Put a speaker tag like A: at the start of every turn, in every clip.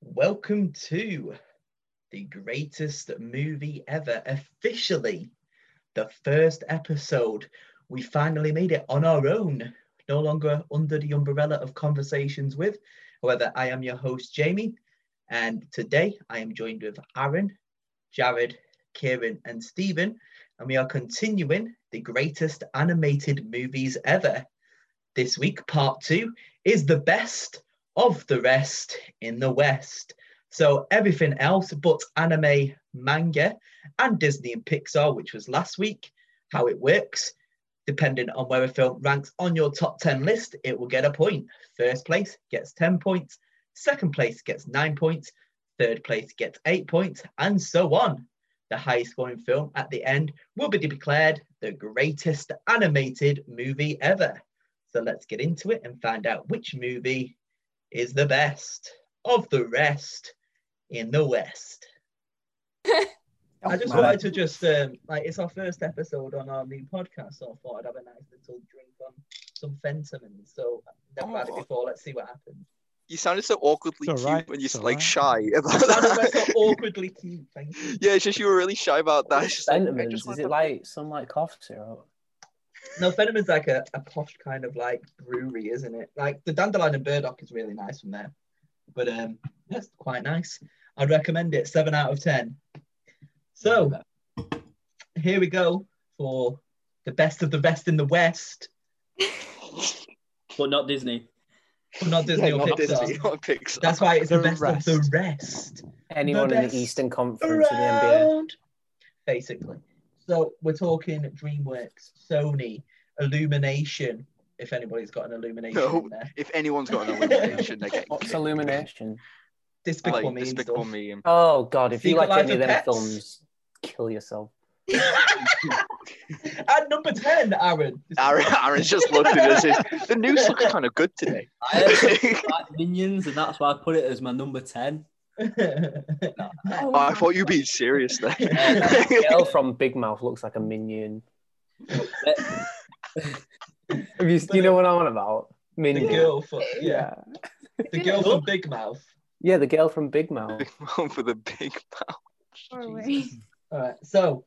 A: Welcome to the greatest movie ever. Officially, the first episode. We finally made it on our own, no longer under the umbrella of conversations with. However, I am your host, Jamie, and today I am joined with Aaron, Jared, Kieran, and Stephen, and we are continuing the greatest animated movies ever. This week, part two is the best of the rest in the West. So everything else but anime, manga, and Disney and Pixar, which was last week, how it works. Depending on where a film ranks on your top 10 list, it will get a point. First place gets 10 points, second place gets nine points, third place gets eight points, and so on. The highest scoring film at the end will be declared the greatest animated movie ever. So let's get into it and find out which movie is the best of the rest in the West. I just
B: man.
A: wanted to just um, like it's our first episode on our new podcast, so I thought I'd have a nice little drink on some Fentimans. So I've never had it
C: Oh.
A: before. Let's see what happens.
C: You sounded so awkwardly
B: It's
C: cute
B: alright,
C: when you're
B: it's
C: like
B: alright.
C: shy about
A: Sounded like so
C: that.
A: awkwardly cute. Thank you.
C: yeah, it's just you were really shy about that. It's just like, I
B: Sentiments,
C: just
B: is
C: wanna-
B: it like some like cough syrup?
A: No, Fenimans like a, a posh kind of like brewery, isn't it? Like the Dandelion and Burdock is really nice from there, but um, that's quite nice. I'd recommend it. Seven out of ten. So here we go for the best of the best in the West,
D: But not Disney.
A: but not Disney
C: yeah,
A: or
C: not
A: Pixar.
C: Disney, not Pixar.
A: That's why it's the,
B: The
A: best
B: rest.
A: of the rest.
B: Anyone
A: The
B: in
A: best
B: the Eastern Conference of the NBA?
A: around, basically. So we're talking DreamWorks, Sony, Illumination. If anybody's got an Illumination
C: No.
A: in there,
C: if anyone's got an illumination, they get
B: What's Illumination?
A: Despicable
C: like
A: Me. and
C: Despicable
A: stuff.
C: Me. and-
B: Oh God! If you
A: Secret
B: like
A: Life
B: any of
A: of
B: them
A: Pets?
B: films, kill yourself.
A: At number ten, Aaron.
C: Aaron, Aaron's just looked at us. he's- The news looks kind of good today.
D: I actually
A: Oh,
D: like Minions, and that's why I put it as my number 10.
C: Oh, I thought you were being serious there.
B: The girl from Big Mouth looks like a minion. Have you, you know what I'm on about?
A: the
B: Minion.
A: girl for yeah, Oh.
B: yeah.
A: the girl from Big Mouth.
B: Yeah, the girl from Big Mouth.
C: One for the big mouth.
A: Jesus. All right, so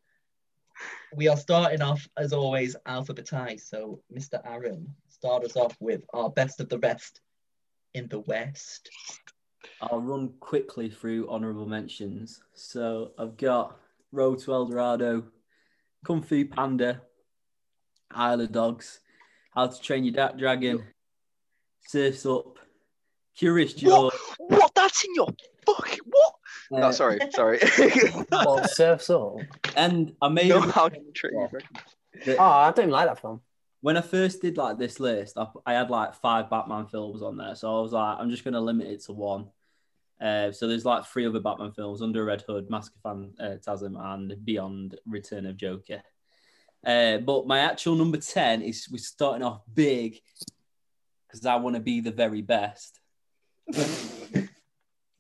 A: we are starting off as always alphabetized. So, Mr. Aaron, start us off with our best of the rest in the West.
D: I'll run quickly through honorable mentions. So I've got Road to El Dorado, Kung Fu Panda, Isle of Dogs, How to Train Your Da- Dragon, Surfs Up, Curious George.
C: What? What? That's in your fucking what?
D: uh,
C: Oh, sorry, sorry.
B: well, Surf's Up.
D: And I made
C: no,
D: a-
C: how to treat you.
D: that-
B: Oh, I don't like that film.
D: when I first did like this list, I, I had like five Batman films on there, so I was like, I'm just gonna limit it to one. Uh, so there's like three other Batman films: Under Red Hood, Mask of Phantasm, and Beyond Return of Joker. Uh, but my actual number ten is we're starting off big because I want to be the very best.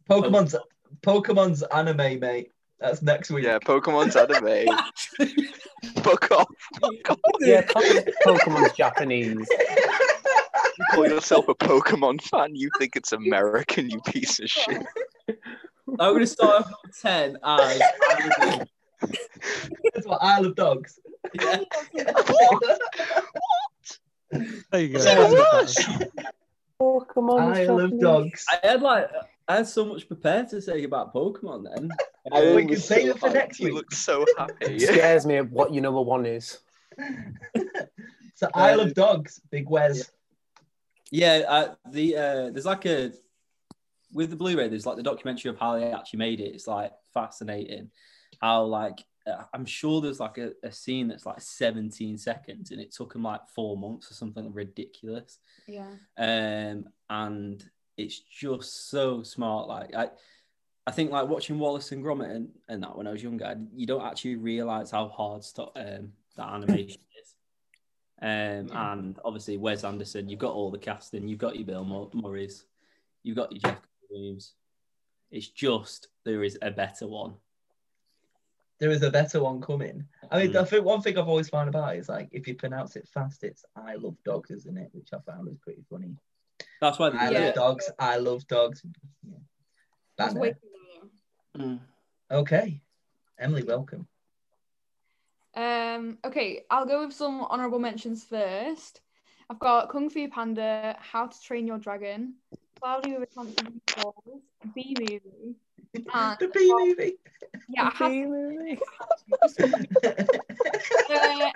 A: Pokemon's Pokemon's anime, mate. That's next week.
C: Yeah, Pokemon's anime. Fuck off.
B: Yeah, Pokemon's Japanese.
C: You call yourself a Pokemon fan. You think it's American, you piece of shit.
D: I'm gonna start off with ten as
A: That's what Isle of Dogs.
D: yeah,
B: There you
C: It's
A: Yeah.
C: even worse.
B: Pokemon's
A: Isle of
B: Japanese.
A: Dogs.
D: I had like I had so much prepared to say about Pokemon then. Uh,
A: I
C: Owen
A: can
C: was
A: save
C: so
A: it for
C: hyped,
A: next
C: He
A: week.
C: looked so happy.
B: It scares me of what your number one is.
A: So Isle of Dogs, Big Wes.
D: Yeah, uh, the uh, there's like a with the Blu-ray. There's like the documentary of how they actually made it. It's like fascinating how like uh, I'm sure there's like a, a scene that's like 17 seconds, and it took them like four months or something ridiculous.
E: Yeah.
D: Um, and it's just so smart. Like I, I think like watching Wallace and Gromit and, and that when I was younger, I- you don't actually realize how hard stuff um, that animation is. Um, and obviously Wes Anderson, you've got all the casting, you've got your Bill Mur- Murray's, you've got your Jeff Williams. It's just there is a better one.
A: There is a better one coming. I mean, I think one thing I've always found about it is like if you pronounce it fast, it's I love dogs, isn't it? Which I found was pretty funny.
D: That's why they
A: I
D: did
A: love
E: Yeah.
D: it.
A: dogs. I love dogs. Yeah.
E: It's way
A: Banner.
E: too long.
A: Okay. Emily, welcome.
E: Um, okay, I'll go with some honorable mentions first. I've got Kung Fu Panda, How to Train Your Dragon, Cloudy with a Chance of Meatballs, B Movie, and
A: The B movie.
E: yeah, I have
B: Do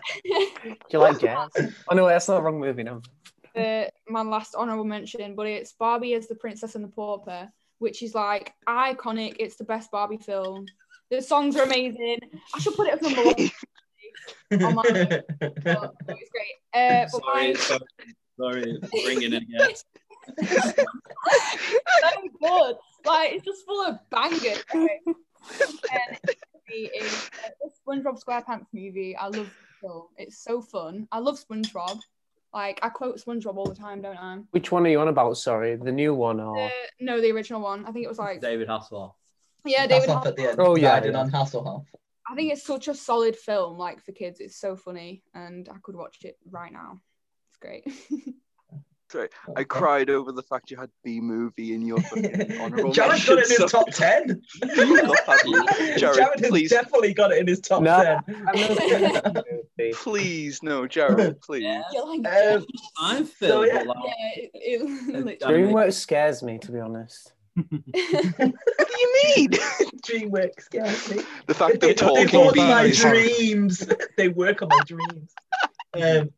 B: you like jazz? Oh no, that's not the wrong movie. No.
E: the uh, my last honorable mention, but it's Barbie as the Princess and the Pauper, which is like iconic. It's the best Barbie film. The songs are amazing. I should put it as number one. Oh my. but it's great. Uh, but
D: Sorry,
E: mine-
D: sorry, sorry, bringing it again.
E: so good. Like it's just full of bangers. Okay. and it is uh, the SpongeBob SquarePants movie. I love the film. It's so fun. I love SpongeBob. Like I quote SpongeBob all the time, don't I?
B: Which one are you on about? Sorry, the new one or?
E: Uh, no, the original one. I think it was like
D: David Hasselhoff.
E: yeah,
A: That's
E: David.
A: off
E: Hasselhoff.
A: at the end.
B: Oh, yeah,
A: Riding
B: yeah.
A: on Hasselhoff.
E: I think it's such a solid film, like for kids. It's so funny, and I could watch it right now. It's great.
C: I cried over the fact you had B movie in your fucking honorable
A: Jared's got it in
C: mentions.
A: his top ten.
C: Jared,
A: Jared has
C: please.
A: definitely got it in his top
B: No.
A: ten.
B: movie.
C: Please, no, Jared, please.
E: You're like, yeah,
A: Um,
D: I'm
A: So,
D: Phil,
A: yeah.
D: but like,
E: it, it literally.
B: DreamWorks scares me, to be honest.
C: What do you mean?
A: DreamWorks scares me.
C: the fact
A: They,
C: they're
A: they
C: talking
A: work on my
C: bees.
A: dreams. they work on my dreams. Um,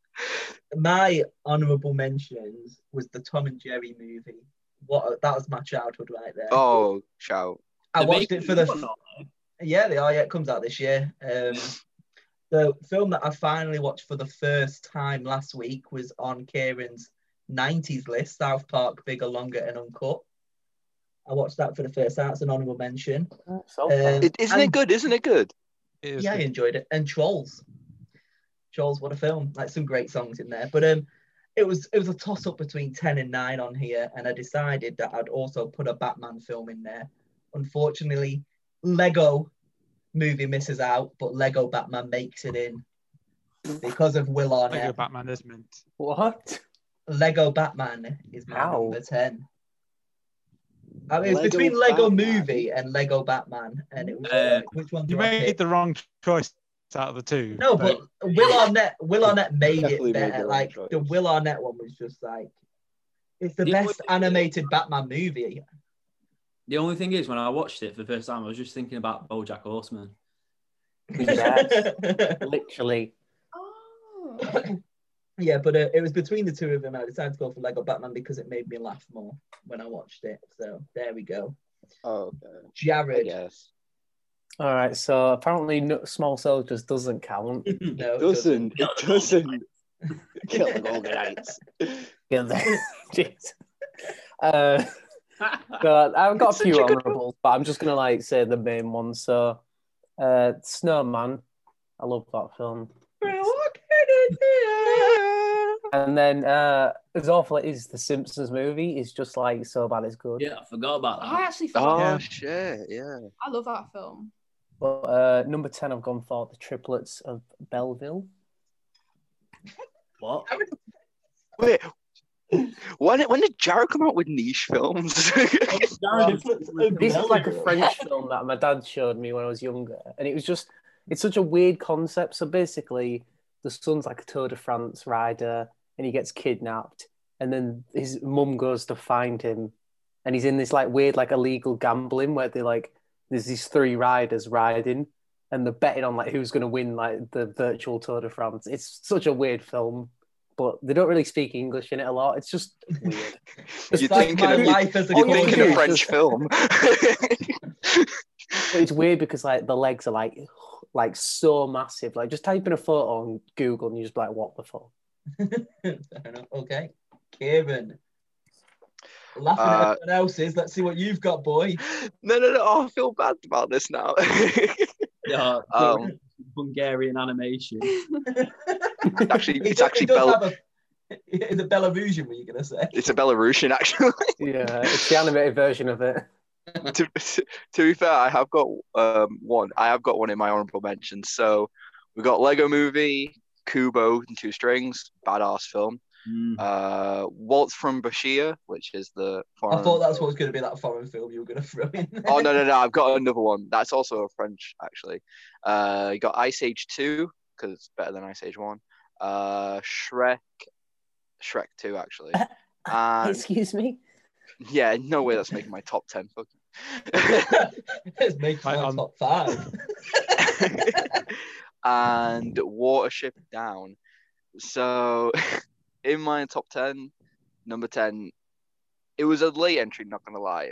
A: my honourable mentions was the Tom and Jerry movie. What a- that was my childhood right there.
C: Oh, shout.
A: I
D: They're
A: watched
D: making
A: it for the
D: one of
A: Yeah, they are. Yeah, it comes out this year. Um, the film that I finally watched for the first time last week was on Kieran's 90s list South Park, Bigger, Longer, and Uncut. I watched that for the first time. That's an honorable mention.
B: So
A: Um,
C: It, isn't it
A: and-
C: good? Isn't it good?
F: It is
A: Yeah, I
F: good.
A: enjoyed it. And Trolls. Trolls, what a film. Like some great songs in there. But um, it was it was a toss up between 10 and 9 on here. And I decided that I'd also put a Batman film in there. Unfortunately, Lego movie misses out, but Lego Batman makes it in because of Will Arnett.
F: Lego
A: Lego,
F: Batman is mint.
B: what?
A: Batman is my
B: How?
A: number 10. I mean, it's
C: Lego
A: between Lego
C: Batman.
A: movie and Lego Batman. And it was
D: Uh,
A: like, which one do
F: You
A: I pick?
F: made the wrong choice out of the two.
A: No, but Will Arnett, Will Arnett made
C: Definitely
A: it
C: made
A: better.
C: the right
A: like the
C: choice.
A: Will Arnett one was just like it's the
D: The
A: best
D: only-
A: animated Batman movie.
D: The only thing is, when I watched it for the first time, I was just thinking about BoJack Horseman.
B: Literally.
E: Oh.
A: yeah, but uh, it was between the two of them. I decided to go for Lego Batman because it made me laugh more when I watched it. So there we go.
C: Oh, okay.
A: Jared,
C: Yes.
B: All right, so apparently no, Small Soldiers doesn't count.
A: no, it
C: Doesn't. It doesn't. Kill the Golden Knights.
B: Jeez. Uh, but I've got
C: It's
B: a
C: such
B: few
C: a good
B: honourables, but I'm just gonna like say the main ones. So, uh, Snowman, I love that film.
A: We're walking in here.
B: And then, uh, as awful it is, the Simpsons movie is just like so bad it's good.
D: yeah, I forgot about
E: I
D: that.
E: actually,
C: Oh,
F: Yeah.
C: shit. Yeah.
E: I love that film.
B: But uh, number ten, I've gone for the triplets of Belleville.
D: What?
C: Wait. When, when did Jared come out with niche films?
A: Oh,
B: This is like a French film that my dad showed me when I was younger, and it was just it's such a weird concept. So basically, the son's like a Tour de France rider, and he gets kidnapped, and then his mum goes to find him, and he's in this like weird like illegal gambling where they like there's these three riders riding, and they're betting on like who's going to win like the virtual Tour de France. It's such a weird film. But they don't really speak English in it a lot. It's just weird.
C: You're
A: It's like
C: thinking
A: my
C: of-
A: life as a
B: Oh,
C: You're
B: yeah,
C: thinking
B: yeah.
C: a French film.
B: But it's weird because like the legs are like like so massive. Like just type in a photo on Google and you just be like, what the fuck?
A: Fair enough. Okay. Kieran. Laughing
C: Uh,
A: at everyone else's. Let's see what you've got, boy.
C: no, no, no. oh, I feel bad about this now.
D: Yeah,
C: um,
D: Hungarian animation.
C: actually,
A: It
C: it's
A: do- it
C: actually
A: does
C: Bel-
A: have a- It's a Belarusian, were you going to say?
C: it's a Belarusian. Actually,
B: Yeah, it's the animated version of it.
C: to, to be fair, I have got um, one. I have got one in my honorable mentions. So we got Lego Movie, Kubo and Two Strings, badass film.
D: Mm.
G: Uh, Waltz from Bashir, which is the foreign.
A: I thought that's what was going to be that foreign film you were going to throw in. There.
G: Um, Oh no no no! I've got another one. That's also a French actually. Uh, you got Ice Age Two because it's better than Ice Age One. Uh, Shrek, Shrek Two actually. And
B: Excuse me.
G: yeah, no way that's making my top ten. Fucking.
A: it's making
F: Right,
A: my
F: um,
A: top five.
G: and Watership Down. So, in my top 10, number 10, it was a late entry, not going to lie,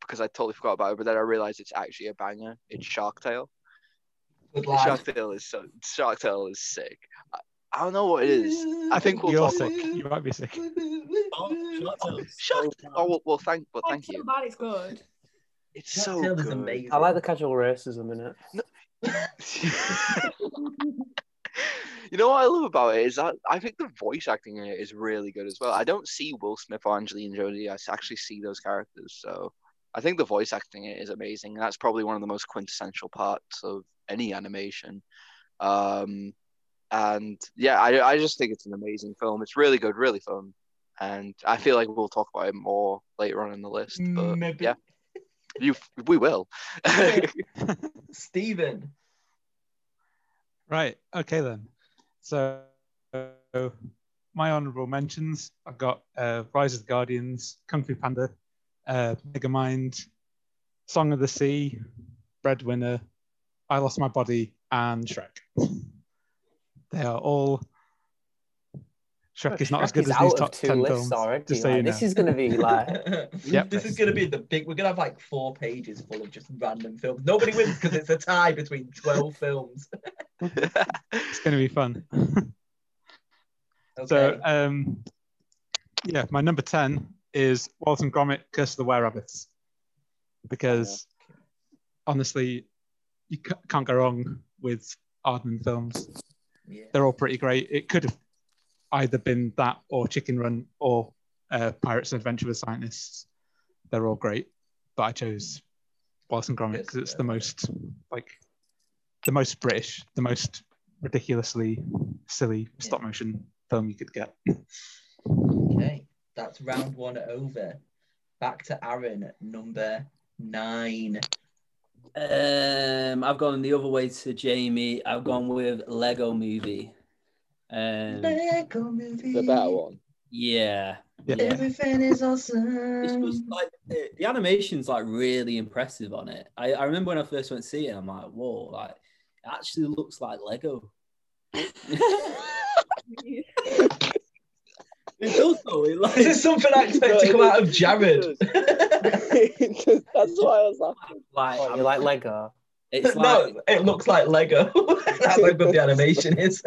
G: because I totally forgot about it, but then I realized it's actually a banger. It's Shark Tale.
A: Good lad.
G: Shark Tale is so, Shark Tale is sick. I, I don't know what it is. I think we'll
F: You're
G: talk-
F: sick. You might be sick.
A: Oh,
G: Shark Tale. Oh, well, well thank, well,
E: Like,
G: thank
E: so
G: you.
E: bad it's good.
G: It's
A: Shark
G: so
A: Tale is
G: good.
A: amazing.
B: I like the casual racism in it.
G: you know what I love about it is that I think the voice acting in it is really good as well. I don't see Will Smith or Angelina Jolie. I s- actually see those characters, so I think the voice acting in it is amazing. and That's probably one of the most quintessential parts of any animation. Um, and yeah, I, I just think it's an amazing film. It's really good, really fun, and I feel like we'll talk about it more later on in the list. But
A: Maybe.
G: yeah, you we will.
A: Stephen.
F: Right. Okay then. So uh, my honourable mentions. I've got uh, Rise of the Guardians, Kung Fu Panda, uh, Megamind, Song of the Sea, Breadwinner, I Lost My Body, and Shrek. They are all. Shrek is not as
B: Shrek
F: good
B: is
F: as
B: out
F: these
B: of
F: top
B: two
F: ten
B: lists
F: films.
B: already.
F: just so
B: like,
F: you know.
B: This is going to be like
F: Yep.
A: this is going to be the big. We're going to have like four pages full of just random films. Nobody wins because it's a tie between 12 films.
F: It's going to be fun.
A: Okay.
F: So um, yeah, my number ten is Walton Gromit, Curse of the Were Rabbits, because honestly, you ca- can't go wrong with Arden films.
A: yeah.
F: They're all pretty great. It could have either been that or Chicken Run or uh, Pirates and Adventure with Scientists. They're all great, but I chose Walton Gromit because it's the most like the most British, the most ridiculously silly stop motion film you could get.
A: Okay, that's round one over. Back to Aaron, at number nine.
D: Um, I've gone the other way to Jamie. I've gone with Lego Movie. Um,
A: Lego movie.
G: the better one.
D: yeah,
F: Yeah.
D: yeah.
A: Everything is
D: It's just
A: awesome.
D: like the, the animation's like really impressive on it. I, I remember when I first went to see it, I'm like, whoa, like it actually looks like Lego. It does though. It like,
A: This is something I expect to come out of Jared.
G: That's why I was laughing.
D: like,
B: you like Lego.
D: it's like
A: no, it looks like Lego. That's how good the animation is.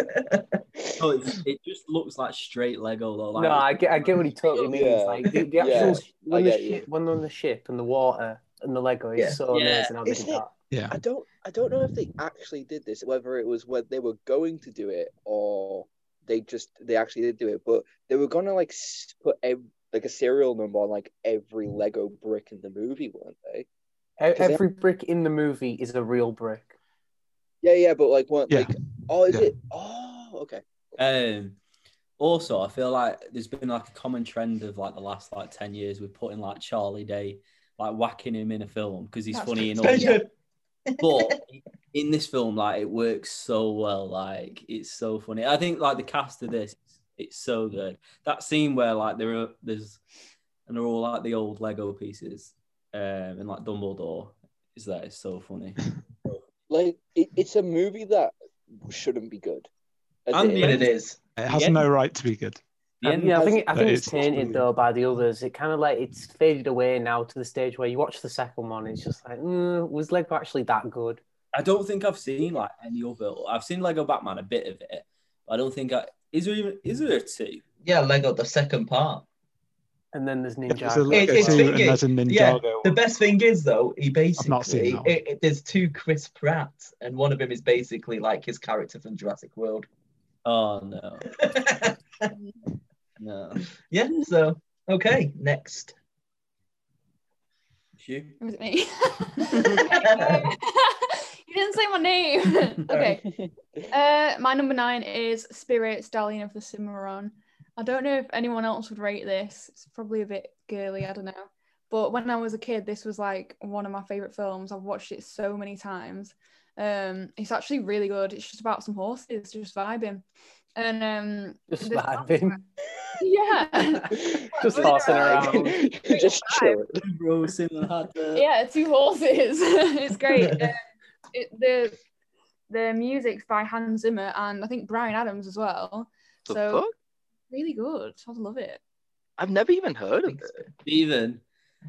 D: no, it's, it just looks like straight Lego though. Like,
B: no, I get, I get what he totally means.
G: Yeah.
B: Like the, the
G: Yeah,
B: actual sh- when, the
G: get you.
B: ship, when they're on the ship and the water and the Lego is
A: Yeah.
B: so
D: Yeah.
B: amazing. How they did
G: Isn't it-
B: that.
F: Yeah.
G: I don't I don't know if they actually did this, whether it was when they were going to do it or they just they actually did do it, but they were gonna like s- put ev- like a serial number on like every Lego brick in the movie, weren't they?
B: E-
G: they-
B: Every brick in the movie is a real brick.
G: Yeah, yeah, but like weren't
F: Yeah.
G: like oh is
F: Yeah.
G: it oh okay.
D: Um, also, I feel like there's been like a common trend of like the last like ten years with putting like Charlie Day, like whacking him in a film because he's
E: That's
D: funny and all.
A: Very good.
D: But in this film, like it works so well, like it's so funny. I think like the cast of this, it's so good. That scene where like there are there's and they're all like the old Lego pieces, um, and like Dumbledore is that is so funny.
G: Like it, it's a movie that shouldn't be good. As
D: And
G: it
D: the
G: is.
A: But it is.
F: It has
D: Yeah.
F: no right to be good.
D: The
B: Um,
D: end-
B: yeah, I think I
F: But
B: think
F: it's-
B: it's tainted though by the others. It kind of like it's faded away now to the stage where you watch the second one. It's just like, mm, was Lego actually that good?
D: I don't think I've seen like any other. I've seen Lego Batman a bit of it, but I don't think I is there even is there a two?
A: Yeah, Lego, the second part.
B: And then there's Ninja.
F: There's a Lego
A: it's
F: two and
A: thinking-
F: there's a Ninjago.
A: yeah, The
F: one.
A: best thing is though, he
F: I've not seen
A: basically
F: that one.
A: it, it- there's two Chris Pratt, and one of them is basically like his character from Jurassic World.
D: Oh no, no.
A: yeah. So okay, next.
D: You?
E: Was it me? Okay. you didn't say my name. okay. Uh, my number nine is Spirits, Stallion of the Cimarron. I don't know if anyone else would rate this. It's probably a bit girly, I don't know. But when I was a kid, this was like one of my favorite films. I've watched it so many times. Um, it's actually really good. It's just about some horses just vibing, and um,
B: Just
E: this-
B: vibing.
E: yeah,
B: just tossing around.
G: just chill.
D: Bro, Simon had the
E: yeah, two horses. it's great. Um, it, the the music's by Hans Zimmer and I think Brian Adams as well.
G: The
E: so
G: fuck?
E: really good. I love it.
G: I've never even heard of it.
D: Stephen.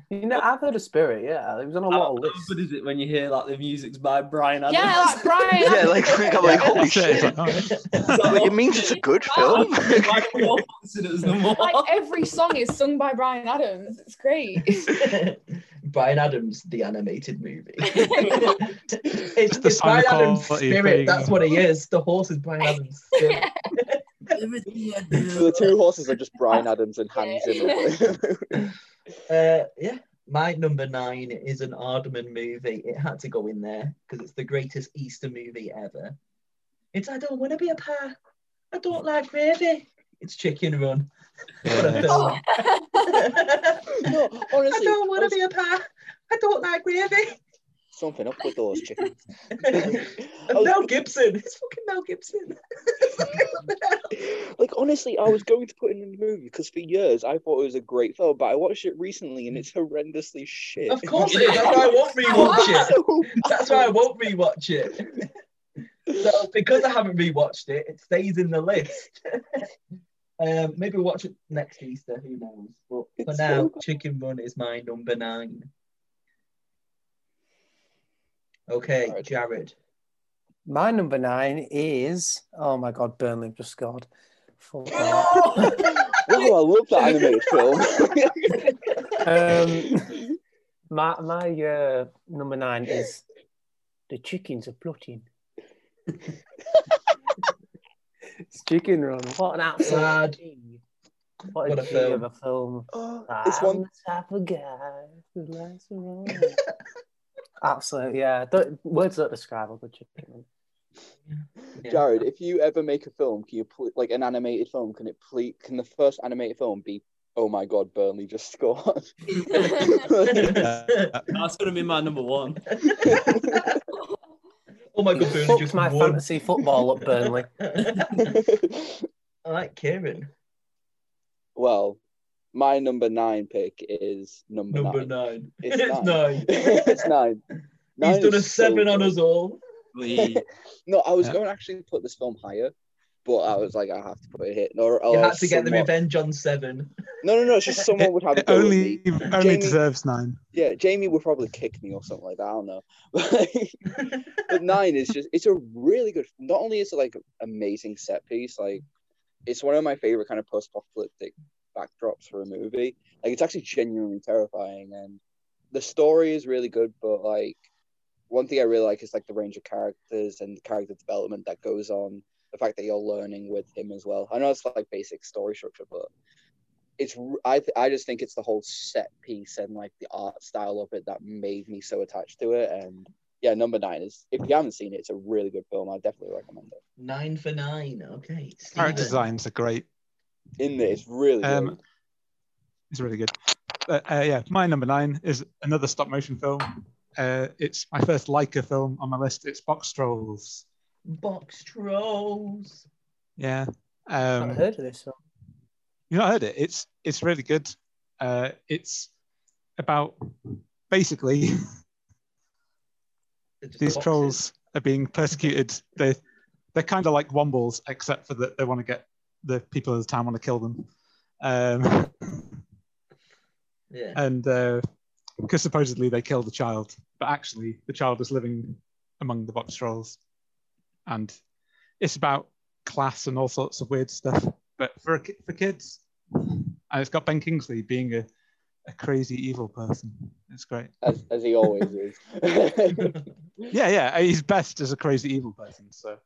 B: You know, I've heard of Spirit. Yeah, it was on a
D: How
B: lot of
D: how
B: lists.
D: good is it when you hear like the music's by Brian Adams?
E: Yeah, like Brian.
G: Yeah, like, like I'm like, holy
F: That's it, it's
G: shit.
F: like, oh, it's-
G: Like, it means it's a good film.
D: Why don't we all consider it as the more?
E: like every song is sung by Brian Adams. It's great.
A: Brian Adams, the animated movie. it's
F: Just the
A: it's Brian
F: sound
A: Adams'
F: quality
A: spirit.
F: thing.
A: That's what he is. The horse is Brian Adams' spirit.
G: so the two horses are just Brian Adams and Hans Zimmer.
A: Uh, yeah, my number nine is an Aardman movie. It had to go in there because it's the greatest Easter movie ever. It's I don't want to be a pie. I don't like gravy. It's Chicken Run. What a film.
G: no,
A: I
G: honestly,
A: don't want
G: there's
A: to be a pie. I don't like gravy.
G: something up with those chickens.
A: And Mel Gibson. It's fucking Mel Gibson.
G: like honestly, I was going to put it in the movie because for years I thought it was a great film, but I watched it recently and it's horrendously shit.
A: Of course it is. That's why I won't rewatch it.
G: So
A: That's why I won't rewatch it. So because I haven't rewatched it, it stays in the list. um, maybe we'll watch it next Easter. Who knows? But for
G: It's so
A: now,
G: good.
A: Chicken Run is my number nine. Okay,
G: Alright.
A: Jared.
B: My number nine is oh my god, Burnley have just scored. Fuck off.
G: wow, I love that animated film.
B: um, my my uh, number nine is the chickens are plotting. it's chicken run. What an absolute
A: Sad.
B: G. What a,
A: What a
B: G
A: film.
B: of a film.
G: Oh, it's
B: It's
G: one.
B: type of guy who likes to run. Absolutely, yeah. Don't, words don't describe a good chicken run.
A: Yeah.
G: Jared, if you ever make a film, can you pl- like an animated film? Can it please? Can the first animated film be? Oh my God, Burnley just scored.
D: That's gonna be my number one.
A: oh my
B: You
A: god, Burnley
B: fucked
A: just
B: my
A: won.
B: fantasy football up, Burnley.
A: All right, Kieran.
G: well, my number nine pick is number,
A: Number nine.
G: nine. It's
A: It's
G: nine.
A: nine.
G: it's nine. Nine
A: He's done a
G: is so
A: seven on
G: good.
A: us all.
D: We
G: No, I was
F: Yeah.
G: going to actually put this film higher, but I was like, I have to put it here. No, or
A: You had
G: else
A: to get the
G: someone-
A: revenge on seven.
G: No, no, no. It's just someone would have a
F: it
G: go with
F: only
G: me.
F: only
G: Jamie-
F: deserves nine.
G: Yeah, Jamie would probably kick me or something like that. I don't know. but nine is just—it's a really good. Not only is it like amazing set piece, like it's one of my favorite kind of post-apocalyptic backdrops for a movie. Like it's actually genuinely terrifying, and the story is really good. But like one thing I really like is like the range of characters and character development that goes on. The fact that you're learning with him as well. I know it's like basic story structure, but it's r- I th- I just think it's the whole set piece and like the art style of it that made me so attached to it. And yeah, number nine is if you haven't seen it, it's a really good film. I definitely recommend it.
A: Nine for nine. Okay. Stephen.
F: Character designs are great.
G: In there, it's really
F: Um,
G: good.
F: It's really good. But uh, yeah, my number nine is another stop motion film. Uh, it's my first Leica film on my list. It's Box Trolls.
A: Box trolls.
F: Yeah.
B: I've
F: Um,
B: not heard of this one.
F: you not heard it? It's it's really good. Uh, it's about basically
A: They're just
F: these
A: boxes.
F: trolls are being persecuted. They they're kind of like wombles, except for that they want to get the people of the town want to kill them. Um,
A: Yeah.
F: and uh, because supposedly they killed the child, but actually the child was living among the box trolls, and it's about class and all sorts of weird stuff. But for a ki- for kids, and it's got Ben Kingsley being a, a crazy evil person. It's great.
G: As, as he always is.
F: Yeah, yeah, he's best as a crazy evil person. So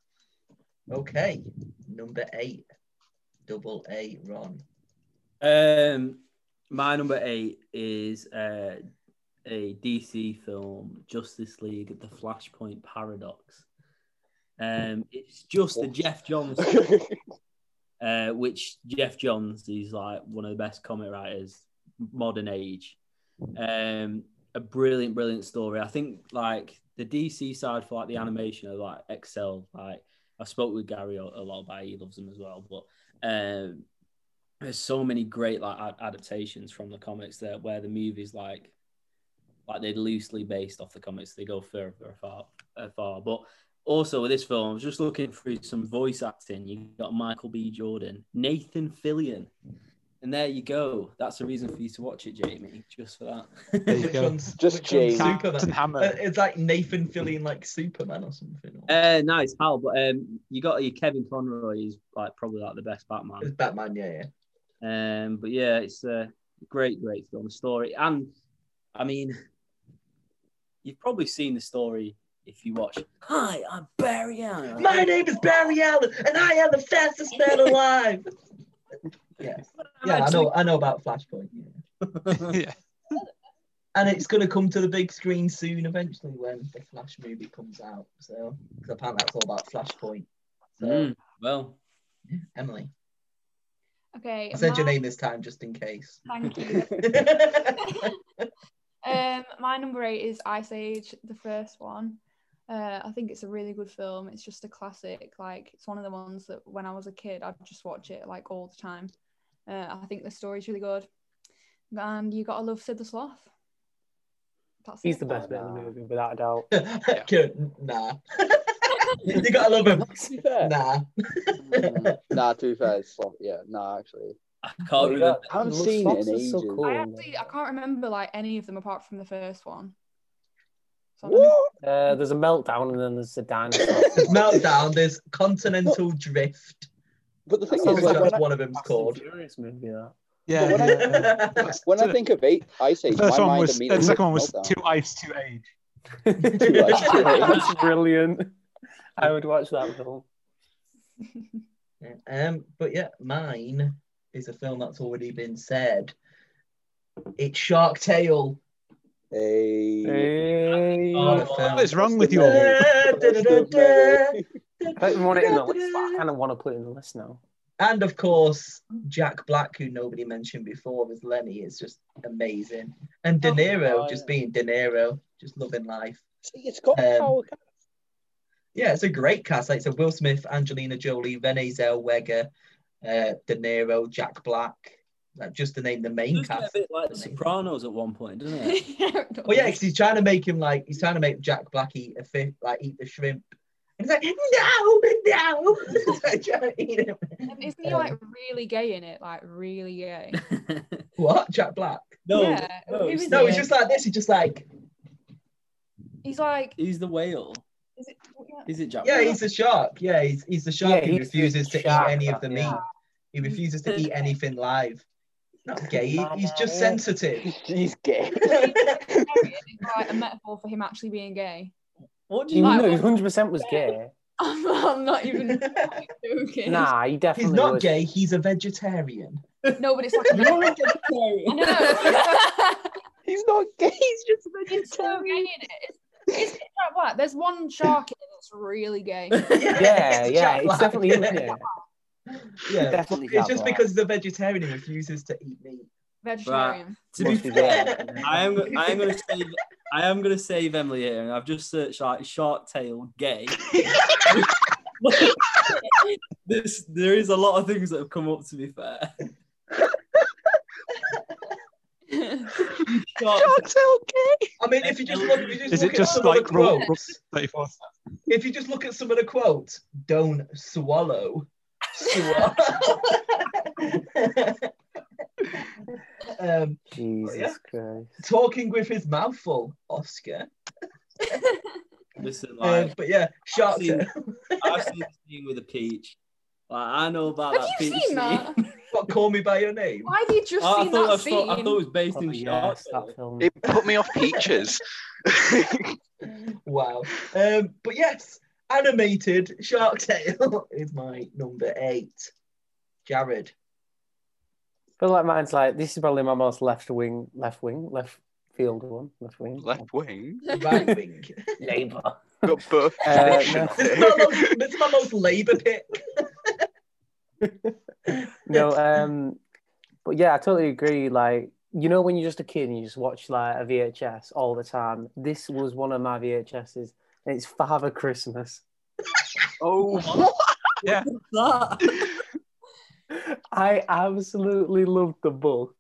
A: okay. Number eight. Double A Ron.
D: um my number eight is uh a DC film, Justice League, The Flashpoint Paradox. Um it's just the
G: What?
D: Jeff Johns uh, which Jeff Johns, he's like one of the best comic writers modern age. Um, a brilliant, brilliant story. I think like the DC side for like the animation are like excel. Like I spoke with Gary a a lot about, it. he loves them as well. But um, there's so many great like ad- adaptations from the comics there, where the movies like like they're loosely based off the comics. They go further afar, afar. But also with this film, I was just looking through some voice acting. You got Michael B. Jordan, Nathan Fillion, and there you go. That's a reason for you to watch it, Jamie, just for
F: There you
A: Which
F: go.
A: one's-
G: Just
A: which one's
G: James.
F: Captain
A: Superman?
F: Hammer.
A: Uh, It's like Nathan Fillion, like Superman or something.
D: that. uh, nice, Hal. But um, you got your Kevin Conroy is like probably like the best Batman.
A: It's Batman, yeah, yeah.
D: Um, but yeah, it's a great, great film story. And I mean, you've probably seen the story if you watch. Hi, I'm Barry Allen.
A: My name is Barry Allen, and I am the fastest man alive. yes.
D: I'm
A: Yeah, I
D: actually-
A: know. I know about Flashpoint. Yeah.
F: yeah.
A: and it's going to come to the big screen soon eventually when the Flash movie comes out. So, because apparently that's all about Flashpoint. So,
D: Mm, well,
A: Emily,
E: Okay.
A: I said your
E: my-
A: name this time just in case.
E: Thank you. um, my number eight is Ice Age, the first one. Uh, I think it's a really good film. It's just a classic. Like it's one of the ones that when I was a kid, I'd just watch it like all the time. Uh, I think the story's really good, and you gotta love Sid the Sloth. That's
B: He's
E: it.
B: the best bit of the movie, without a doubt.
A: Kieran, nah. you gotta love him. Nah.
G: nah, to be fair, it's like, yeah, nah, actually.
D: I
B: Oh,
D: can't
B: yeah,
D: remember.
G: I haven't
B: Love
G: seen it
B: Sloths
G: in
B: is so
G: ages.
B: cool.
E: I actually I can't remember like any of them apart from the first one. So I don't know.
G: Woo!
B: Uh, there's a meltdown and then there's a dinosaur.
A: There's Meltdown, there's Continental Drift.
G: But the thing
A: That's
G: is, like,
A: what
G: when, I,
A: one of them's
B: Fast and
A: called.
B: Furious movie, that.
F: Yeah.
G: But when I-
F: yeah.
G: when I think of eight, Ice
F: the
G: Age,
F: first
G: my
F: one
G: mind
F: was,
G: immediately
F: the second one
G: goes
F: was
G: to Meltdown.
F: two ice, two age.
B: That's brilliant. I would watch that film.
A: Yeah, Um, but yeah, mine is a film that's already been said. It's Shark Tale.
G: Hey.
B: Hey.
D: Oh,
A: film.
F: What is wrong with you
G: That's
F: all?
A: Da-da-da-da.
B: I don't want it in the list, but I kind of want to put it in the list now.
A: And of course, Jack Black, who nobody mentioned before, as Lenny is just amazing. And De
B: Oh,
A: Niro,
B: yeah.
A: just being De Niro, just loving life.
G: See, it's got
A: Um,
G: power.
A: Yeah, it's a great cast. Like, so Will Smith, Angelina Jolie, Renee Zellweger, uh, De Niro, Jack Black, like, just to name the main
D: Does get a
A: cast.
D: bit like The Sopranos at one point, doesn't it?
A: Well, Oh, yeah, because he's trying to make him like he's trying to make Jack Black eat a fish, like eat the shrimp. And he's like, no, no. He's like, trying to eat him.
E: And isn't he like really gay in it? Like really gay.
A: What? Jack Black?
D: no,
E: Yeah,
D: no,
E: it
D: he's,
E: was-
D: the-
A: No, he's just like this. He's just like,
E: He's like,
D: he's the whale.
E: is it?
D: Is it Jack?
A: yeah, he's a shark. Yeah, he's he's the shark
B: Yeah,
A: who
B: he's
A: refuses
B: the
A: to
B: shark,
A: eat any of the meat.
B: yeah.
A: He refuses to eat anything live. Not gay. he- he's just
B: Mama.
A: sensitive.
G: He's gay.
E: It's like a metaphor for him actually being gay.
D: What do
B: You
D: you
E: Like-
B: know, he 100% was gay.
E: I'm, I'm not even joking.
B: Nah, he definitely
A: he's not
B: was.
A: gay. He's a vegetarian.
E: No, but it's like. I know.
G: He's not gay. He's just a
E: it's so
G: vegetarian.
E: gay in it. It's, it's like what? There's one shark in it that's really gay.
B: Yeah,
A: It's
B: yeah,
A: Jack
B: it's
A: Black.
B: definitely him, isn't it?
A: Yeah.
B: Definitely
A: It's
B: Jack
A: just
B: Black.
A: because he's a vegetarian he refuses to eat meat.
E: Vegetarian.
D: To be
B: Must be
D: fair,
B: gay.
D: I am. I am going to save. I am going to save Emily here, and I've just searched like Shark Tale gay. this there is a lot of things that have come up. To be fair, Ah, Shark
A: I mean, if you just look, if you just
F: Is
A: look
F: it just
A: at some of the
F: like Roll
A: quotes,
F: Brooks 34?
A: if you just look at some of the quotes, don't swallow. Swallow. um,
B: Oh, Jesus
A: Yeah.
B: Christ.
A: talking with his mouth full, Oscar.
D: listen,
A: Um,
D: like
A: but yeah, Shark
D: seen-
A: Tale.
D: I've seen the scene with a peach. Like I know about
E: Have
D: that.
E: you
D: peach
E: seen
D: scene. Ah,
E: that?
A: What, call me by your name?
E: Why have you just
D: I, I
E: seen
D: thought,
E: that
D: I,
E: scene?
D: thought, I thought it was based
B: Oh,
D: in Shark
B: yes,
D: Tale.
B: that film.
C: It put me off peaches.
A: Wow. Um, but yes, animated Shark Tale is my number eight. Jared.
B: feel like mine's like, this is probably my most left wing, left wing, left field one, left wing.
C: Left wing.
A: Right wing.
B: Labour.
C: Got both.
B: Uh,
C: positions
A: this, is
C: there.
A: my most, this is my most Labour pick.
B: no, um, but yeah, I totally agree. Like, you know, when you're just a kid and you just watch like a VHS all the time, this was one of my VHSs, and it's Father Christmas.
C: Oh,
F: Yeah.
B: I absolutely loved the book,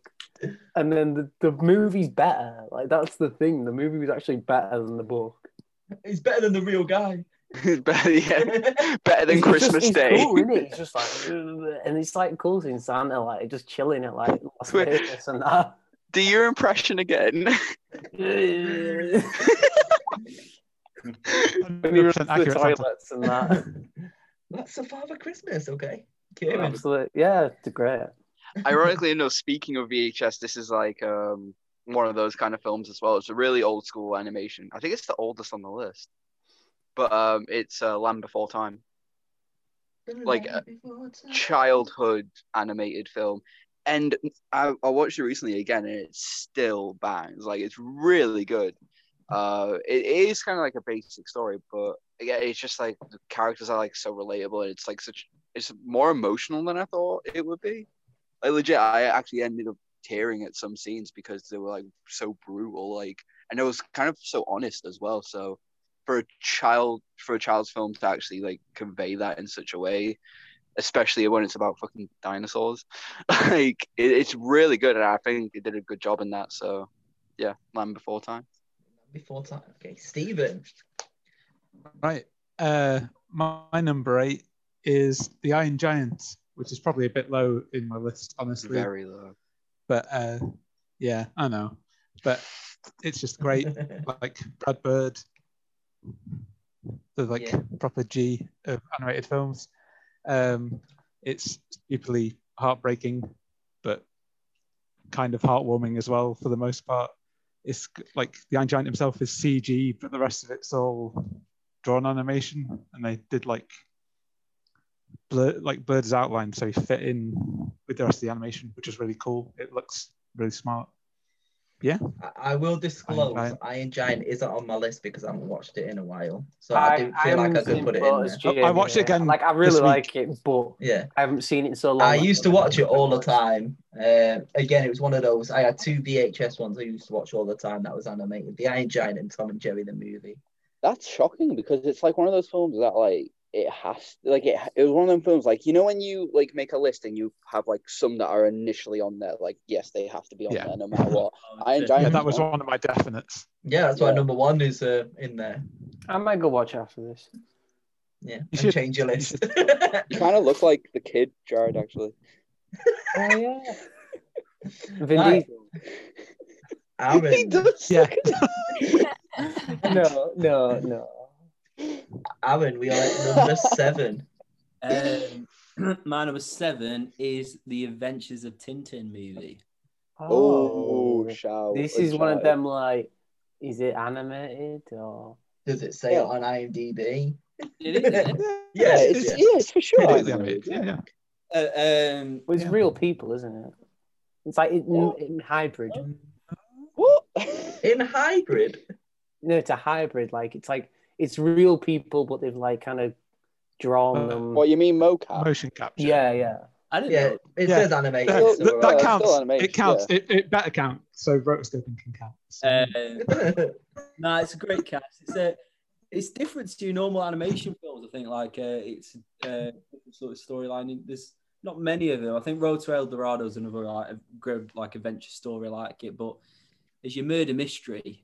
B: and then the, the movie's better. Like, that's the thing. The movie was actually better than the book.
A: He's better than the real guy.
C: better, yeah, better than
B: It's- it's just-
C: Christmas
B: it's
C: Day.
B: Cool, isn't it? It's just like, and it's like cool seeing Santa like just chilling at like Las
C: Wait.
B: Vegas and that.
C: Do your impression again.
B: When he runs
F: 100%
B: to the
F: accurate. Santa.
B: toilets and that.
A: That's the Father Christmas, okay? Kieran.
B: Absolutely, yeah, it's great.
C: Ironically enough, speaking of VHS, this is like um one of those kind of films as well. It's a really old school animation. I think it's the oldest on the list, but um, it's uh, Land Before Time, like, uh, childhood animated film, and I, I watched it recently again, and it still bangs. Like it's really good. Uh, it is kind of like a basic story, but yeah, it's just like the characters are like so relatable, and it's like such. It's more emotional than I thought it would be. Like legit, I actually ended up tearing at some scenes because they were like so brutal. Like, and it was kind of so honest as well. So, for a child, for a child's film to actually like convey that in such a way, especially when it's about fucking dinosaurs, like it, it's really good, and I think it did a good job in that. So, yeah, Land Before Time.
A: Before time. Okay, Stephen.
F: Right. Uh, my, my number eight is The Iron Giant, which is probably a bit low in my list, honestly.
C: Very low.
F: But uh, yeah, I know. But it's just great. like Brad Bird, the like
A: Yeah.
F: proper G of animated films. Um, it's stupidly heartbreaking, but kind of heartwarming as well for the most part. It's g- like the Iron Giant himself is CG, but the rest of it's all drawn animation, and they did like blur, like Bird's outline, so he fit in with the rest of the animation, which is really cool. It looks really smart.
A: I- I will disclose Iron Giant.
F: Giant.
A: isn't on my list because I haven't watched it in a while. So I,
B: I,
A: do
B: I
A: feel like
B: haven't
A: I could
B: seen
A: put it
B: both
A: in
B: as
A: there.
F: I- I watched it
B: Jamie.
F: again
B: Like I
F: this
B: really
F: week.
B: like it, but
A: Yeah.
B: I haven't seen it in so long.
A: I used to watch it all the time. Um, again, it was one of those. I had two VHS ones I used to watch all the time that was animated The Iron Giant and Tom and Jerry the movie.
G: That's shocking because it's like one of those films that like it has like it it was one of them films like you know when you like make a list and you have like some that are initially on there like yes they have to be on
F: Yeah.
G: there no matter what. I
D: shit.
G: enjoy
F: Yeah,
G: it.
F: that was one of my definites.
A: Yeah, that's why
G: Yeah.
A: number one is uh, in there.
B: I might go watch after this.
A: Yeah,
F: You
A: and
F: should-
A: change your list.
G: You kind of look like the kid Jared actually.
B: Oh yeah. Vin
A: Right.
B: Diesel.
G: he
A: Aaron,
G: does.
F: Yeah.
G: look at-
B: No, no, no.
A: Aaron, we are at number seven.
D: Um, my number seven is the Adventures of Tintin movie.
G: Oh, shout.
B: this is one of them like, is it animated or?
A: Does it say it on IMDb?
D: It is. Isn't it?
A: Yeah,
G: Yeah,
A: it
G: it's,
A: is,
G: yeah.
A: yeah.
G: it's for sure.
F: Completely
G: I know.
F: animated. Yeah, yeah.
D: Uh, um,
B: Well, it's
F: Yeah.
B: real people, isn't it? It's like in,
G: What?
B: in hybrid.
G: What?
A: In hybrid.
B: No, it's a hybrid. Like it's like it's real people, but they've like kind of drawn
F: Uh,
B: them.
G: what you mean mocap?
F: Motion capture.
B: yeah, yeah.
D: I didn't
A: Yeah,
D: know.
A: it
F: Yeah.
A: says animated.
F: That,
A: so
G: Well,
F: that-
A: we're
F: that
A: all
G: it's
F: counts.
G: still animation,
F: It counts. It, it better count. So rotoscoping can count. So,
D: Um,
A: right.
D: No, it's a great cast. It's a, it's different to normal animation films. I think like uh, it's uh, different sort of storyline. There's not many of them. I think Road to El Dorado is another like a good like adventure story like it. But as your murder mystery,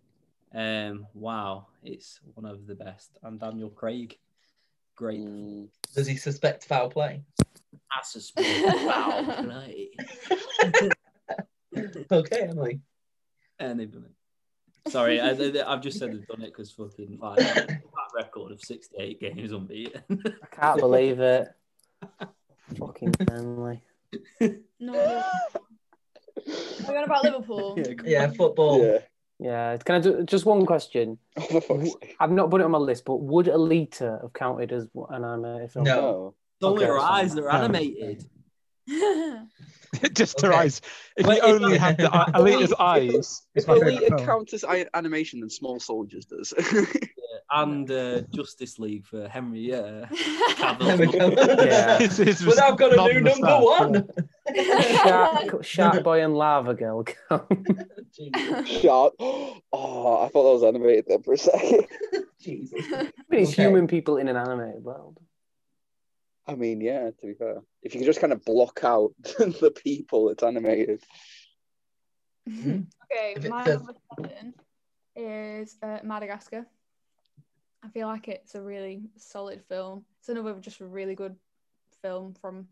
D: um, wow, it's one of the best. And Daniel Craig, great.
G: Mm.
A: Does he suspect foul play?
D: I suspect. wow, right.
A: Okay, Emily.
D: And they've done it. Sorry, I, I- I've just said they've done it because fucking like that record of sixty-eight games unbeaten.
B: I can't believe it. Fucking Burnley.
E: No. Are we on about Liverpool?
D: go
A: Yeah,
D: on.
A: football.
G: Yeah.
B: Yeah. Can I do just one question?
G: Oh, for fuck's sake.
B: I've not put it on my list, but would Alita have counted as an animated film?
A: No.
G: No.
D: It's only
B: Okay,
D: her
B: so-
D: eyes that are
F: No.
D: animated.
F: just her
A: Okay.
F: eyes. If
D: Wait,
F: you
D: if
F: only
D: I-
F: had the eye-
G: only-
F: Alita's eyes, it's
G: If
F: my
G: only
F: favorite
G: it
F: film.
G: counts as i- animation, then Small Soldiers does.
D: Yeah, and uh, Justice League for Henry uh,
A: There we
D: Cavill.
A: go.
B: Yeah.
F: It's- it's
A: Well, I've got a
F: nodding
A: new
F: the
A: number
F: staff,
A: one.
B: Shark, Shark Boy and Lava Girl.
A: Jesus.
H: Shark. Oh, I thought that was animated then for a second.
A: Jesus.
B: But it's
A: Okay.
B: human people in an animated world.
H: I mean, yeah, to be fair. If you can just kind of block out the people, it's animated.
A: If
E: okay,
A: Mm-hmm. it
E: my
A: says-
E: number seven is uh, Madagascar. I feel like it's a really solid film. It's another just really good film from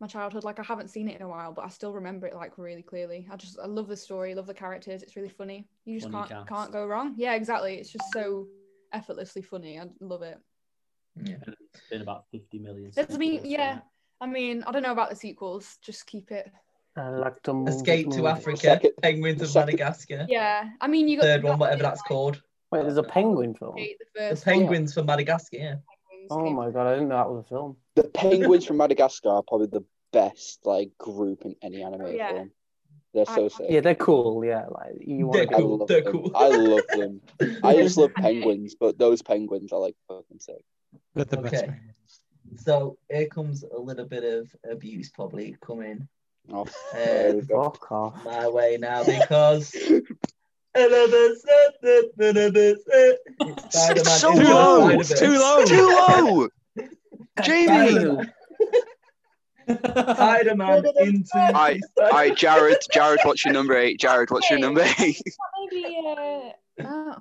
E: my childhood. Like I haven't seen it in a while, but I still remember it like really clearly. I just I love the story, love the characters. It's really funny. You just
D: Funny
E: can't
D: cast.
E: can't go wrong. Yeah, exactly. It's just so effortlessly funny. I love it.
A: Yeah.
D: It's been about 50 million.
E: That's- I mean,
D: sequels, so-
E: yeah. I mean, I don't know about the sequels. Just keep it.
B: I like to move.
A: Escape Uh, to
B: move.
A: Africa,
H: Second-
A: Penguins of
H: second-
A: Madagascar,
E: Yeah. I mean, you got
A: third one, whatever that's called.
B: Wait, there's a penguin film.
E: The
A: The
E: first one.
A: Penguins for Madagascar, yeah.
B: Oh my god, I didn't know that was a film.
H: The penguins from Madagascar are probably the best like group in any animated
E: Oh, Yeah.
H: film. They're so
E: I-
H: sick.
B: Yeah, they're cool. Yeah, like you
A: They're
B: want to
H: I
A: cool.
H: love
A: They're
H: them.
A: cool.
H: I love them. I just love penguins, but those penguins are like fucking sick.
F: They're the best.
A: Okay.
F: man.
A: So here comes a little bit of abuse probably coming
H: Oh,
A: Uh,
H: there we go.
B: fuck off.
A: my way now because Spider-Man
G: It's so
A: into the
G: low.
A: Spider-Verse.
F: It's too low.
G: Too low,
A: Spider-Man-
G: Jamie.
A: Spider-Man into
G: I- All right, Jared. Jared, what's your number eight? Jared, what's your number eight?
E: Maybe. Uh, oh.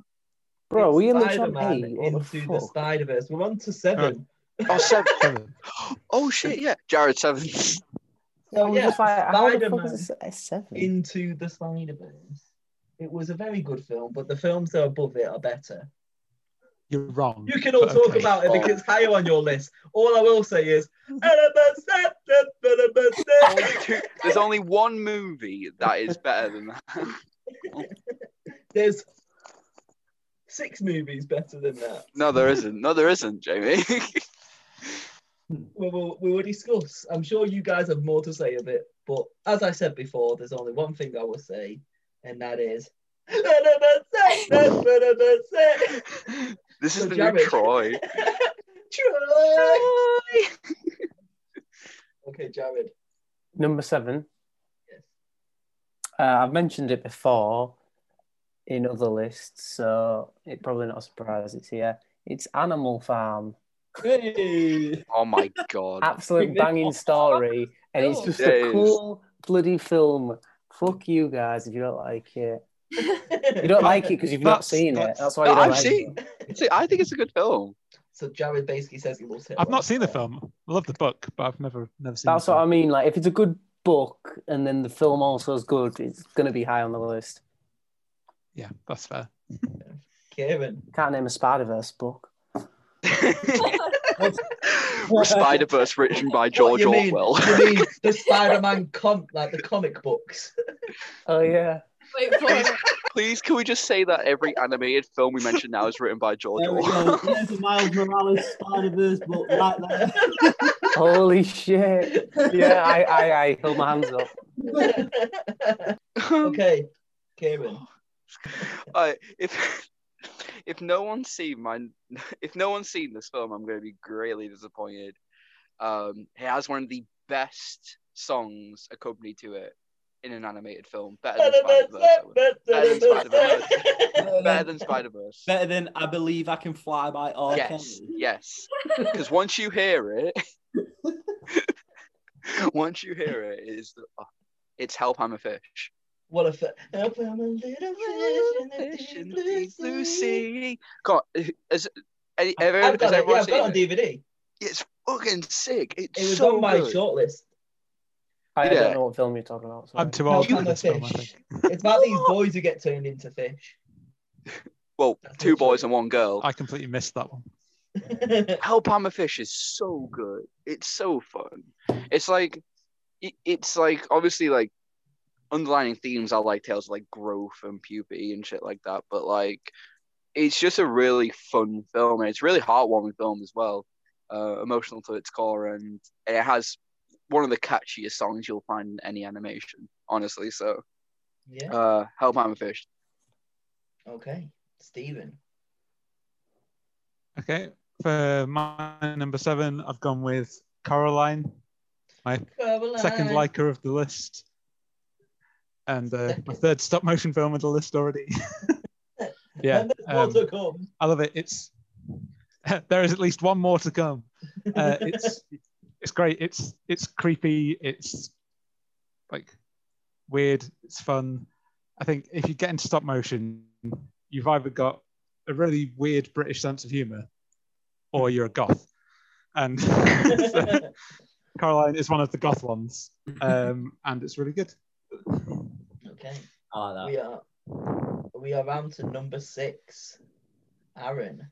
B: Bro, are we in the top
A: Spider-Man
B: eight? What the
A: into the
B: fuck?
A: Spider-Verse. We're on to seven.
G: Oh, seven.
F: Seven.
G: Oh shit, yeah. Jared seven.
B: Yeah, I was
A: yeah,
B: just like, how the fuck
A: Spider-Man
B: is it seven?
A: Into the Spider-Verse. It was a very good film, but the films that are above it are better.
F: You're wrong.
A: You can all
F: but
A: talk
F: okay.
A: about it because it's higher on your list. All I will say is
B: Oh,
G: There's only one movie that is better than that.
A: there's six movies better than that.
G: No, there isn't. No, there isn't, Jamie.
A: we will, we will discuss. I'm sure you guys have more to say of it, but as I said before, there's only one thing I will say, and that is.
G: this is
A: So,
G: the
A: Jared.
G: new Troy.
A: Troy! Okay, Jared.
B: Number seven.
A: Yes.
B: Uh, I've mentioned it before in other lists, so it's probably not a surprise it's here. It's Animal Farm.
D: Hey!
G: Oh my god.
B: Absolute banging story, and it's just
G: It
B: a
G: is.
B: cool bloody film. Fuck you guys if you don't like it. You don't like it because you've not
G: That's-
B: seen it.
G: that's-
B: That's why
G: No,
B: you don't
G: I've
B: like
G: seen.
B: it.
G: See, I think it's a good film.
A: So Jared basically says he loves Uh, it.
F: I've not seen the film. I love the book, but I've never never seen.
B: That's
F: the
B: what I
F: film.
B: mean. Like, if it's a good book and then the film also is good, it's gonna be high on the list.
F: Yeah, that's fair.
A: Kieran.
B: Can't name a Spider Verse book.
G: Spider Verse written by George
A: you mean?
G: Orwell.
A: You mean the Spider-Man comp, like the comic books?
B: Oh yeah.
E: Wait for it.
G: Please, can we just say that every animated film we mention now is written by George
D: There we
G: Orwell?
D: go. There's a Miles Morales Spider Verse book right there.
B: Holy shit. Yeah, I, I, I held my hands up.
A: okay, Kieran.
G: I Uh, if if no one's seen my if no one's seen this film, I'm going to be greatly disappointed. Um, it has one of the best songs accompanied to it in an animated film, better than Spider Verse. than
A: Spider-Verse.
G: Better than Spider Verse.
D: Better than I Believe I Can Fly by R.
G: Yes,
D: Kelly.
G: yes. Because once you hear it, once you hear it, it is the, oh, it's help I'm a fish.
A: What a fa- Up on a little fish in the deep blue sea.
G: Lucy. God, is, any- have ever-
A: I've
G: has
A: got it. Yeah,
G: everyone
A: I've got it on
G: seen it?
A: DVD.
G: It's fucking sick. It's
A: It was
G: so
A: on my
G: good.
A: shortlist.
B: I
G: Yeah.
B: don't know what film you're talking about. sorry.
F: I'm too old
A: You-
F: for this film. I think.
A: It's about these boys who get turned into fish.
G: Well,
A: That's
G: two
A: literally-
G: boys and one girl.
F: I completely missed that one.
G: Help I'm a Fish is so good. It's so fun. It's like, it, it's like obviously like underlining themes are like tales of like growth and puberty and shit like that. But like, it's just a really fun film and it's a really heartwarming film as well. Uh, emotional to its core and, and it has one of the catchiest songs you'll find in any animation. Honestly, so
A: yeah.
G: uh, Help I'm a Fish.
A: Okay, Stephen.
F: Okay. For my number seven, I've gone with Caroline, my second liker of the list. And uh, my third stop motion film of the list already. yeah.
A: And there's
F: um,
A: more to come.
F: I love it. It's there is at least one more to come. Uh, it's it's great. It's it's creepy. It's like weird. It's fun. I think if you get into stop motion, you've either got a really weird British sense of humour, or you're a goth. And so Caroline is one of the goth ones, um, and it's really good.
A: okay.
D: I like
A: We are we are round to number six. Aaron.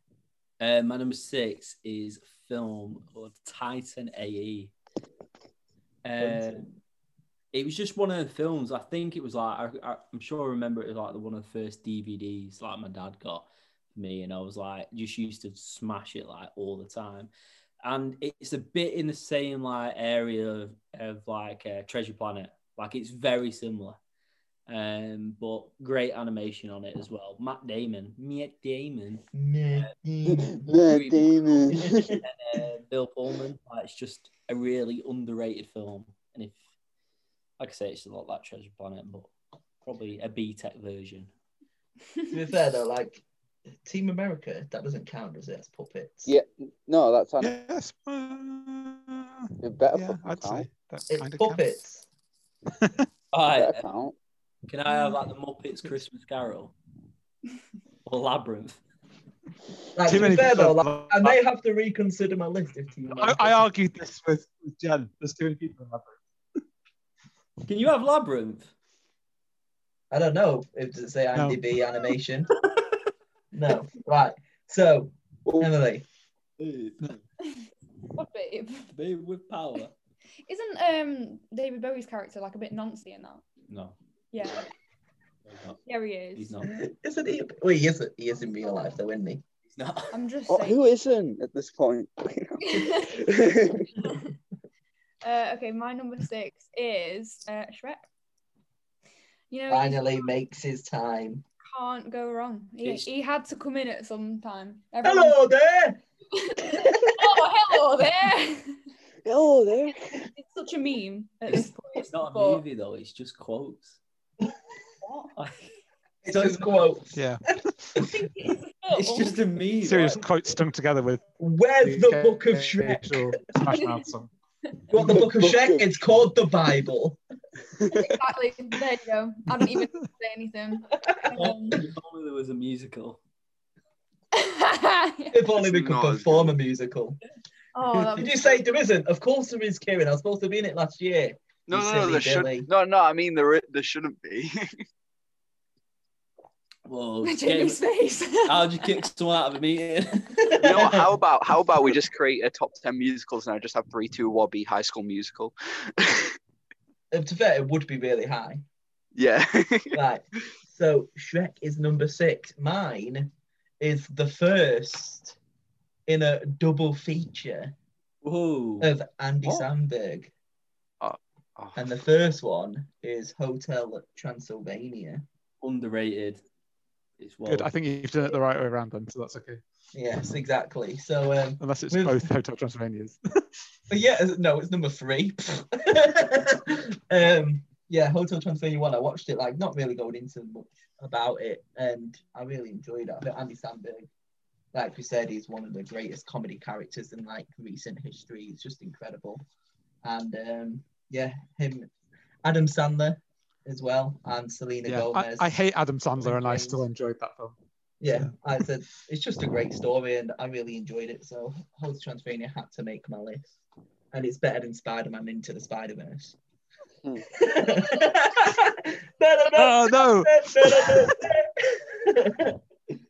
D: that. Uh, my number six is a film called Titan E. AE. Um, it was just one of the films. I think it was like I, I, I'm sure I remember it was like the one of the first DVDs like my dad got for me, and I was like just used to smash it like all the time. And it's a bit in the same like area of, of like uh, Treasure Planet. Like it's very similar, um, but great animation on it as well. Matt Damon, Matt Damon,
A: uh,
G: Matt Damon.
D: and, uh, Bill Pullman. Like, it's just a really underrated film. And if, like I say, it's a lot like Treasure Planet, but probably a B Tech version.
A: to be fair though, like Team America, that doesn't count, does it? That's puppets.
G: Yeah. no, that's on
F: Yes. uh,
G: it. Better
F: yeah, I'd say that
A: It's
F: kind of
A: puppets.
D: All right,
G: Better
D: uh,
G: count.
D: can I have like the Muppets Christmas Carol or Labyrinth?
A: Like,
F: Too
A: to be
F: many
A: fair though,
F: people.
A: like, I may have to reconsider my list if Team
F: I,
A: America.
F: I argued this with, with Jen. There's too many people in that room.
D: Can you have Labyrinth?
A: I don't know if does it say
F: No.
A: IMDb animation. no. Right. So Emily,
E: What babe?
D: Baby with power.
E: Isn't um David Bowie's character like a bit noncy in that?
D: No,
E: Yeah,
D: he's not.
E: yeah, he is.
D: He's not.
A: isn't he? Wait, he is. He is in real life though, isn't he?
D: He's not.
E: I'm just
G: Oh,
E: saying.
G: who isn't at this point?
E: uh, okay, my number six is uh, Shrek. You know, he
A: Finally makes his time.
E: can't go wrong. He,
D: It's-
E: he had to come in at some time. Everyone-
A: Hello there.
E: oh, hello there.
G: oh, there.
E: it's such a meme at
D: It's,
E: this point.
D: it's not a
E: but-
D: movie though. It's just quotes.
A: It's his quote.
F: Yeah.
D: It's just a meme.
F: Serious quotes strung together with
A: Where's the book of Shrek?
F: actual Smash Mouth song.
A: You want the book of
G: Book
A: Shrek?
G: of-
A: It's called the Bible.
E: exactly. There you go. I don't even say anything. Um,
D: If only there was a musical.
A: If only we
C: It's
A: could
C: not as
A: perform a
C: good.
A: musical.
E: oh, that
A: Did
E: was
A: you say there isn't? Of course there is, Kieran. I was supposed to be in it last year.
C: No, no, no,
A: You silly
C: there should.
A: Billy.
C: No, no, I mean there, i- there shouldn't be.
D: Whoa.
E: Jimmy's face.
D: How'd you kick someone out of a meeting?
C: you know what? How about how about we just create a top ten musicals now? Just have three, two, Wobby, High School Musical.
A: Uh, To be fair, it would be really high.
C: yeah.
A: right. So Shrek is number six. Mine is the first in a double feature
D: Whoa.
A: of Andy
C: What?
A: Samberg.
C: Oh,
A: And the first one is Hotel Transylvania.
D: underrated. It's well.
F: Good. I think you've done it the right way around then, so that's okay.
A: Yes, exactly. So um
F: Unless it's
A: We've-
F: both Hotel Transylvanias.
A: but yeah, is it- no, it's number three. um yeah, Hotel Transylvania one. I watched it like not really going into much about it and I really enjoyed it. But Andy Samberg, like we said, he's one of the greatest comedy characters in like recent history. It's just incredible. And um yeah, him Adam Sandler as well and Selena
F: Yeah. I,
A: Gomez.
F: I hate Adam Sandler, and I still enjoyed that film.
A: yeah, I said it's just a great story, and I really enjoyed it. So, Host Transylvania had to make my list, and it's better than Spider Man Into the Spider Verse.
G: Hmm.
F: Oh no!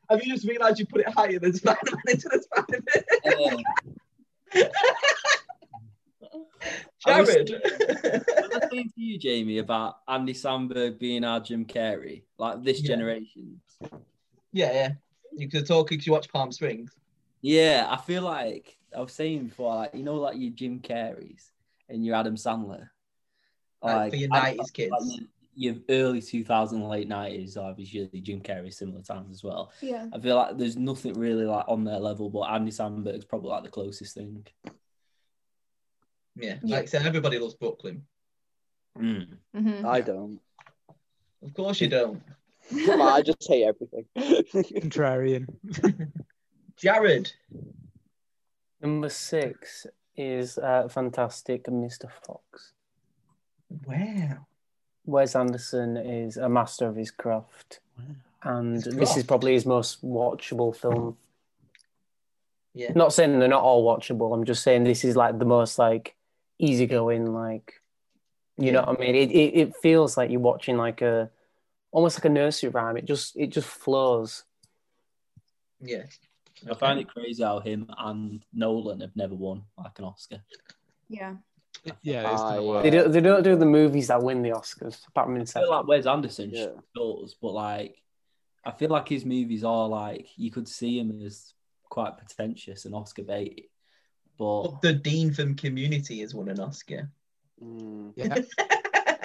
A: Have you just realised you put it higher than Spider Man Into the Spider Verse?
D: Uh, I was-
A: Jared.
D: was I saying to you, Jamie, about Andy Samberg being our Jim Carrey, like this
A: Yeah.
D: generation?
A: yeah, yeah. You could talk because you watch Palm Springs.
D: Yeah, I feel like I was saying before, like you know, like your Jim Carreys and your Adam Sandler,
A: Like, for your
D: I-
A: 90s kids.
D: like, your early 2000s, late 90s, obviously Jim Carrey, similar times as well.
E: Yeah.
D: I feel like there's nothing really like on their level, but Andy Sandberg's probably like the closest thing.
A: Yeah,
E: Yeah.
A: like I said, everybody loves Brooklyn.
D: Mm.
E: Mhm.
G: I don't.
A: Of course you don't.
G: But I just hate everything.
F: Contrarian.
A: Jared,
B: Number six is uh, Fantastic Mr. Fox.
A: wow.
B: Wes Anderson is a master of his craft, and
A: His
B: this is
A: craft?
B: probably his most watchable film.
A: Yeah.
B: Not saying they're not all watchable. I'm just saying this is like the most like easygoing, like you know what I mean. It, it it feels like you're watching like a almost like a nursery rhyme. It just it just flows.
A: Yeah.
D: I find it crazy how him and Nolan have never won like an Oscar.
E: Yeah.
F: yeah, it's kind
G: I, uh,
F: of wild.
B: They don't they don't do the movies that win the Oscars. Apart from
D: I feel
B: Inception.
D: like Wes Anderson
G: Yeah.
D: does, but like I feel like his movies are like you could see him as quite pretentious and Oscar bait, but
A: But the Dean from Community has won an Oscar.
G: Mm.
F: Yeah.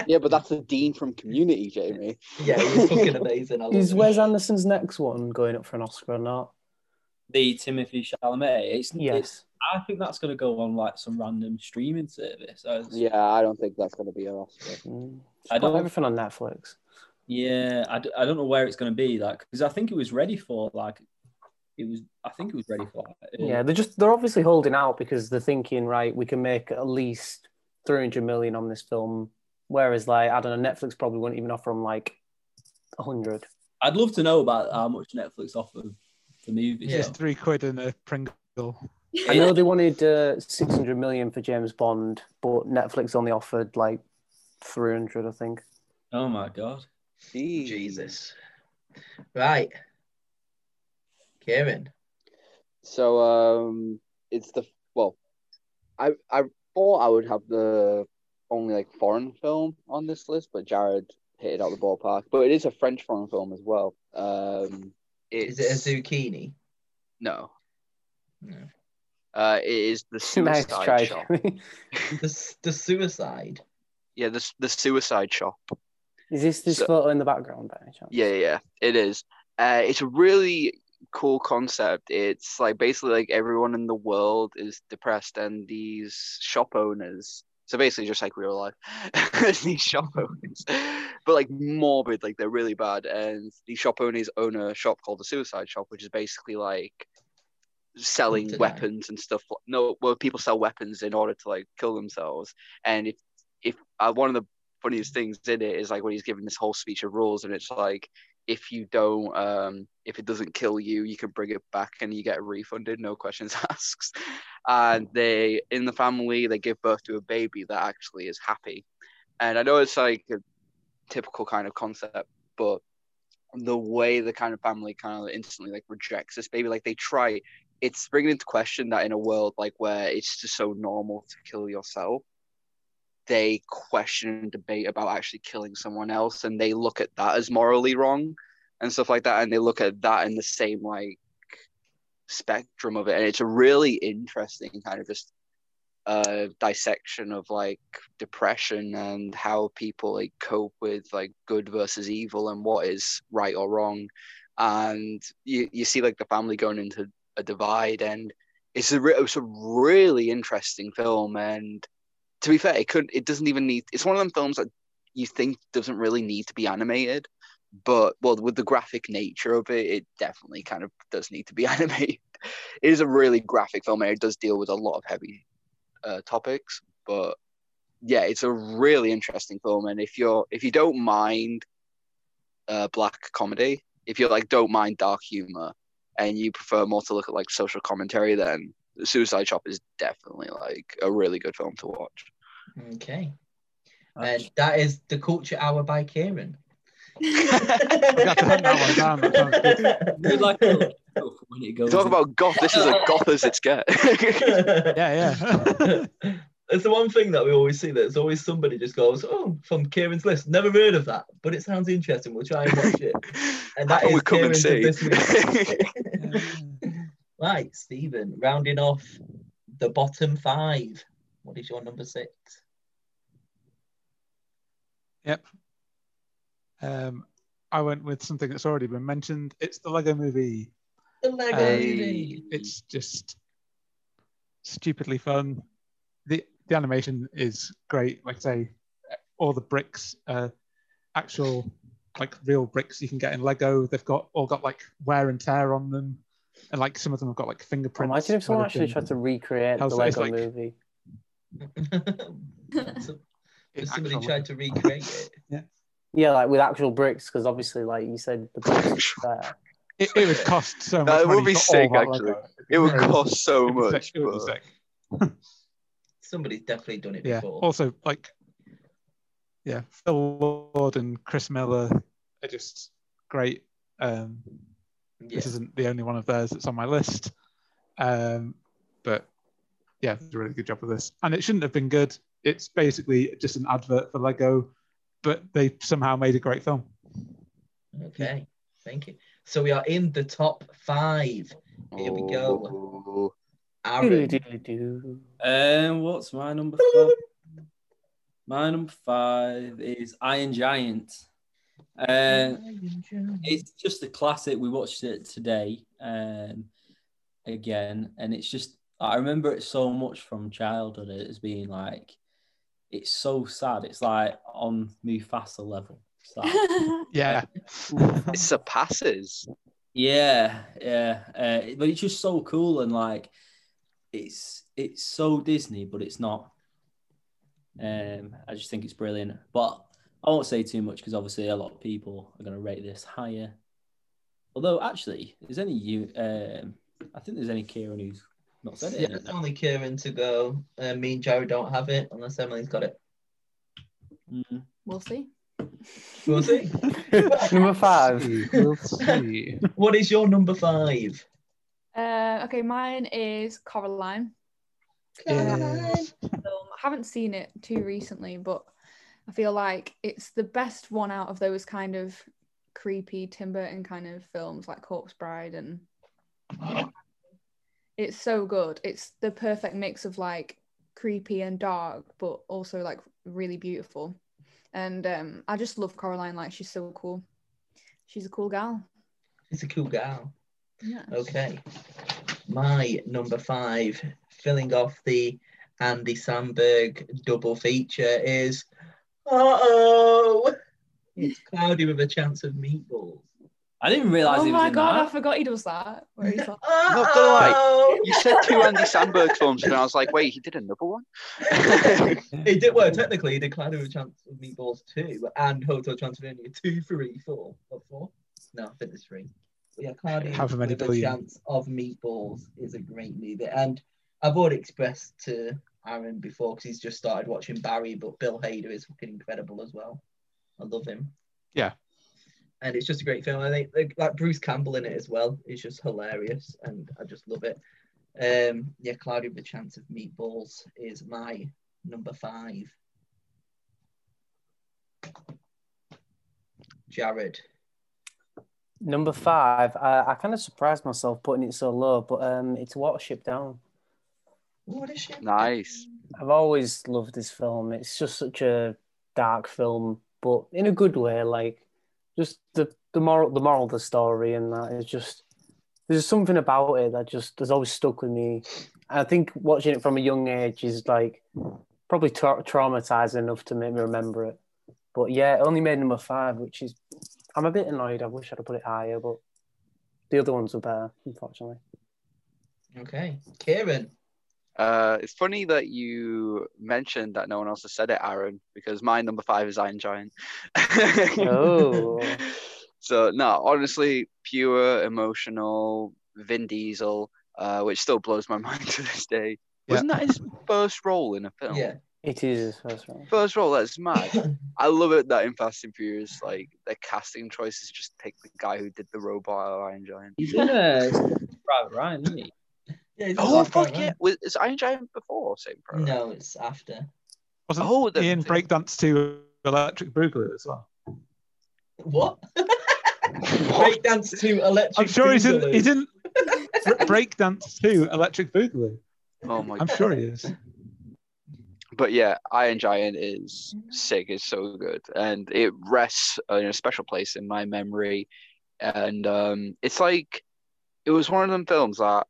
G: Yeah, but that's the dean from Community, Jamie.
A: Yeah, he's fucking amazing. I love
B: Is
A: him.
B: Wes Anderson's next one going up for an Oscar or not?
D: the Timothy Chalamet, it's, it's
B: Yes.
D: I think that's gonna go on like some random streaming service. I was-
G: Yeah, I don't think that's gonna be an Oscar.
B: Mm.
D: I
B: Just put
D: don't-
B: everything on Netflix.
D: Yeah, I, d- I don't know where it's going to be, like, because I think it was ready for, like, it was, I think it was ready for, like, early-
G: Mm.
B: Yeah, they're just they're obviously holding out because they're thinking, right, we can make at least three hundred million on this film. Whereas, like, I don't know, Netflix probably wouldn't even offer them like hundred.
D: I'd love to know about how much Netflix offered for movies.
A: Yeah.
F: Just three quid and a Pringle.
B: I know they wanted uh, six hundred million for James Bond, but Netflix only offered like three hundred, I think.
D: Oh my god.
G: Jeez.
A: Jesus. Right. Karen.
G: So um, it's the well, I I thought I would have the only like foreign film on this list, but Jared hit it out the ballpark. But it is a French foreign film as well. Um, it's,
A: Is it a zucchini?
G: No,
A: No.
G: uh, it is the
B: nice
G: Suicide
B: try.
G: Shop.
B: Jamie.
A: The, s- the suicide.
G: Yeah, the s- the Suicide Shop.
B: Is this this
G: So-
B: photo in the background by any chance?
G: Yeah, yeah, yeah, it is. Uh, it's a really cool concept. It's like basically like everyone in the world is depressed, and these shop owners. So basically, just like real life, these shop owners, but like morbid, like they're really bad. And the shop owners own a shop called the Suicide Shop, which is basically like selling
A: Today.
G: weapons and stuff. No, well, people sell weapons in order to like kill themselves. And if if uh, one of the funniest things in it is like when he's giving this whole speech of rules, and it's like if you don't, um, if it doesn't kill you, you can bring it back and you get refunded, no questions asked. And they in the family they give birth to a baby that actually is happy. And I know it's like a typical kind of concept, but the way the kind of family kind of instantly like rejects this baby like they try it's bringing into question that in a world like where it's just so normal to kill yourself they question and debate about actually killing someone else and they look at that as morally wrong and stuff like that and they look at that in the same like spectrum of it and it's a really interesting kind of just uh dissection of like depression and how people like cope with like good versus evil and what is right or wrong and you, you see like the family going into a divide and it's a, re- it's a really interesting film and to be fair it could it doesn't even need it's one of them films that you think doesn't really need to be animated but well with the graphic nature of it it definitely kind of does need to be animated it is a really graphic film and it does deal with a lot of heavy uh, topics but yeah it's a really interesting film and if you're if you don't mind uh, black comedy if you like don't mind dark humor and you prefer more to look at like social commentary then The suicide shop is definitely like a really good film to watch
A: Okay. And that is the Culture Hour by Karen.
F: got to hunt that one down, that sounds
D: We Um, like it when it goes
G: talk
D: in-
G: about goth this is as goth as it's get
F: Yeah, yeah.
A: It's the one thing that we always see. There's always somebody just goes, "Oh, from Karen's list. Never heard of that, but it sounds interesting. We'll try and watch it." And that
G: How
A: is
G: we come and
A: Karen's of
G: see
A: this week. right, Stephen, rounding off the bottom five. What is your number six?
F: Yep. Um, I went with something that's already been mentioned. It's the Lego Movie.
A: The Lego
F: Hey.
A: Movie.
F: It's just stupidly fun. the The animation is great. Like I say, all the bricks, uh, actual like real bricks you can get in Lego. They've got all got like wear and tear on them, and like some of them have got like fingerprints.
B: Imagine if someone
F: where they've
B: actually tried to recreate the
F: How's that? It's
B: Lego
F: like-
B: movie.
A: So-
F: been-
A: somebody
F: actual-
A: tried to recreate it.
B: Yeah, like with actual bricks, because obviously, like you said, the bricks are there.
F: It, it would cost so much.
G: That would
F: money
G: be
F: for all
G: sick,
F: that
G: actually.
F: Lego.
G: It would
F: It'd be
G: cost so much.
F: sick, it would be
G: but-
F: sick.
A: Somebody's definitely done it
F: Yeah.
A: before.
F: Also, like, yeah, Phil Lord and Chris Miller are just great. Um,
A: yeah.
F: This isn't the only one of theirs that's on my list, um, but yeah, they did a really good job with this. And it shouldn't have been good. It's basically just an advert for Lego, but they somehow made a great film.
A: Okay. Thank you. So we are in the top five. Here we
G: go.
A: Aaron,
B: Doo-doo-doo-doo.
D: Um, what's my number five? My number five is Iron Giant. Uh, it's just a classic. We watched it today um, again, and it's just I remember it so much from childhood as being like it's so sad. It's like on Mufasa level. It's like,
F: Yeah.
G: It surpasses.
D: yeah, yeah, uh, but it's just so cool and like it's it's so Disney, but it's not. Um, I just think it's brilliant, but I won't say too much because obviously a lot of people are going to rate this higher. Although, actually, is any you? Um, I think there's any Kieran who's not said it.
A: yeah,
D: in it
A: it's
D: now.
A: only Kieran to go. Uh, me and Jared don't have it unless Emily's got it.
D: Mhm.
E: We'll see.
A: We'll
D: Mm.
A: see.
B: Number five.
F: we'll see.
A: what is your number five?
E: Uh, okay, mine is Coraline.
F: Yes.
E: Film. I haven't seen it too recently, but I feel like it's the best one out of those kind of creepy Tim Burton kind of films like Corpse Bride and it's so good. It's the perfect mix of like creepy and dark, but also like really beautiful. And um, I just love Coraline. Like she's so cool. She's a cool gal.
A: It's a cool gal.
E: Yeah.
A: Okay. My number five, filling off the Andy Sandberg double feature, is Uh oh! It's cloudy with a chance of meatballs.
D: I didn't realize
E: Oh
D: it was
E: my
D: in
E: god, I
D: that.
E: forgot he does that. Where he's like,
G: Not gonna lie, you said two Andy Sandberg films, and I was like, wait, he did another one?
A: It did well technically. He did Cloudy with a Chance of Meatballs two and Hotel Transylvania two, three, four, or four. No, I think it's three. But yeah, Cloudy
F: However many
A: with a
F: billion.
A: Chance of Meatballs is a great movie, and I've already expressed to Aaron before because he's just started watching Barry, but Bill Hader is fucking incredible as well. I love him.
F: Yeah.
A: And it's just a great film. I think like, like Bruce Campbell in it as well is just hilarious, and I just love it. Um, yeah, Cloudy with a Chance of Meatballs is my number five. Jared.
B: Number five. I, I kind of surprised myself putting it so low, but um, it's Watership Down.
A: What a shit.
G: Nice.
B: I've always loved this film. It's just such a dark film, but in a good way. Like, just the the moral, the moral of the story, and that is just there's something about it that just has always stuck with me. And I think watching it from a young age is like probably tra- traumatizing enough to make me remember it. But yeah, it only made number five, which is I'm a bit annoyed. I wish I'd have put it higher, but the other ones were better, unfortunately.
A: Okay. Kieran.
G: Uh, it's funny that you mentioned that no one else has said it, Aaron, because my number five is Iron Giant.
B: Oh.
G: So no, honestly, pure emotional Vin Diesel, uh, which still blows my mind to this day.
F: Yeah.
G: Wasn't that his first role in a
F: Oh,
G: film?
A: Yeah.
B: It is his first one.
G: First role, that's mad. I love it that in Fast and Furious, like the casting choices just pick the guy who did the robot of Iron Giant.
D: He's in a Private Ryan, isn't he?
A: Yeah, it's
G: Oh
A: not
G: fuck
A: bad,
G: yeah!
A: right?
G: Was, is Iron Giant before Saving Private? Ryan?
A: No, it's after.
F: Wasn't
G: Oh,
F: oh,
G: the-
F: Ian Breakdance to Electric Boogaloo as well?
A: What? Breakdance to electric.
F: I'm sure he's in,
A: Boogaloo.
F: he's in Breakdance to Electric Boogaloo.
G: Oh my
F: I'm sure he is.
G: but yeah, Iron Giant is sick. It's so good, and it rests in a special place in my memory. And um, it's like it was one of them films that,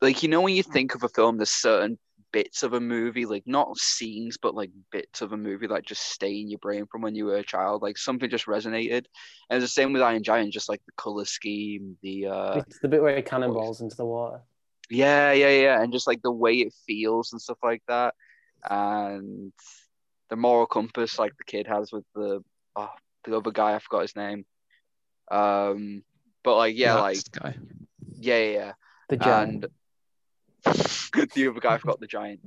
G: like, you know, when you think of a film, there's certain bits of a movie, like not scenes, but like bits of a movie that just stay in your brain from when you were a child. Like something just resonated. And it's the same with Iron Giant, just like the color scheme, the uh,
B: It's the bit where he cannonballs into the water.
G: yeah, yeah, yeah, and just like the way it feels and stuff like that, and the moral compass like the kid has with the oh, the other guy, I forgot his name. Um, but like yeah, like
F: Last guy.
G: yeah, yeah, yeah.
B: The giant.
G: and the other guy I forgot the giant.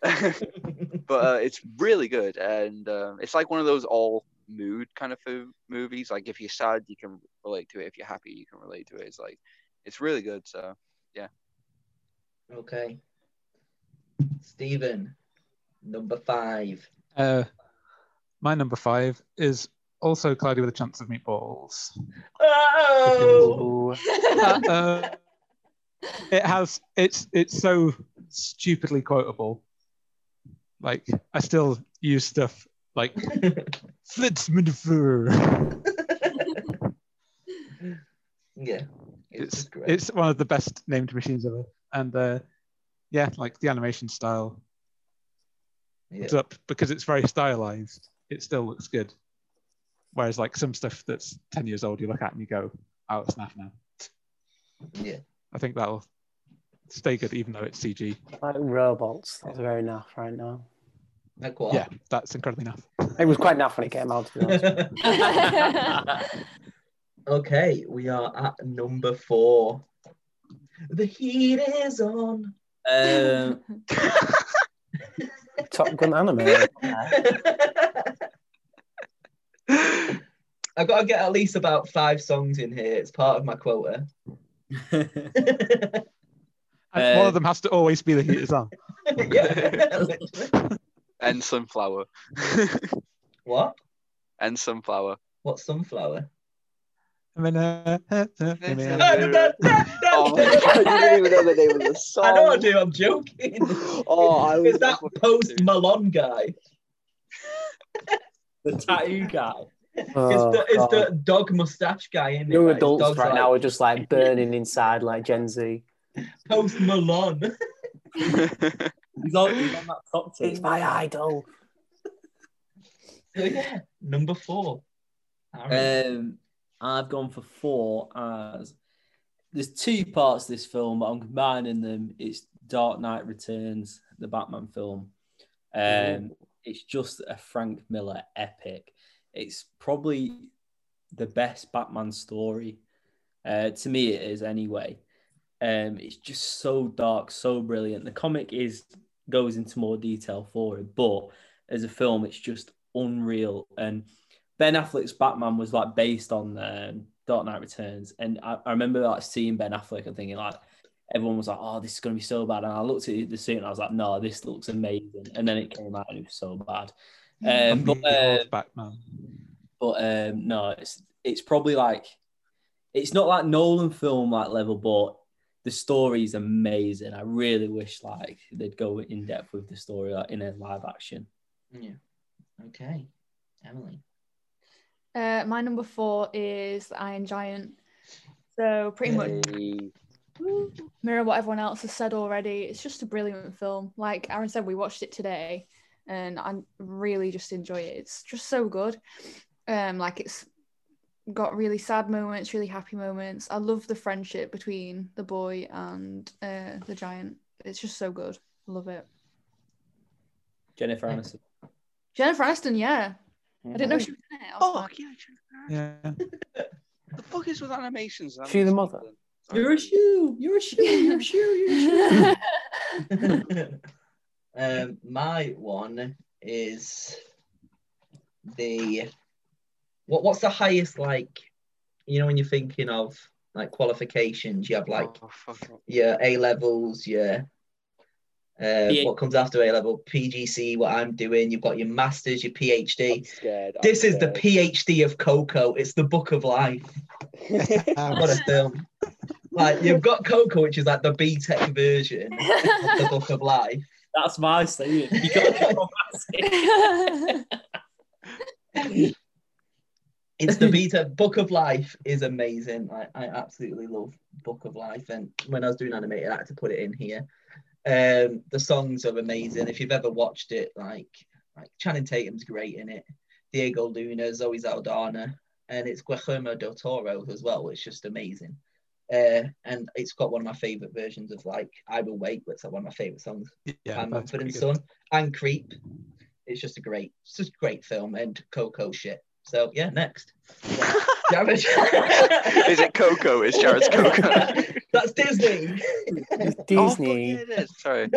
G: but uh, it's really good, and uh, it's like one of those all mood kind of fo- movies. Like if you're sad, you can relate to it. If you're happy, you can relate to it. It's like it's really good. So
A: Okay. Stephen, number five.
F: Uh, my number five is also Cloudy with a Chance of Meatballs.
A: Oh!
B: Ooh.
F: Uh, it has it's it's so stupidly quotable. Like I still use stuff like Flitzmanfer.
A: yeah. It's,
F: It's
A: just great.
F: it's one of the best named machines ever, and uh, yeah, like the animation style
A: Yeah.
F: it's up because it's very stylized. It still looks good. Whereas like some stuff that's ten years old, you look at and you go, "Oh, it's naff now."
A: yeah.
F: I think that'll stay good even though it's CG.
B: Like robots. That's very naff right now.
A: Like what?
F: Yeah, that's incredibly naff.
B: It was quite naff when it came out, to be honest.
A: okay, we are at number four. The heat is on.
D: Um,
B: Top Gun anime.
A: I've got to get at least about five songs in here. It's part of my quota.
F: And one
D: Uh,
F: of them has to always be the heat is on.
A: yeah, literally.
G: and sunflower,
A: What?
G: and sunflower.
A: What sunflower?
F: I mean, uh, uh, uh, I mean,
A: Oh,
F: uh,
A: no, no, no,
G: Oh, my
A: no.
G: God, I didn't even know the name of the song.
A: I know I do. I'm joking.
G: Oh, I was
A: It's that
G: fucking
A: post
G: serious.
A: Malone guy.
D: the tattoo guy.
A: It's
B: Oh,
A: the, it's
B: God.
A: the dog mustache guy in
B: Young adults right now are just like burning inside like Gen Z.
A: Post Malone.
D: He's on, he's on that top tier.
B: He's my idol.
A: so Oh, yeah, number four. Aaron.
D: Um, I've gone for four as there's two parts to this film, but I'm combining them. It's Dark Knight Returns, the Batman film. Um, It's just a Frank Miller epic. It's probably the best Batman story. Uh, to me, it is anyway. Um, it's just so dark, so brilliant. The comic is goes into more detail for it, but as a film, it's just unreal. And Ben Affleck's Batman was like based on um, Dark Knight Returns, and I, I remember like seeing Ben Affleck and thinking like everyone was like, "Oh, this is gonna be so bad," and I looked at the suit and I was like, "No, this looks amazing," and then it came out and it was so bad. Um, but
F: the
D: um,
F: old Batman.
D: but um, no, it's it's probably like it's not like Nolan film like level, but the story is amazing. I really wish like they'd go in depth with the story like, in a live action.
A: Yeah. Okay. Emily.
E: Uh, my number four is the Iron Giant. So pretty much
G: Hey.
E: mirror what everyone else has said already. It's just a brilliant film. Like Aaron said, we watched it today, and I really just enjoy it. It's just so good. Um, like it's got really sad moments, really happy moments. I love the friendship between the boy and uh, the giant. It's just so good. Love it.
D: Jennifer Aniston.
E: Jennifer Aniston, yeah. I didn't know she was in it. I was
G: Oh
E: like,
G: yeah, Jennifer.
F: Yeah.
G: the fuck is with animations? and
B: She the
G: animation
B: mother.
G: then? Sorry.
D: You're a shoe. You're a shoe. You're a shoe. You're a shoe.
A: um, my one is the what? What's the highest like? You know, when you're thinking of like qualifications, you have like
G: Oh, fuck.
A: your A levels, your uh,
D: P-
A: what comes after A level, PGC, what I'm doing. You've got your masters, your PhD.
G: I'm scared. I'm
A: This is the
G: scared.
A: PhD of Coco. It's the book of life.
F: Um,
A: What a film! like you've got Coco, which is like the B Tech version, of the book of life.
D: That's my saying. You got to diplomatic.
A: it's the beta. Book of Life is amazing. I, I absolutely love Book of Life. And when I was doing animated, I had to put it in here. Um, the songs are amazing. If you've ever watched it, like like Channing Tatum's great in it. Diego Luna, Zoe Saldana, and it's Guillermo del Toro as well, which is just amazing. Uh, and it's got one of my favorite versions of like I Will Wait, which is one of my favorite songs
F: Yeah,
A: by
F: that's
A: Mumford and
F: pretty
A: Son,
F: good.
A: and Creep. It's just a great, it's just a great film, and Coco shit. So yeah, next. Jared.
G: Is it Coco? Is Jared's Coco?
A: That's Disney.
G: Oh, fuck, yeah,
B: Disney.
G: Oh, it is. Sorry.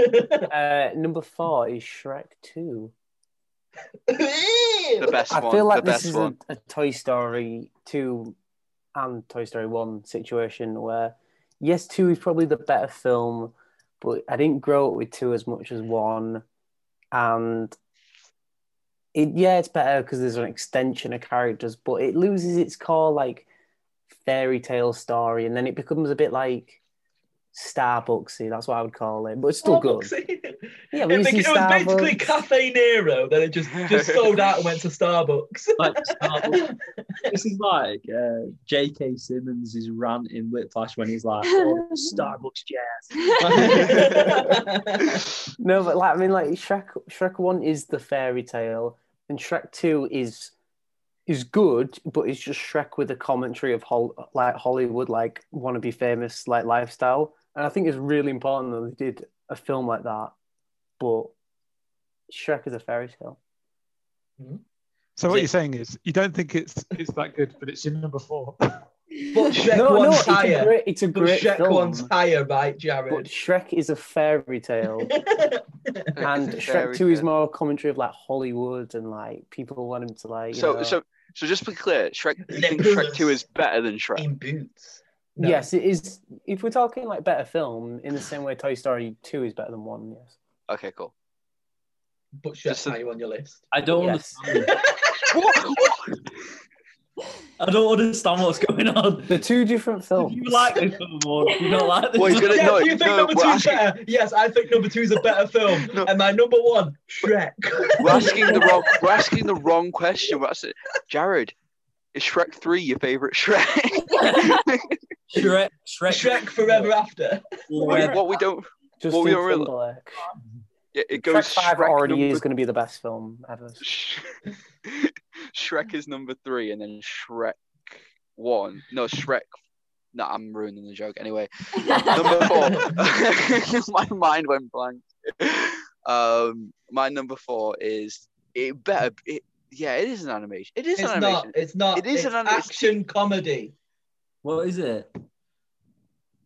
B: uh, number four is Shrek Two.
G: The best
B: I
G: one.
B: feel like
G: the
B: this
G: best
B: is
G: one.
B: a, a Toy Story two and Toy Story one situation where yes, two is probably the better film, but I didn't grow up with two as much as one, and it yeah, it's better because there's an extension of characters, but it loses its core like fairy tale story, and then it becomes a bit like Starbucksy. That's what I would call it, but it's still good.
A: Starbucks.
B: Yeah,
A: It,
B: we
A: bec-
B: see
A: it was basically
B: Starbucks.
A: Cafe Nero. Then it just just sold out and went to Starbucks.
D: like Starbucks. this is like uh, J.K. Simmons is ranting Whiplash when he's like, oh, Starbucks
A: Oh,
D: jazz.
B: No, but like I mean, like Shrek. Shrek One is the fairy tale, and Shrek Two is is good, but it's just Shrek with a commentary of hol- like Hollywood, like want to be famous, like lifestyle. And I think it's really important that they did a film like that. But Shrek is a fairy tale.
F: So what you're saying is you don't think it's it's that good, but it's your number four.
A: but Shrek
B: no, no,
A: one's
B: it's a
A: higher.
B: great, it's a
A: But
B: great
A: Shrek
B: film.
A: one's higher, right,
B: but
A: Jared?
B: Shrek is a fairy tale. and Shrek 2 is more a commentary of like Hollywood and like people want him to like. you
G: So
B: know-
G: so so just to be clear, Shrek you
A: Let
G: think
A: me
G: Shrek 2 is better than Shrek?
A: In boots. No.
B: Yes, it is. If we're talking like better film, in the same way Toy Story 2 is better than 1, yes.
G: Okay, cool.
A: But Shrek's
G: Just a-
A: higher on your list.
D: I don't
B: Yes.
D: understand. I don't understand what's going on.
B: The two different films.
D: You like this one? You don't like this
G: Well, he's
D: one?
G: gonna-
A: Yes,
G: no,
A: you think
G: no,
A: number
G: we're
A: two's
G: asking-
A: better? Yes, I think number two's a better film.
G: No.
A: And my number one, Shrek.
G: We're asking the wrong we're asking the wrong question. We're asking, Jared, is Shrek 3 your favorite Shrek?
D: Shrek, Shrek,
A: Shrek Forever After.
G: what, what we don't
B: Justin
G: Well, we don't really-
B: Timberlake.
G: yeah, it
B: Shrek
G: goes
B: 5
G: Shrek
B: already
G: number
B: is going to be the best film ever.
G: Sh- Shrek is number three, and then Shrek one. No, Shrek. No, I'm ruining the joke. Anyway, number four. my mind went blank. Um, my number four is it better. It, yeah, it is an animation. It is
A: It's
G: an
A: not.
G: animation.
A: It's not.
G: It
A: it's
G: is an anima-
A: action comedy.
D: What is it?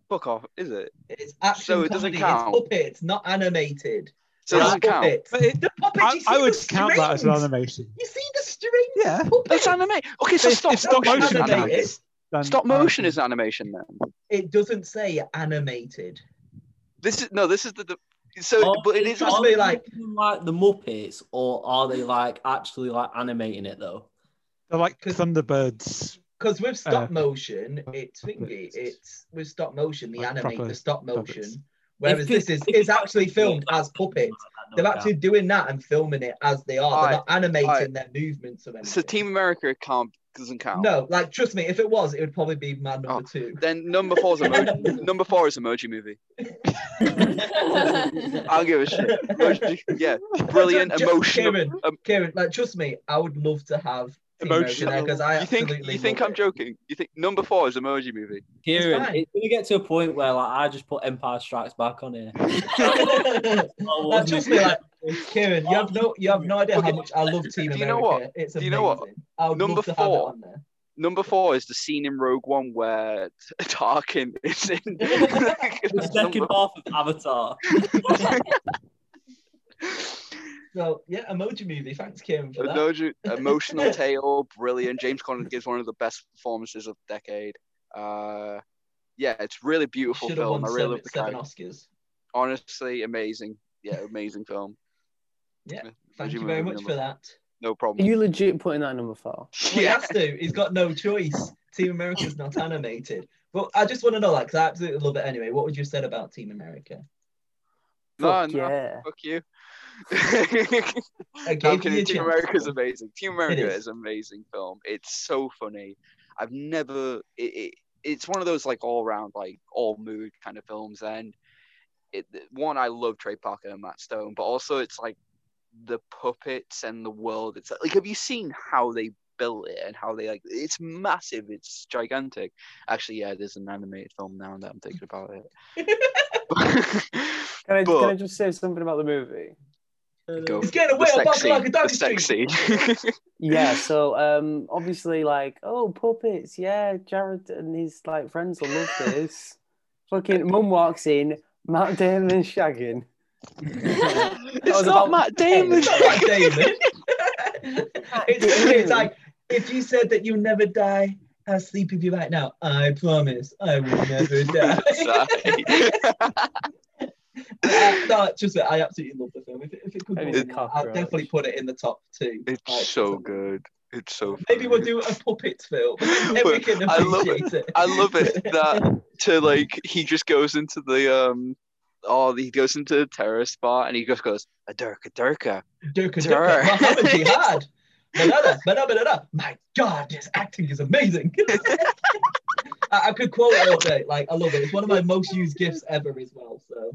G: Fuck off, is it?
A: It's action
G: So it doesn't
A: comedy.
G: count.
A: It's puppets, not animated.
G: So it
A: It's
G: doesn't count.
A: puppets.
F: But it,
A: The puppets.
F: I,
A: you see
F: I
A: the
F: would count that as an
A: strings.
F: animation.
A: You see the string
F: Yeah.
G: That's
A: puppets.
G: anime. Okay, so
F: If-
G: stop
F: if stop
G: motion. is
F: motion
G: animation.
F: counts.
A: animated.
F: Then
G: Stop motion is
F: animation.
G: an animation then.
A: It doesn't say animated.
G: This is no. This is the. the so,
D: Are
G: but it
D: they-
G: is.
A: Trust
D: are
A: me,
D: they
A: like-
D: doing like the Muppets, or are they like actually like animating it though?
F: They're like
A: 'Cause-
F: Thunderbirds.
A: Because with stop
F: Uh,
A: motion, it's thingy.
F: puppets.
A: It's with stop motion, they
F: Like
A: animate
F: proper
A: the stop
F: puppets.
A: motion. Whereas
D: If
A: this
D: it-
A: is
D: if
A: it's
D: it's
A: actually
D: actually
A: filmed
D: like-
A: as puppets.
D: I don't
A: They're
D: know.
A: actually doing that and filming it as they are. They're
G: Alright,
A: not animating
G: alright.
A: their movements or anything.
G: So Team America can't doesn't count.
A: No, like trust me, if it was, it would probably be my number
G: Oh.
A: two.
G: Then number four is emoji. number four is emoji movie. I'll give a shit. Emoji, yeah, brilliant,
A: Just-
G: emotional.
A: Kieran,
G: um,
A: Kieran, like trust me, I would love to have Team
F: Emotional.
A: America because I
G: You think
A: absolutely
G: you think
A: love
G: I'm
A: it.
G: joking? You think number four is emoji movie?
D: Kieran,
A: fine.
D: it's gonna get to a point where like I just put Empire Strikes Back on here. Oh,
A: like,
D: wasn't
A: trust
D: it?
A: me, like Kieran, you have no you have no idea
G: Okay,
A: how much I love Team
G: do
A: America.
G: you know what?
A: It's
G: Do
A: amazing.
G: you know what?
A: I would
G: Number
A: love to have it
G: four.
A: on there.
G: Number four is the scene in Rogue One where Tarkin is in.
D: the second half of Avatar.
A: So yeah, emoji movie. Thanks, Kieran, for that.
G: Emoji, emotional tale, brilliant. James Conner gives one of the best performances of the decade. Uh, yeah, it's really beautiful
A: Should have
G: film.
A: won
G: I really
A: seven,
G: love the
A: seven
G: character.
A: Oscars.
G: honestly amazing. Yeah, amazing film.
A: Yeah,
G: Would
A: Thank
G: you
A: you very
G: move
A: much
G: number-
A: for that.
G: No
B: Are
G: problem.
B: you legit putting that number four?
A: Well, he has to. He's got no choice. Team America's not animated. But I just want to know, like, 'cause I absolutely love it anyway. What would you have said about Team America?
G: No,
B: Fuck
G: no,
B: yeah.
G: fuck you.
A: I
G: No, I'm
A: gave you
G: kidding.
A: a
G: Team
A: chance.
G: America is amazing. Team America
A: is.
G: is. an amazing film. It's so funny. I've never. It, it, it's one of those like all round like all mood kind of films. And it one I love Trey Parker and Matt Stone, but also it's like the puppets and the world. It's like have you seen how they built it and how they like? It's massive. It's gigantic. Actually, yeah, there's an animated film now that I'm thinking about it.
B: Can I,
G: But-
B: can I just say something about the movie?
D: Uh,
G: Go
A: It's
G: for
A: getting
G: it.
A: away
G: The
A: on Bob
G: sex
A: like a dog
G: scene, the sex scene.
B: Yeah, so um, obviously, like, oh, puppets, yeah, Jared and his like friends will love this. Fucking mum walks in, Matt Damon shagging.
G: it's
B: was
G: not
B: about-
G: Matt Damon.
A: It's not like Damon. it's, it's like if you said that you'll never die, I'll sleep with you right now. I promise I will never die.
G: uh, Sorry.
A: I, no, it's just that I absolutely love the film. If it, if it could
B: And
A: go
B: he's a
A: in, I'll
B: cockroach.
A: definitely put it in the top two.
G: It's
A: Like,
G: so good. It's so.
A: Maybe we'll
G: funny.
A: do a puppet film. Then we
G: Well,
A: can
G: I love
A: appreciate it.
G: I love it that to like he just goes into the um oh he goes into the terrorist bar and he just goes a durka durka.
A: Durka
G: Durr.
A: Durka, Muhammad Jihad. Banana, banana, banana. My God, his acting is amazing. I, I could quote it all day. Like, I love it. It's one of my most used gifs ever as well. So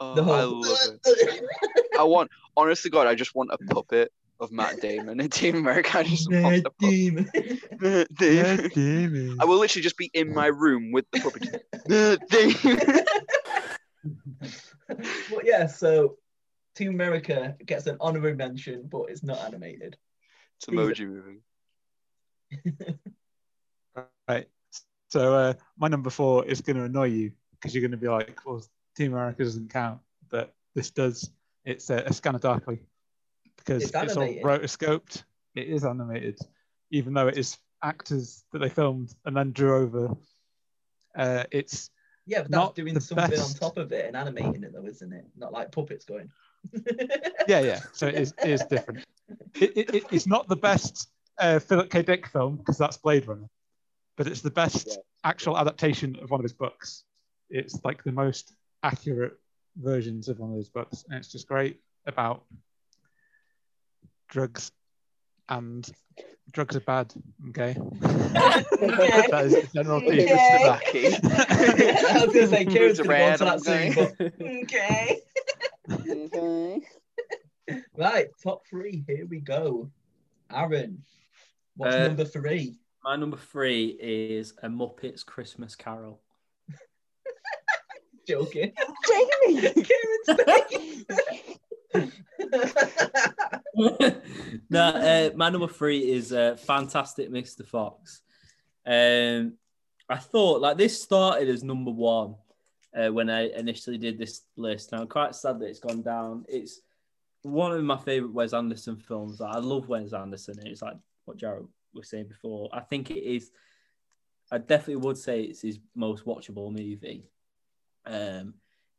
G: Oh,
A: the whole.
G: I love it. I want honestly God I just want a puppet of Matt Damon and Team America. I just want
A: Mad
G: the puppet.
A: Demon.
G: Matt
F: Yeah,
G: Damon.
F: Damon.
G: I will literally just be in my room with the puppet. just, Matt Damon.
A: but yeah, so Team America gets an honorary mention, but it's not animated.
G: it's emoji movie.
F: Right. So uh, my number four is going to annoy you because you're going to be like, well, Team America doesn't count, but this does. It's uh, a scanner darkly because
A: It's
F: it's, all
A: animated.
F: rotoscoped. It is animated, even though it is actors that they filmed and then drew over. Uh, it's
A: Yeah, but that's
F: Not
A: doing
F: the
A: something
F: best.
A: on top of it and animating it, though, isn't it? Not like puppets going.
F: yeah, yeah. So it is, it is different. It, it, it- it's not the best uh, Philip K. Dick film because that's Blade Runner, but it's the best
G: Yeah.
F: actual adaptation of one of his books. It's like the most accurate versions of one of his books, and it's just great about drugs and drugs are bad. Okay, that is the general theme. of
E: Okay.
F: the
G: Lucky.
A: I was going to say, Kieran's
G: It's
A: going to go on to
G: random,
A: that scene,
G: though.
A: but okay. Right, top three. Here we go. Aaron, what's
D: Uh,
A: number three?
D: My number three is a Muppets Christmas Carol.
A: Joking. Kieran's
B: Oh,
A: face.
D: no, uh, my number three is uh, Fantastic Mr. Fox. Um, I thought like this started as number one uh, when I initially did this list, and I'm quite sad that it's gone down. It's one of my favorite Wes Anderson films. I love Wes Anderson. It's like what Jared was saying before. I think it is. I definitely would say it's his most watchable movie. Um,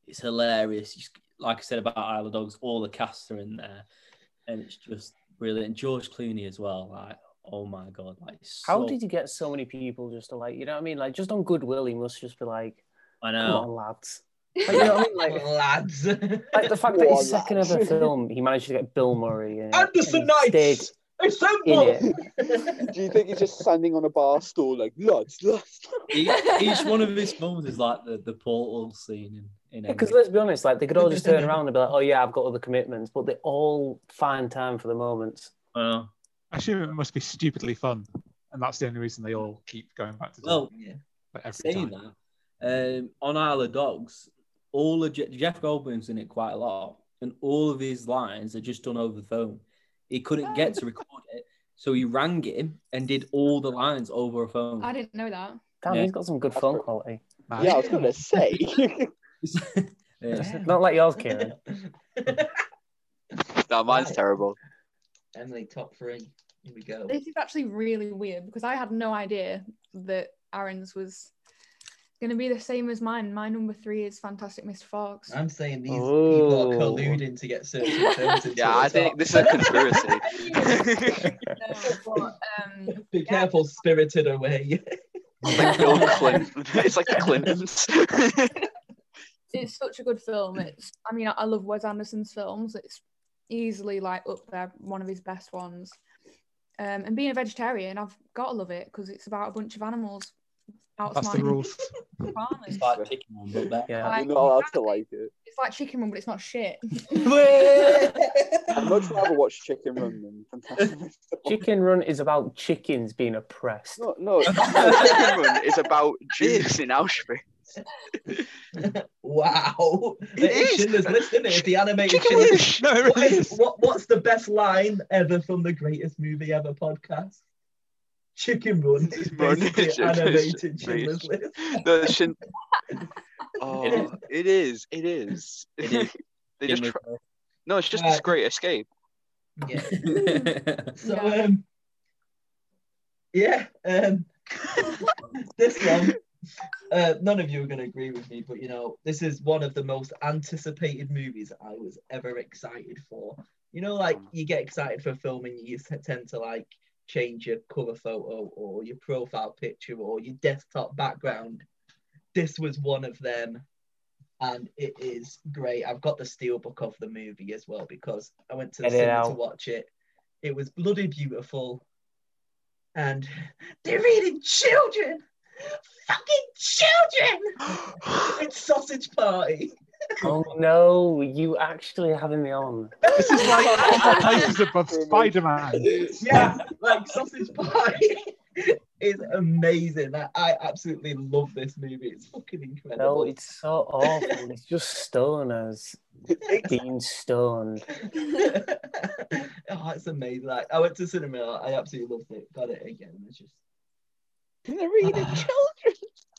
D: it's hilarious. You s- Like I said about Isle of Dogs, all the cast are in there, and it's just brilliant. And George Clooney as well. Like, oh my god! Like,
B: How
D: so-
B: did you get so many people just to like, you know what I mean? Like, just on goodwill, he must just be like,
D: I
B: come
D: know.
B: on, lads. Like, you know what I mean? Like,
A: Lads.
B: like the fact that
G: Come on,
B: his second
G: lads.
B: ever film, he managed to get Bill Murray and,
A: Anderson
B: and
A: Knights.
B: stayed
A: Assemble.
B: In
G: Do you think he's just standing on a bar stool like lots, lots?
E: He-
D: E-, each one of his films is like the, the portal scene in, in
B: Because let's be honest, like they could all just turn around and be like, "Oh yeah, I've got other commitments," but they all find time for the moments.
D: well,
F: I assume it must be stupidly fun, and that's the only reason they all keep going back to do
D: well
F: it, like, every
D: saying
F: time.
D: that, um, on Isle of Dogs, all of Je- Jeff Goldblum's in it quite a lot, and all of his lines are just done over the phone. He couldn't get to record it, so he rang him and did all the lines over a phone.
E: I didn't know that.
B: Damn,
D: Yeah.
B: he's got some good phone quality.
F: Man.
G: Yeah, I was gonna say.
D: Yeah.
B: Not like yours, Kieran.
G: no, mine's
A: Right.
G: terrible.
A: Emily, top three. Here we go.
E: This is actually really weird because I had no idea that Aaron's was going to be the same as mine. My number three is Fantastic Mr. Fox.
A: I'm saying these people are
B: Ooh.
A: colluding to get certain films into
G: Yeah,
A: the
G: I think
A: top.
G: this is a conspiracy.
E: No, but, um,
A: Be careful, spirited away.
E: um,
G: Bill Clinton. It's like the Clintons.
E: it's such a good film. It's I mean I, I love Wes Anderson's films. It's easily like up there, one of his best ones. Um, and being a vegetarian, I've got to love it because it's about a bunch of animals
F: That's the
E: outsmarting
F: rules.
E: farmers.
D: It's like picking one, but that-
B: Yeah.
E: Like,
G: You're not allowed to like it.
E: It's like chicken run, but it's not shit.
G: I'd much rather watch Chicken Run than Fantastic Mr. Fox.
B: Chicken Run is about chickens being oppressed.
G: No, no, no, Chicken Run is about Jews in Auschwitz.
A: Wow. It is
G: is.
A: Schindler's List, isn't it? It's the animated Schindler's
G: Chicken Wish!
F: no, it
A: What
F: really
A: is,
F: is.
A: what, what's the best line ever from the greatest movie ever podcast? Chicken Run is
G: Run.
A: basically
G: It's-
A: animated
G: it's-
A: Schindler's List.
G: No, it shouldn't. Oh, it is. It is.
D: It is.
G: they just try... no. It's just this
A: Right.
G: great escape.
A: Yeah.
D: Schindler's-
A: So
E: Yeah.
A: um, yeah, um, this one. Uh, none of you are going to agree with me, but you know, this is one of the most anticipated movies I was ever excited for. You know, like
B: Mm.
A: you get excited for a film and you t- tend to like change your cover photo or your profile picture or your desktop background. This was one of them, and it is great. I've got the steelbook of the movie as well because I went to the
B: Get it
A: cinema to
B: out.
A: watch it. It was bloody beautiful, and they're eating children, fucking children. It's sausage party.
B: Oh no, you actually having me on.
F: This is like our life is above Spider Man.
A: Yeah, like sausage party is amazing. I, I absolutely love this movie. It's fucking
B: No,
A: incredible.
B: it's so awful. It's just stoners being stoned.
A: oh, it's amazing. Like I went to cinema. I absolutely loved it. Got it again. It's just
G: They're eating children.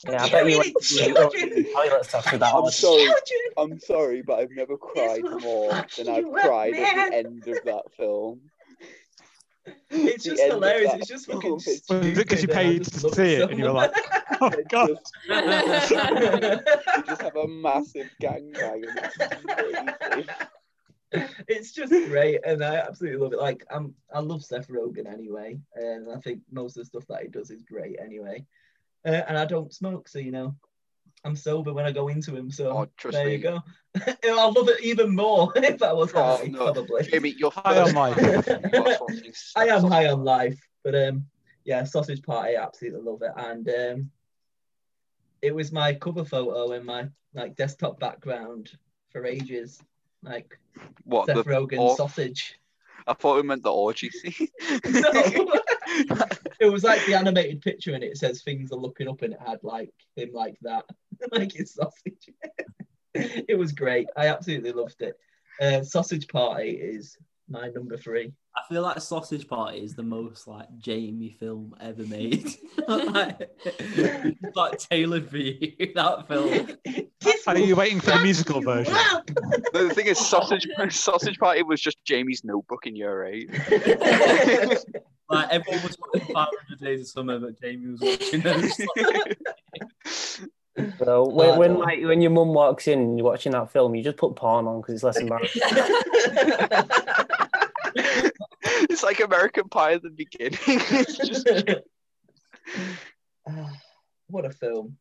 B: Yeah, I bet you went to
A: Children,
B: the toilets after that.
G: I'm
B: orgy.
G: so- Sorry.
A: children.
G: I'm sorry, but I've never cried
A: will
G: more
A: fuck
G: than I've
A: you up,
G: cried
A: man.
G: at the end of that film.
A: It's
G: The
A: just
G: end of
A: hilarious.
G: that Oh,
A: It's just
G: film
A: fucking
G: is-
F: Was it 'cause you
A: stupid, and I
F: paid
A: just
F: to
A: love
F: see it
A: so
F: and you were like,
A: much.
F: Oh
G: It
F: god.
G: just, they just have a massive gangbang. and it's amazing.
A: it's just great, and I absolutely love it. Like I'm, I love Seth Rogen anyway, and I think most of the stuff that he does is great anyway. Uh, and I don't smoke, so you know, I'm sober when I go into him. So
G: Oh, trust
A: there
G: me.
A: you go. Oh, I'll love it even more if I was
G: Oh,
A: high,
G: no.
A: probably.
G: Jamie, your
F: High on
G: first-
F: life.
G: your first one is-
A: I am high on life, but um, yeah, sausage party, absolutely love it. And um, it was my cover photo and my like desktop background for ages, like
G: What?
A: Seth
G: The,
A: Rogen
G: or-
A: sausage.
G: I thought we meant the orgy scene.
A: No, it was like the animated picture, and it says things are looking up, and it had like him like that, like his sausage. it was great. I absolutely loved it. Uh, sausage party is my number three.
D: I feel like Sausage Party is the most like Jamie film ever made. like, it's, like tailored for you, that film.
A: Kiss
F: Are
A: me,
F: you waiting for the
A: fuck
F: musical
A: you
F: version?
A: up.
G: No, the thing is, sausage sausage party was just Jamie's notebook in year eight.
D: Like everyone was watching 500 Days of Summer, but Jamie was watching those.
B: So when,
A: Oh,
B: when
A: no.
B: like when your mum walks in and you're watching that film, you just put porn on because it's less embarrassing.
G: it's like American Pie at the beginning. It's just-
A: Ah, what a film.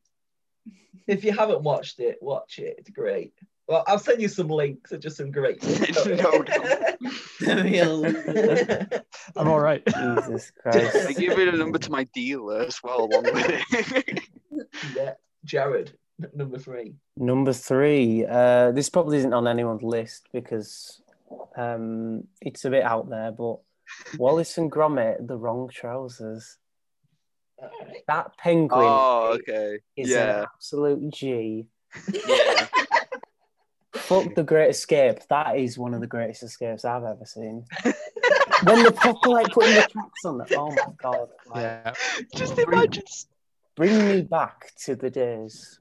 A: If you haven't watched it, watch it. It's great. Well, I'll send you some links of just some great
G: No,
F: I'm all right.
B: Jesus Christ.
G: I give it a number to my dealer as well, along with it.
A: yeah, Jared, n- number three.
B: Number three. Uh, this probably isn't on anyone's list because um, it's a bit out there, but Wallace and Gromit, the wrong trousers.
A: All right.
B: That penguin
G: oh, okay.
B: is
G: yeah.
B: an absolute G.
G: yeah.
B: Fuck the Great Escape. That is one of the greatest escapes I've ever seen. when the proper like putting the tracks on. Oh my god! Like,
F: Yeah.
G: Just imagine,
B: Bring me back to the days.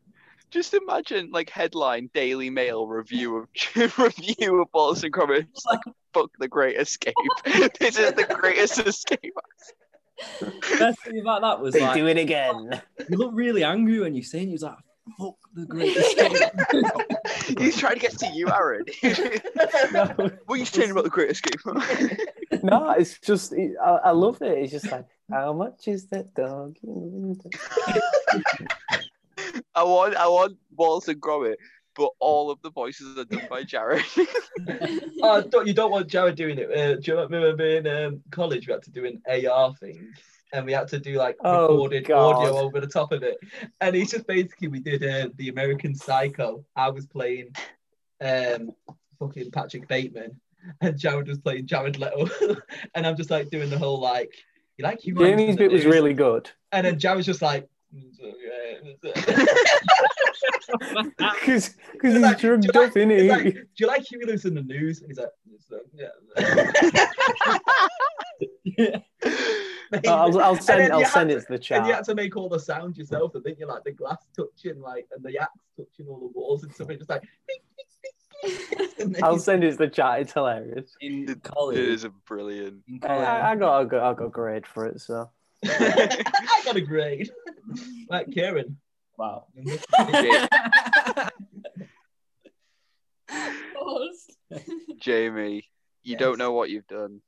G: just imagine, like headline Daily Mail review of review of Wallace and Gromit. It's like, fuck the Great Escape. this is the greatest escape.
D: Best thing about that was
B: They
D: like,
B: do it again.
D: you look really angry when you say it. You was like, fuck the great escape.
G: He's trying to get to you, Aaron.
B: no,
G: what are you saying about the Great Escape?
B: no, it's just it, I, I love it. It's just like how much is that dog in the window?
G: I want, I want Wallace and Gromit but all of the voices are done by Jared.
A: oh, don't, you don't want Jared doing it. Uh, do you remember in um, college we had to do an AR thing? And we had to do like
B: Oh,
A: recorded
B: God.
A: audio over the top of it. And it's just basically we did uh, the American Psycho. I was playing um, fucking Patrick Bateman, and Jared was playing Jared Leto. and I'm just like doing the whole like, you like you.
B: Jamie's bit was really good.
A: And then Jared's just like. "Mm,
B: Because
A: It's
B: he's
A: like-
B: drugged
A: do you
B: up, innit?
A: He's like, do you like Huey Lewis in the news? And he's like, "It's like, yeah. Mate,
B: I'll, I'll
A: and
B: send,
A: then
B: I'll
A: you had
B: send
A: to-
B: it to the chat.
A: And you had to make all the sound yourself, and then you're like the glass touching, like, and the axe touching all the walls and stuff. It's just like, and then
B: I'll
A: you-
B: send it to the chat. It's hilarious.
D: in
G: it
D: college.
G: is a brilliant.
D: in
A: Oh,
B: I,
D: college.
B: I got, I got, I got a grade for it. So
A: I got a grade. Like Karen.
D: Wow.
E: Paused.
G: Jamie, you
A: Yes.
G: don't know what you've done.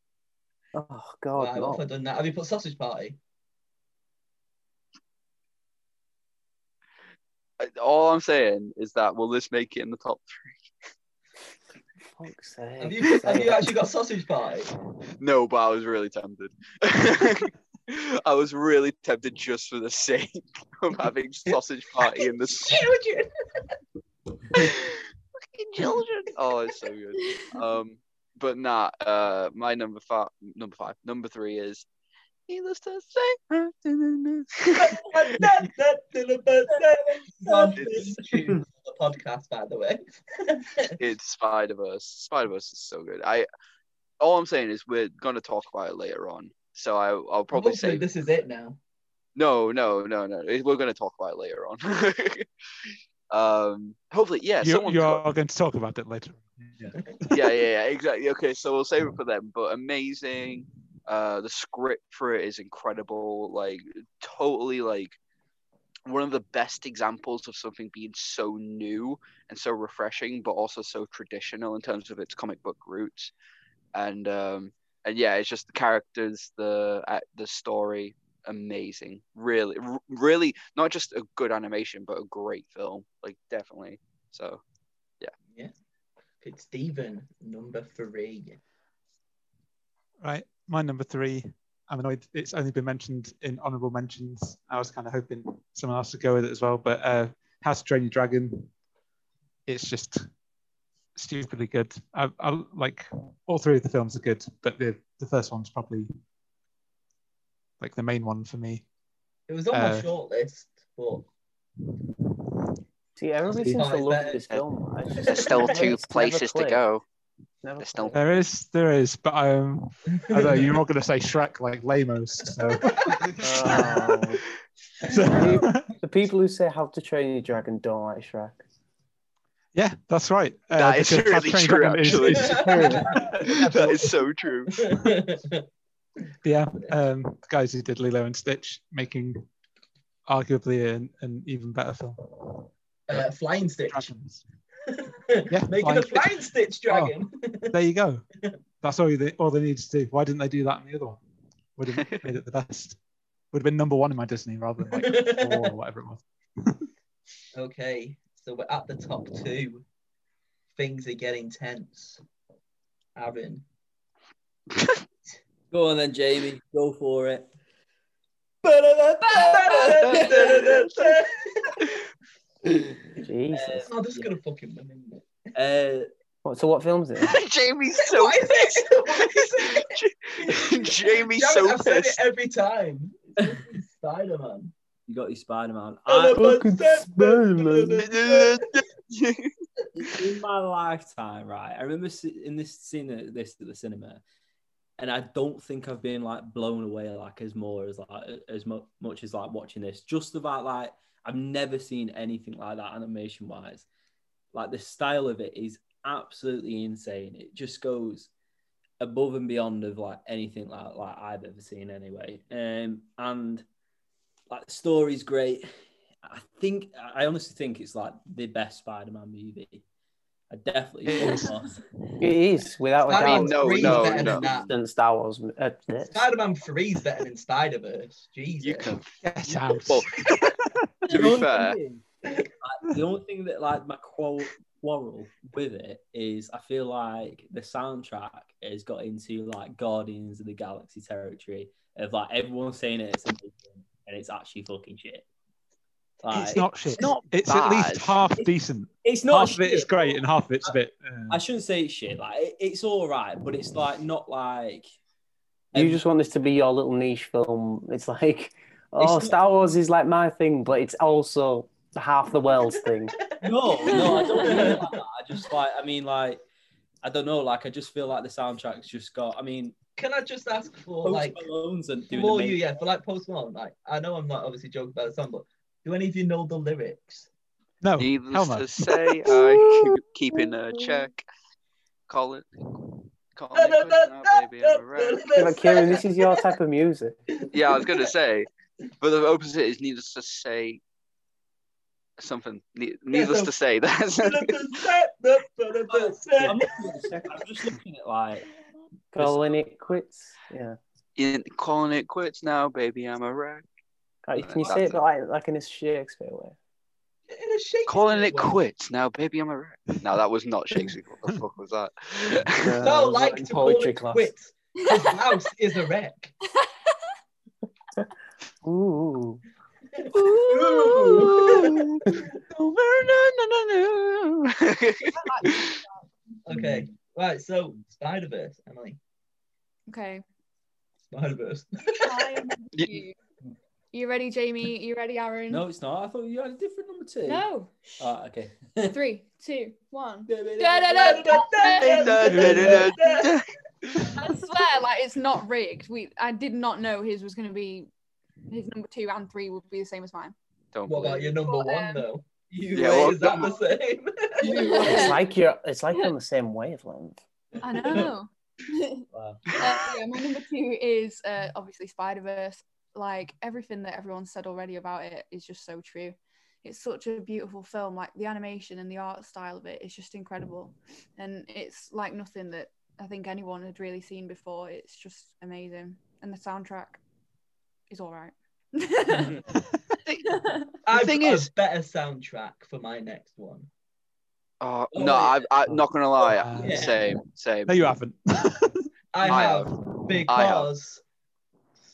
B: oh
A: Wow,
B: god,
A: what have I
B: no.
A: done that? Have you put sausage party?
G: Uh, All I'm saying is that will this make it in the top
B: Fuck's
A: Have
B: sake.
A: you, have you
B: Say
A: actually got sausage party?
G: three? No, but I was really tempted. I was really tempted just for the sake of having sausage party in the
A: Children!
G: fucking children. Oh, it's so good. Um, but nah, uh, my number five, number five, number three is. Needless to say,
A: the podcast, by the way.
G: it's Spider Verse. Spider Verse is so good. I, all I'm saying is we're gonna talk about it later on. So I, I'll probably
A: Hopefully
G: say
A: this is it now.
G: no, no, no, no. it- We're gonna talk about it later on. um, hopefully, yeah.
F: you,
G: someone's
F: you
G: got-
F: are going to talk about it later.
G: yeah, yeah, yeah, exactly. Okay, so we'll save it for them. But amazing. Uh, the script for it is incredible. Like totally like one of the best examples of something being so new and so refreshing, but also so traditional in terms of its comic book roots. And um, and yeah, it's just the characters, the uh, the story, amazing. Really, r- really not just a good animation, but a great film. Like definitely. So
A: Yeah. It's Stephen, number three.
F: Right, my number three. I'm annoyed it's only been mentioned in honourable mentions. I was kind of hoping someone else would go with it as well, but uh, How to Train Your Dragon. It's just stupidly good. I, I like all three of the films are good, but the the first one's probably like the main one for me.
A: It was on my
F: Uh,
A: short list, but
B: See, everybody seems to
A: Sorry,
B: love
A: but-
B: this film. right? It's just-
G: there's still
B: it's
G: two
B: never
G: places to
B: clicked.
G: go.
B: Never
G: There's still-
B: clicked.
F: There is, there is, but um, I don't know, you're not going to say Shrek like Lamos. So,
B: Oh.
F: so-
B: The people who say How to Train Your Dragon don't like Shrek.
F: yeah, that's right. Uh,
G: That is
F: because How to
G: really
F: Train
G: true,
F: Your Dragon is-
G: actually.
F: is superior.
G: that is so true.
F: Yeah, um, the guys who did Lilo and Stitch making arguably an, an even better film.
A: uh, flying stitch.
F: Dragons.
A: Yeah,
F: Yeah,
A: Making
F: flying
A: a flying stitch dragon.
F: There you go. That's all they all they needed to do. Why didn't they do that in the other one? Would have made it the best. Would have been number one in my Disney rather than like four or whatever it was.
A: Okay, so we're at the top two. Things are getting tense. Aaron.
D: Go on then, Jamie. Go for it.
B: Jesus.
A: Oh, this is gonna fucking win, isn't it?
D: Uh,
B: What, so what films is it?
G: Jamie's so
A: What is it? What is it?
G: Jamie's
A: Damn it,
G: so
A: I've said it
G: pissed.
A: every time. Spider Man.
D: you got your Spider Man.
B: fucking Spider-Man.
D: in my lifetime, right? I remember si- in this scene, at- this at the cinema, and I don't think I've been like blown away like as more as like as mu- much as like watching this. Just about like I've never seen anything like that animation wise. Like the style of it is absolutely insane. It just goes above and beyond of like anything like like I've ever seen anyway. Um, and like the story's great. I think I honestly think it's like the best Spider-Man movie. I definitely think it was.
B: It is, without a
A: Spider
B: doubt.
A: Man
G: mean, no,
A: Three
G: no,
A: is better
G: no.
A: than that.
B: Than Star Wars. Uh, this.
A: Spider Man Three is better than Spider Verse. Jesus.
G: You can.
F: Yes, Sam.
G: Well, to be fair,
D: Like, the only thing that like my qual- quarrel with it is I feel like the soundtrack has got into like Guardians of the Galaxy territory of like everyone saying it's amazing and it's actually fucking shit. Like,
F: it's not shit.
C: It's not
F: It's at least
C: bad.
F: half
D: It's-
F: decent.
D: it's not
F: half of it is
D: shit.
F: great and half of it's a bit.
D: I
F: Uh,
D: shouldn't say it's shit. Like it- it's all right, but it's like not like
B: You just want this to be your little niche film. It's like,
D: It's
B: oh,
D: not-
B: Star Wars is like my thing, but it's also half the world's thing.
D: no, no. I don't mean it like that. I just like I mean like I don't know. Like I just feel like the soundtrack's just got. I mean,
A: Can I just ask for
D: Post
A: like
D: Malone's and doing
A: for
D: amazing-
A: you, yeah, for like Post Malone? Like I know I'm not obviously joking about the song, but do any of you know the lyrics?
F: no, hell
G: Needless
F: no.
G: to say, I keep, keep in uh, check. Call it. Call me quick now, baby, I'm alright.
B: Yeah, but Kieran, this is your type of music.
G: Yeah, I was gonna say, but the opposite is needless to say. Something. Ne- needless
A: so-
G: to say, that's
D: I'm, looking at the second- I'm just looking at like
B: Calling it quits. Yeah.
G: in, calling it quits now, baby. I'm a wreck.
B: Like, can you say it but like, like in a Shakespeare way?
G: Calling it quits now, baby. I'm a wreck. No, that was not Shakespeare. What the fuck was that?
B: Uh,
G: Um,
A: No,
B: not
A: like
B: in
A: to call it quits. His house is a wreck.
B: Ooh.
A: Ooh.
G: no, no, no, no.
A: Okay, right. So Spider Verse, Emily.
E: Okay.
A: Spider Verse.
E: I am you. You ready, Jamie? You ready, Aaron?
D: no, it's not. I thought you had a different number two.
E: No.
D: Ah, okay.
E: Three, two, one. I swear, like it's not rigged. We I did not know his was gonna be his number two and three would be the same as mine.
G: Don't
A: What about
G: believe
A: your number
E: Well,
A: one
E: um,
A: though? You
G: Yeah, well,
A: is that the same?
B: It's like you're it's like you're on the same wavelength.
E: I know.
D: Wow.
E: uh, yeah, my number two is uh, obviously Spider Verse. Like everything that everyone said already about it is just so true. It's such a beautiful film. Like the animation and the art style of it is just incredible, and it's like nothing that I think anyone had really seen before. It's just amazing, and the soundtrack is all right.
A: I've
G: thing
A: got
G: is-
A: a better soundtrack for my next one.
G: Oh,
A: Oh,
G: no,
A: yeah.
G: I've, I'm not gonna lie.
F: Uh,
A: Yeah.
G: Same, same.
F: no, you haven't.
A: I,
G: I
A: have,
G: have. I have.
A: because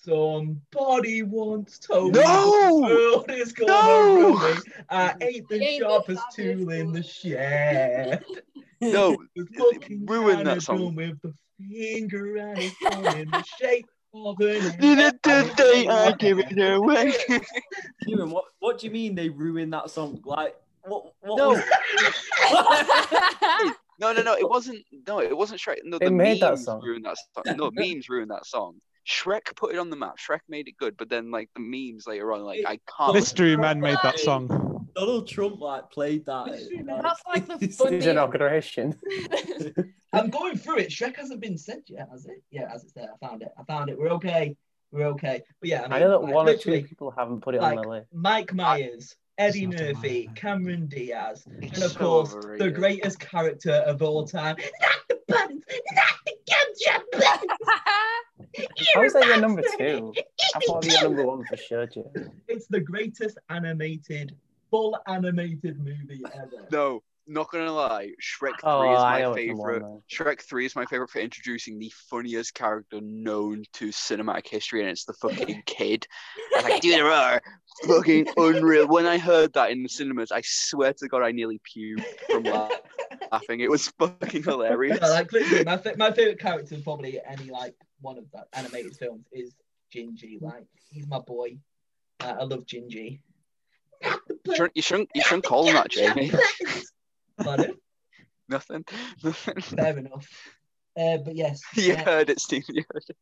A: somebody wants Tony.
G: No!
A: The world is gonna
G: No!
A: ruin me. I ate the
E: Ain't no
A: sharpest
E: fabulous
A: tool in the
E: woman.
A: shed.
G: No,
A: The fucking
G: ruined
A: kinda
G: that song.
A: done with the finger and it's all in the shape of an
G: the day I give it away.
D: Kieran, what, what do you mean they ruined that song? Like, what? what
G: No.
D: was-
G: No, no, no. It wasn't. No, it wasn't Shrek. No,
B: They
G: the
B: made that
G: memes
B: song.
G: ruined that song. No, memes ruined that song. Shrek put it on the map. Shrek made it good, but then like the memes later on, like I can't.
F: Mystery Man made that song.
D: Donald Trump like played that.
A: Mystery Man.
D: Like,
E: That's like the
D: It's-
B: His inauguration.
E: funniest.
A: I'm going through it. Shrek hasn't been said yet, has it? Yeah, as it's there. I found it. I found it. We're okay. We're okay. But yeah, I, mean,
B: I know that
A: like,
B: one or two
A: literally,
B: people haven't put it on
A: like,
B: the list.
A: Mike Myers, Eddie
F: It's not a
A: Murphy,
F: man.
A: Cameron Diaz,
G: It's
A: and of
G: so
A: course the
G: overrated.
A: greatest character of all time. Not the buttons, not the gumdrop buttons.
B: How is that your number two? I thought you were number one for sure, Jay.
A: It's the greatest animated, full animated movie ever.
G: No, not gonna lie. Shrek Three
B: Oh,
G: is
B: I know
G: my
B: it's number one.
G: favorite.
B: Though.
G: Shrek Three is my favorite for introducing the funniest character known to cinematic history, and it's the fucking kid. I was like, do the roar, fucking unreal. When I heard that in the cinemas, I swear to God, I nearly puked from la- laughing. It was fucking hilarious.
A: Yeah, like literally, my, fa- my favorite character in probably any like one of the animated films is Gingy. Like he's my boy. Uh, I love Gingy.
G: You shouldn't, you shouldn't, you shouldn't call him that, Jamie.
A: Pardon?
G: Nothing. Nothing.
A: Fair enough. Uh, but yes,
G: You
A: Shrek-
G: heard it, Steve. You heard it.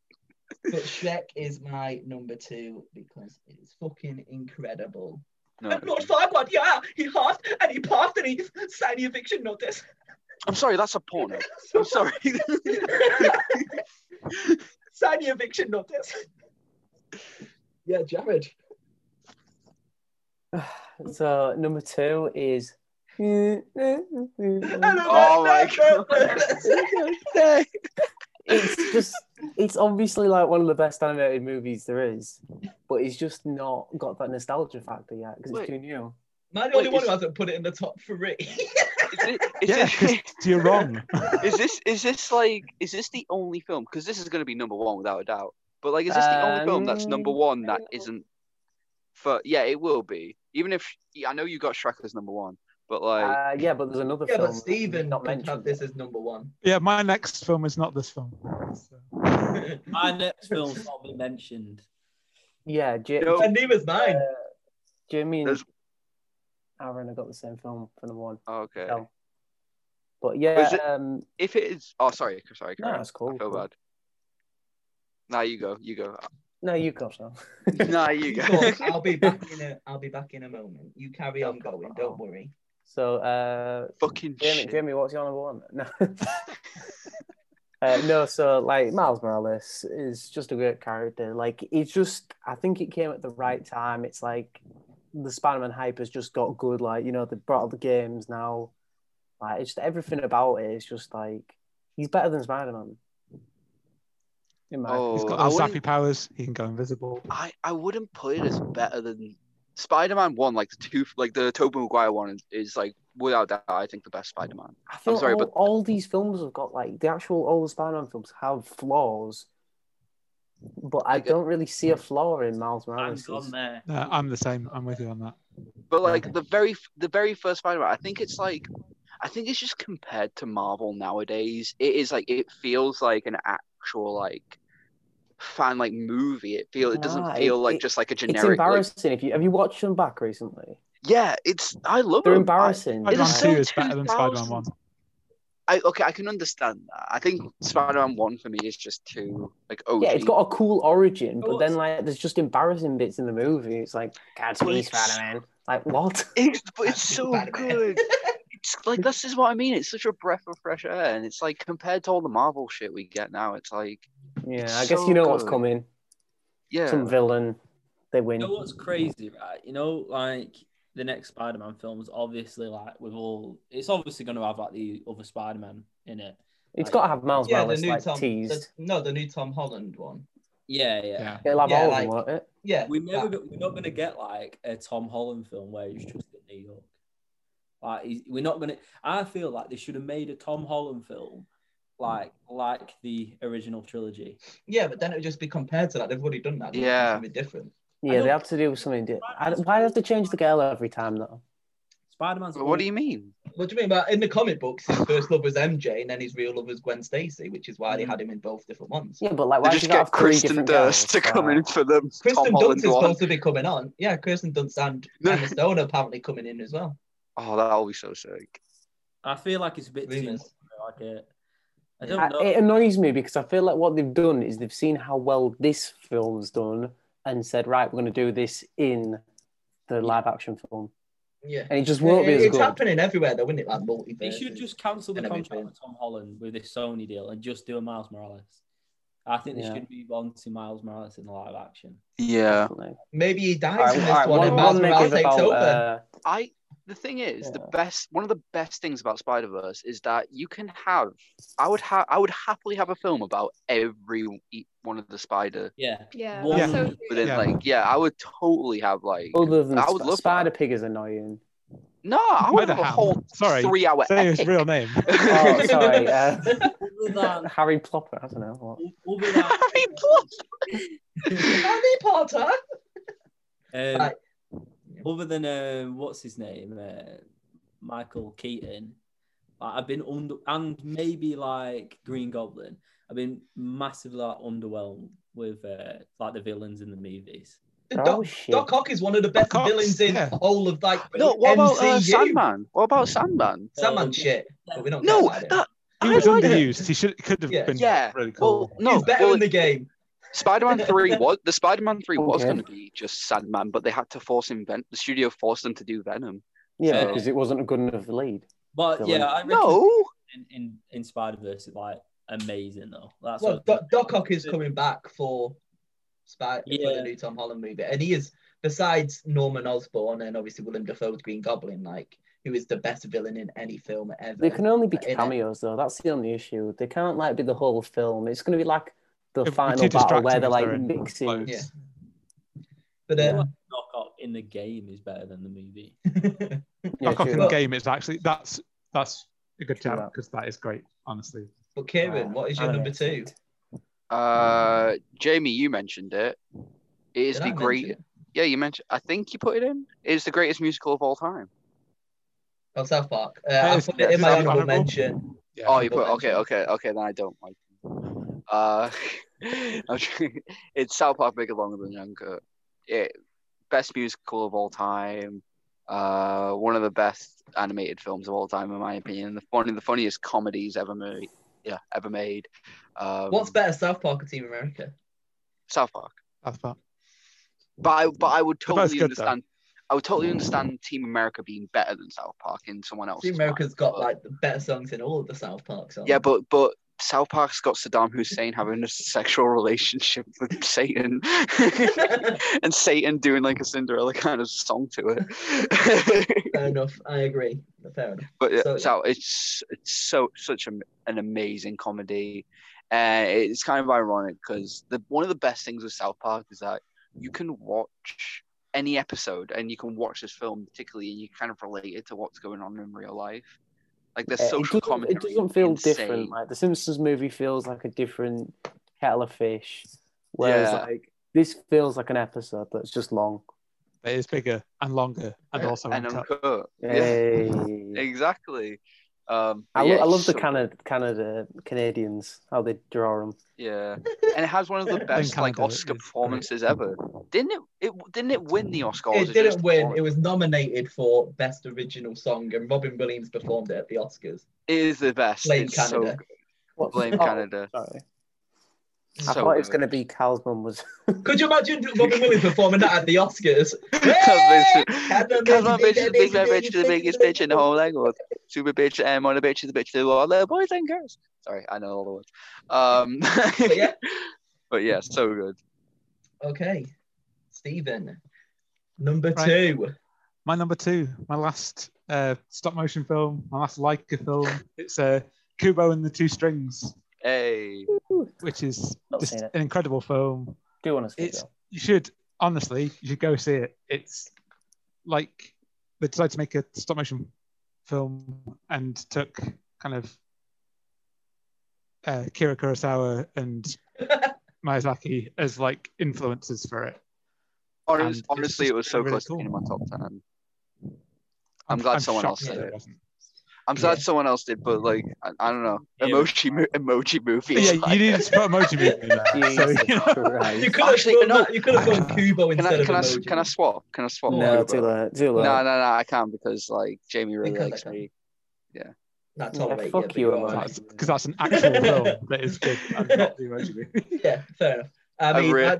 A: but Shrek is my number two because it is fucking incredible.
G: No.
A: Lord Farquaad, yeah, he laughed and he passed and he signed the eviction notice.
G: I'm sorry, that's a porno. I'm sorry.
A: Sign the eviction notice. Yeah, Jared.
B: So number two is. It's
G: Oh my God.
B: just it's obviously like one of the best animated movies there is, but it's just not got that nostalgia factor yet because
G: Wait.
B: it's too new.
A: Am I the only one who hasn't put it in the top three?
G: Is, it, is,
F: Yeah,
G: this,
F: 'cause you're wrong.
G: is this is this like is this the only film? Because this is going to be number one without a doubt. But like, is this the only film that's number
B: Um,
G: one that
B: no.
G: isn't? For yeah, it will be. Even if yeah, I know you got Shrek as number one, but like,
B: Uh, yeah, but there's another
A: yeah,
B: film.
A: but
B: that
A: Stephen
B: not
A: can have
B: mentioned.
A: this as number one.
F: yeah, my next film is not this film. So,
D: My next film's not been mentioned.
B: Yeah, J-
G: No.
A: and neither's mine.
B: uh, Jamie and
G: There's-
B: Aaron have got the same film for number one.
G: oh, okay,
B: film. But yeah,
G: Was it-
B: um,
G: if it is. Oh, sorry, sorry,
B: no,
G: Karen.
B: that's cool.
G: I feel bad. Now you go, you go.
B: No, you go, Sam.
G: nah, you
A: You
G: go.
A: go on, I'll be back in a. I'll be back in a moment. You carry on going. Don't worry.
B: So, uh,
G: Fucking
B: Jamie,
G: shit.
B: Jamie, what's your number one? No. Uh, no, so like Miles Morales is just a great character. Like it's just, I think it came at the right time. It's like the Spider-Man hype has just got good. Like you know, they brought up the games now. Like it's just everything about it is just like he's better than Spider-Man. In my
G: Oh,
F: he's got
G: I
F: those
G: wouldn't-
F: zappy powers. He can go invisible.
G: I, I wouldn't put it as better than Spider-Man One, like the two, like the Tobey Maguire one is, is like without doubt, I think the best Spider-Man.
B: I feel
G: sorry,
B: all,
G: but-
B: all these films have got like the actual old Spider-Man films have flaws, but I
G: Like, uh,
B: don't really see a flaw in Miles
D: I'm
B: Morales.
D: gone there.
F: No, I'm the same. I'm with you on that.
G: But like the very f- the very first Spider-Man, I think it's like, I think it's just compared to Marvel nowadays. It is like it feels like an actual like fan like movie. It feel it doesn't
B: Nah, it-
G: feel like
B: it-
G: just like a
B: It's
G: generic. like-
B: embarrassing if you have you watched them back recently.
G: yeah, it's I love
B: They're
G: them. I-
B: embarrassing.
G: It
F: Spider-Man
G: is
B: like-
G: so
F: 2 is better than Spider-Man
G: 2000.
F: 1.
G: I okay, I can understand that. I think Spider-Man One for me is just too like OG.
B: yeah, it's got a cool origin,
D: Oh,
B: but then like there's just embarrassing bits in the movie. It's like Godspeed,
G: it's-
B: Spider-Man. Like what?
G: It's, but it's
A: That's
G: so
A: Spider-Man.
G: good. It's like this is what I mean. It's such a breath of fresh air, and it's like compared to all the Marvel shit we get now, it's like
B: Yeah,
G: It's
B: I guess
G: so
B: you know what's
G: good.
B: coming.
G: yeah,
B: Some villain, they
D: You know
B: win.
D: what's crazy, right? You know, like the next Spider-Man film is obviously like with all. It's obviously going to have like the other Spider-Man in it.
B: It's got to have Miles
A: Yeah, the
B: Morales
A: new
B: like
A: Tom. The,
B: teased.
A: no, the new Tom Holland one.
D: Yeah, yeah.
F: Yeah.
B: It'll have
A: Yeah,
B: all
A: like-
B: of them, won't it?
A: Yeah.
D: We never.
A: that-
D: go- We're not going to get like a Tom Holland film where he's just in New York. Like he's, we're not going to. I feel like they should have made a Tom Holland film, like like the original trilogy.
A: Yeah, but then it would just be compared to that. They've already done that.
G: Yeah.
A: It's gonna be different.
D: I
B: Yeah,
D: don't-
B: they have to do something different. Why do they have to change the girl every time though?
D: Spider-Man's.
G: But what do you mean?
A: What do you mean? But in the comic books, his first love was MJ, and then his real love was Gwen Stacy, which is why they had him in both different ones.
B: Yeah, but like
G: They
B: why
G: just
B: should you
G: get
B: have three
G: Kristen
B: different
G: Durst to
B: girls?
G: come in
B: Like,
G: for them.
A: Kristen
G: Tom
A: Dunst is
G: Holland one.
A: supposed to be coming on. Yeah, Kirsten Dunst and
G: No.
A: Emma Stone are apparently coming in as well.
G: Oh, that'll be so sick.
D: I feel like it's a bit too much
A: Rumors.
D: for, like it. I don't
B: I-
D: know.
B: it annoys me because I feel like what they've done is they've seen how well this film's done and said, right, we're going to do this in the live action film,
A: Yeah.
B: and it just won't be as
A: it's
B: good.
A: happening everywhere though, isn't it? Like multiverse.
D: They should just cancel the
A: and
D: contract
A: everything.
D: with Tom Holland with this Sony deal and just do a Miles Morales. I think they
B: Yeah.
D: should move on to Miles Morales in the live action.
G: Yeah,
B: Definitely.
A: Maybe he dies
B: All right,
A: in this
B: all right,
A: one,
B: one,
A: and Miles
B: one
A: Morales
B: negative
A: takes
B: about
A: over.
B: uh,
G: I. The thing is, the
B: Yeah.
G: best one of the best things about Spider Verse is that you can have. I would have. I would happily have a film about every e- one of the spider
D: Yeah.
E: Yeah,
D: One-
E: that's so true.
G: within.
F: Yeah.
G: Like, yeah, I would totally have like.
B: other than
G: I would
B: Sp-
G: love that.
B: Spider Pig is annoying.
G: No, I would have a
F: Spider-Ham.
G: whole
F: Sorry.
G: three-hour
F: Say his
G: epic.
F: real name.
B: Oh, sorry, uh,
D: Other than,
B: Harry Plopper. I don't know. What.
D: other than,
G: Harry Potter.
A: Harry Potter.
D: um,
A: Right.
D: other than um, what's his name, uh, Michael Keaton. Like, I've been under and maybe like Green Goblin. I've been massively like underwhelmed with uh, like the villains in the movies.
B: Oh
A: Doc,
B: shit!
A: Doc Ock is one of the best
F: Doc Ock's-
A: villains in
F: yeah.
A: the whole of like
G: No, what about uh,
A: MCU.
G: Sandman? What about Sandman?
A: Sandman
D: Um,
A: shit. But we don't
G: No,
A: care about him.
G: that
F: He
G: I
F: was
G: like it.
F: underused. He should could have
A: Yeah.
F: been
G: Yeah.
F: really
G: Well,
F: cool.
G: no,
A: he's better
G: well,
A: in the game.
G: Spider-Man Three was the Spider-Man Three was
B: Okay.
G: going to be just Sandman, but they had to force him. Ven- the studio forced them to do Venom.
B: yeah,
D: so-
B: because it wasn't a good enough lead.
D: But
B: Villain.
D: yeah, I reckon
G: No,
D: in, in, in Spider Verse is like amazing though. That's
A: Well,
D: what
A: Doc, Doc Ock is coming back for Spider for
D: Yeah.
A: the new Tom Holland movie, and he is besides Norman Osborn and obviously Willem Dafoe's Green Goblin, like who is the best villain in any film ever.
B: They can only be
A: In it.
B: cameos though. That's the only issue. They can't like be the whole film. It's going to be like the
F: It'd be
B: final
F: too
B: battle where
F: distracting
B: they're
F: if
B: like
F: they're in
B: mixing.
F: clothes.
A: Yeah. But uh,
D: Knock Ock in the game is better than the movie.
B: Yeah,
F: Black Ops
B: true
F: in
B: that.
F: the game is actually that's that's a good
B: True
F: chat
B: that.
F: because that is great, honestly.
A: But Kieran, what is your number two?
G: Uh, Jamie, you mentioned it. It is
A: Did I
G: the
A: mention
G: great.
A: it?
G: Yeah, you mentioned. I think you put it in. It's the greatest musical of all time.
A: Oh, South Park. Uh,
F: Oh,
A: I put it
G: yeah,
A: in my
F: South
A: honourable
F: Park.
A: mention.
F: Yeah.
G: Oh, you
A: Honorable
G: put okay,
A: mention.
G: okay, okay. Then I don't like. Them. Uh, I'm trying- it's South Park Bigger Longer Than Younger. It best musical of all time. Uh, one of the best animated films of all time, in my opinion. The one of the funniest comedies ever made. Yeah, ever made. Um,
A: What's better, South Park or Team America?
G: South Park?
F: That's that.
G: But I, but I would
F: They're both
G: totally
F: good, though.
G: understand. I would totally understand Team America being better than South Park in someone else's.
A: Team America's
G: mind,
A: got
G: but-
A: like the better songs in all of the South Park songs.
G: Yeah, but but South Park's got Saddam Hussein having a sexual relationship with Satan, and Satan doing like a Cinderella kind of song to it.
A: fair enough. I agree. Fair enough.
G: but
A: So-
G: so, so it's it's so such a, an amazing comedy, and it's kind of ironic because the one of the best things with South Park is that you can watch any episode and you can watch this film particularly and you kind of relate it to what's going on in real life. Like the
B: Uh,
G: social
B: it doesn't,
G: commentary.
B: it doesn't feel
G: insane.
B: different. Like the Simpsons movie feels like a different kettle of fish, whereas
G: Yeah.
B: like this feels like an episode that's just long.
F: It is bigger and longer and also
G: and
F: uncut.
G: uncut. Yeah.
B: Hey.
G: Exactly. Um,
B: I,
G: but yeah,
B: lo- I
G: it's
B: love the
G: so-
B: Canada, Canada Canadians how they draw them.
G: Yeah, and it has one of the best like
F: Canada
G: Oscar
F: is great.
G: performances ever. Didn't it? It didn't it win the Oscar? or was
A: It didn't
G: just
A: win.
G: perform-
A: It was nominated for Best Original Song, and Robin Williams performed it at the Oscars.
G: It is the best.
A: Blame
G: it's
A: Canada.
G: so good. blame Canada.
B: Sorry, Oh, I
G: So
B: thought it was
G: good.
B: going to be Calsman was.
A: Could you imagine Robin Williams performing that at the Oscars?
G: Because
A: Canada,
G: my
A: big,
G: bitch is the
A: big, big,
G: biggest bitch, is the
A: big,
G: biggest
A: big,
G: bitch in the whole language. Super bitch, and on the bitch is the bitch to all the boys and girls. Sorry, I know all the words. Um,
A: But yeah,
G: but yeah, so good.
A: okay. Stephen, number
F: Right.
A: two.
F: My number two, my last uh, stop motion film, my last Leica film. It's uh, Kubo and the Two Strings,
G: Hey,
F: which is
B: Not
F: just
B: seen it.
F: an incredible film.
B: Do want to see
F: It's
B: that?
F: you should honestly you should go see it. It's like they decided to make a stop motion film and took kind of uh, Kira Kurosawa and Miyazaki as like influences for it. And
G: Honest,
F: it's
G: honestly,
F: just
G: it was so
F: really
G: close to
F: cool.
G: being in my top ten. I'm glad someone else
F: shocked that
G: said it.
F: wasn't.
G: I'm glad
A: Yeah.
G: someone else did, but like I, I don't know,
D: Yeah,
G: emoji mo- emoji movie.
F: But
G: is
F: yeah,
G: like-
F: you needed to put emoji movie in there. So,
B: Jesus
F: you know.
B: Christ.
A: You could have
G: Actually,
A: done
G: no.
A: that. You could have done Kubo
G: can
A: instead
G: I
A: of
G: can I, s-
A: emoji.
G: can I swap? Can I swap?
B: no,
A: Kubo.
B: too late. Too
G: No,
B: late.
G: no, no, I can't because like Jamie really
A: Because I
G: likes
A: can't.
G: me.
A: Not
B: Yeah,
A: tolerate
B: fuck
A: but
B: you,
A: you're
B: Emoji.
A: alright.
F: Because that's an actual film that is good and not the emoji movie.
A: Yeah, fair enough. I
G: I,
A: mean,
G: re-
A: I-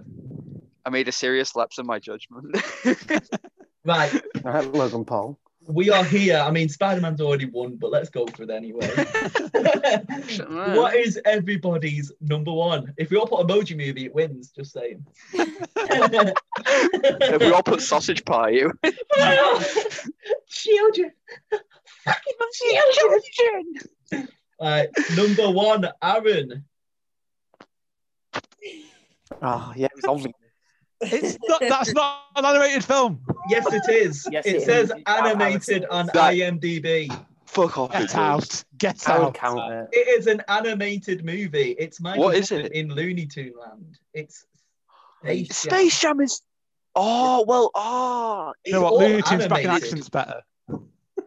G: I made a serious lapse in my judgment.
A: right.
B: Right, Logan Paul.
A: We are here. I mean, Spider Man's already won, but let's go for it anyway. what is everybody's number one? If we all put emoji movie, it wins. Just saying.
G: if we all put sausage pie, you
A: children, fucking children. All right, number one, Aaron.
B: Oh yeah, it was obvious.
F: It's not, that's not an animated film.
A: Yes, it is.
B: Yes,
A: it
B: it
A: says
B: is.
A: animated on
G: That-
A: IMDb.
G: fuck off. it
F: Get
G: is.
F: out. Get
B: I would
F: out.
B: count it.
A: It is an animated movie. It's Michael
G: What is
A: Jordan
G: it?
A: in Looney Tune Land. It's
G: Space, Jam is. Oh well. Oh.
F: You know what?
A: all
F: Looney Tunes back
A: animated.
F: in action's better.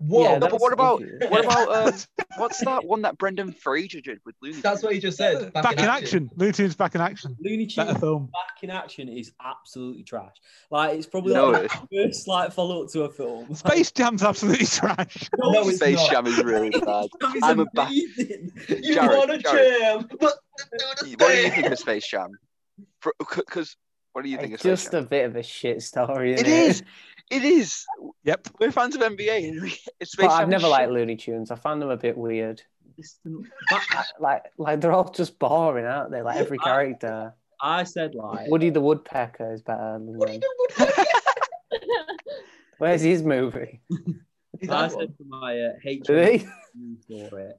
A: Whoa,
B: Yeah,
G: No,
B: that
G: but
B: was
G: what about
B: confusing.
G: what about um, what's that one that Brendan Fraser did with Looney?
A: that's
G: Tunes?
A: what you just said.
F: Back, in action. Looney Tunes back in action.
D: Looney Tunes
F: Better film.
D: back in action is absolutely trash. Like it's probably
G: No,
D: like the first like follow up to a film. Like,
F: Space Jam's absolutely trash.
A: No, it's
G: Space
A: not.
G: Jam is really bad.
D: That is
G: I'm a ba-
D: amazing.
A: You
G: Jared,
A: want a
G: Jared.
A: jam, but
G: what do you think of Space Jam? Because what do you think
B: It's
G: of Space
B: just
G: Jam?
B: a bit of a shit story.
G: It
B: Isn't
G: is. It is.
F: Yep.
G: We're fans of NBA. and we- it's Space
B: But I've
G: Jam
B: never
G: is
B: liked
G: shit.
B: Looney Tunes. I find them a bit weird.
D: I,
B: Like, like they're all just boring, aren't they? Like every
D: I-
B: character.
D: I said like
B: Woody the Woodpecker is better than them. Where's his movie?
D: I
A: That one.
D: said to my uh, H
B: Did he?
D: for it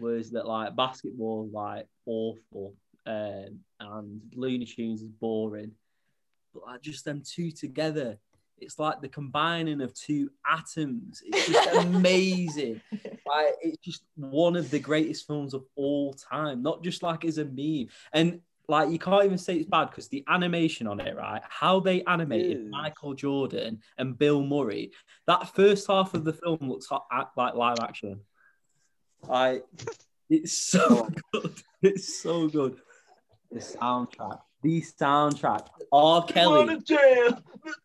D: was that like basketball like awful um, and Looney Tunes is boring, but like just them two together It's like the combining of two atoms. It's just amazing. like it's just one of the greatest films of all time. Not just like as a meme. And like you can't even say it's bad because the animation on it, right? How they animated
G: Ew.
D: Michael Jordan and Bill Murray. That first half of the film looks ho- act like live action. Like it's so good. It's so good. The soundtrack. The soundtrack. R. Kelly. R.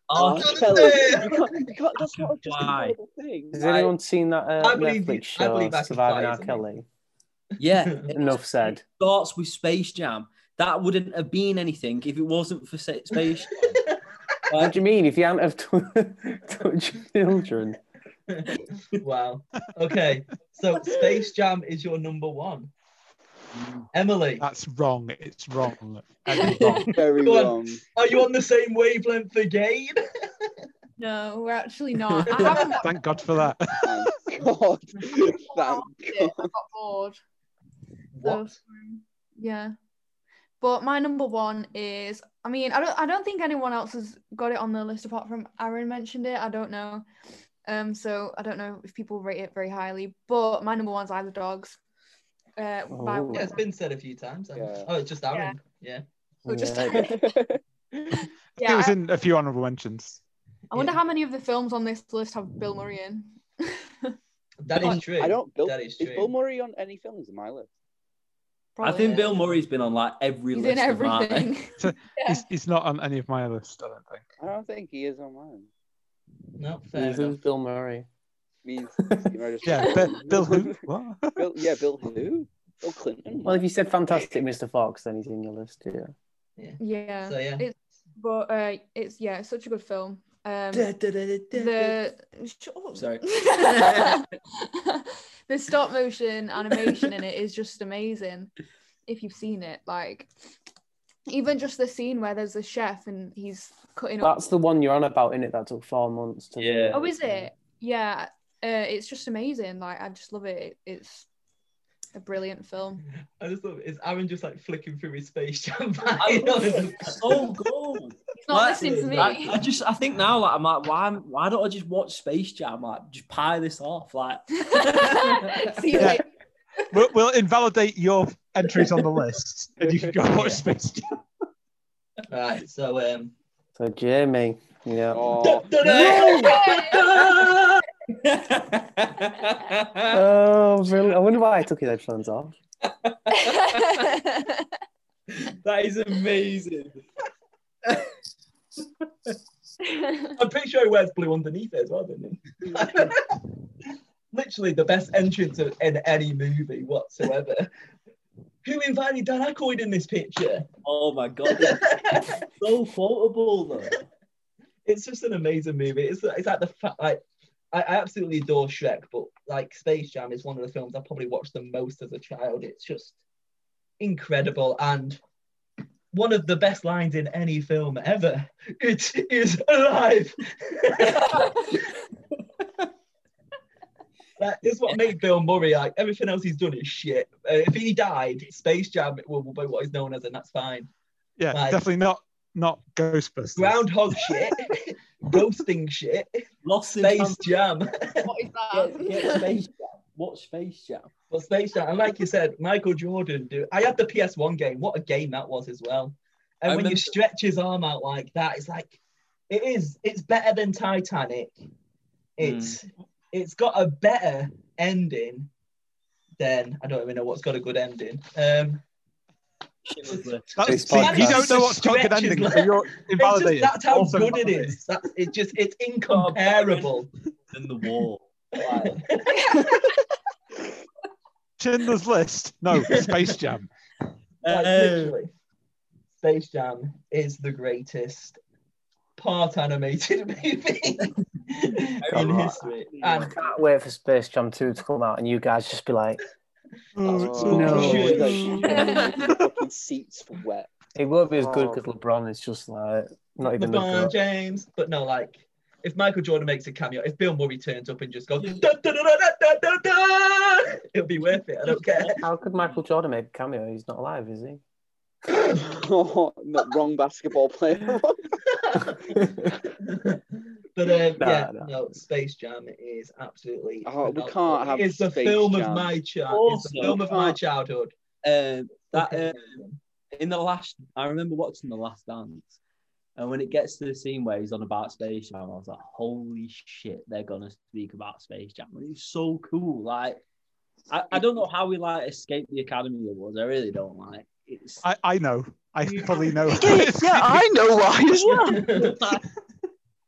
G: Wanna
D: Kelly.
G: You can't- that's not just a
D: Why?
G: normal thing.
B: Has
A: I-
B: anyone seen that uh,
A: I believe-
B: Netflix
A: I
B: show
A: believe I can
B: Surviving
A: fly,
B: R.
A: isn't it?
B: Kelly?
D: Yeah.
B: Enough said.
D: starts with Space Jam. That wouldn't have been anything if it wasn't for Sa- Space Jam.
B: What do you mean if you hadn't have touched children?
A: wow. Okay. So Space Jam is your number one. Emily,
F: That's wrong. It's wrong. It's wrong.
G: Very
A: Go on.
G: wrong.
A: are you on the same wavelength again?
E: No, we're actually not. I haven't watched
F: Thank God for that.
G: Thank God. Thank
E: it. I got bored. So,
A: What?
E: yeah. But my number one is I mean, I don't I don't think anyone else has got it on the list apart from Aaron mentioned it. I don't know. Um, so I don't know if people rate it very highly, but my number one's Isle of Dogs. Uh by
B: Oh.
A: Yeah, it's been said a few times. hasn't it?
G: Yeah.
A: Oh, it's just Aaron. Yeah.
E: So just-
F: I think
E: yeah,
F: it's
E: I,
F: in a few honourable mentions.
E: I wonder
A: yeah.
E: how many of the films on this list have Bill Murray in.
A: That is
D: Oh,
G: God.
A: true.
G: I don't. Bill,
A: that is
G: is
A: true.
G: Bill Murray on any films in my list?
D: I
E: Probably.
D: think Bill Murray's been on like every
E: he's
D: list.
E: in
D: of mine.
E: everything.
F: He's, he's not on any of my list, I don't think.
G: I don't think he is on mine.
A: No, fair
B: Who's
A: enough.
B: Bill Murray?
G: Means
F: Yeah, Bill, Bill who? What?
G: Bill, yeah, Bill who? Bill Clinton.
B: Well, if you said Fantastic Mr. Fox, then he's in your list, yeah.
E: yeah.
A: So yeah.
E: It's but uh it's yeah, it's such a good film. Um
D: Da, da, da, da, da, da.
E: the Shut up.
D: Sorry.
E: the stop motion animation in it is just amazing if you've seen it like even just the scene where there's a chef and he's cutting up
B: That's the one you're on about, in it? That took four months to
D: Yeah.
E: oh is it yeah uh, it's just amazing like i just love it it's a brilliant film
A: I just love it. Is Aaron just like flicking through his Space Jam?
D: I
A: I
D: love it. It's so good.
E: he's not
D: Like,
E: listening to me
D: I, I just, I think now, like, I'm like, why, why don't I just watch Space Jam? Like, just pie this off, like.
E: see you
F: Yeah.
E: later.
F: We'll, we'll invalidate your entries on the list, and you can go watch Space Jam.
A: right. So um.
B: So, Jamie, yeah.
G: Oh,
B: Oh, brilliant. I wonder why I took his headphones off.
D: that is amazing.
A: I'm pretty sure he wears blue underneath it as well, doesn't he? Literally the best entrance of- in any movie whatsoever. Who invited Dan Aykroyd in this picture?
D: Oh my god, that's so quotable though.
A: It's just an amazing movie. It's, it's like the fact, like, I, I absolutely adore Shrek, but like Space Jam is one of the films I probably watched the most as a child. It's just incredible and one of the best lines in any film ever. It is alive. That is what made Bill Murray like. Everything else he's done is shit. Uh, if he died, Space Jam will, will be what he's known as, and that's fine.
F: Yeah,
A: Right.
F: definitely not not Ghostbusters.
A: Groundhog shit, ghosting shit,
D: Lost in
A: Space Jam.
E: what is
D: Get, get
E: that
D: Space Jam. Watch Space Jam.
A: But Space Jam, and like you said, Michael Jordan. Dude, I had the PS1 game. What a game that was as well. And
D: I
A: when you
D: remember-
A: stretch his arm out like that, it's like it is. It's better than Titanic. It's
D: Hmm.
A: it's got a better ending than I don't even know what's got a good ending. Um,
D: Schindler's List.
F: That's,
B: This
F: see, you
B: podcast.
F: don't know what's got good
A: Stretches
F: ending,
A: like-
F: so you're
A: It's just-
F: invalidating.
A: that's how
F: Also
A: good it
F: invalidating.
A: is. That's it. Just
D: Oh,
A: it's incomparable.
D: In the wall. Like,
F: Schindler's List? No, Space Jam.
A: Like,
D: uh,
A: literally, Space Jam is the greatest part animated movie in
F: Alright.
A: history.
B: I
A: And
B: can't wait for Space Jam 2 to come out and you guys just be like,
F: Oh,
G: it's
F: it's
G: all
B: No.
G: shit.
E: Shit.
G: The fucking seats wet.
B: it won't be as
G: Oh.
B: good because LeBron is just like, not even
A: LeBron
B: LeBron.
A: James, but no, like if Michael Jordan makes a cameo, if Bill Murray turns up and just goes, "Da, da, da, da, da, da, da," it'll be worth it. I don't care.
B: How could Michael Jordan make a cameo? He's not alive, is he?
G: Oh, Not wrong basketball player.
A: but um,
B: Nah,
A: yeah,
B: nah.
A: no, Space Jam is absolutely.
G: Oh, we
A: phenomenal.
G: can't have
A: It's the
G: Space
A: film of
G: Jam.
A: my child. it's the
D: Also-
A: film of my
G: Can't-
A: childhood.
D: Um, that
A: Fucking
D: uh, in the last, I remember watching the Last Dance, and when it gets to the scene where he's on about Space Jam, I was like, "Holy shit, they're gonna speak about Space Jam!" And it's so cool. Like, I, I don't know how we like escape the Academy Awards. I really don't like. It's
F: I, I know. I probably know.
G: yeah, I know why. as well.
A: amazing.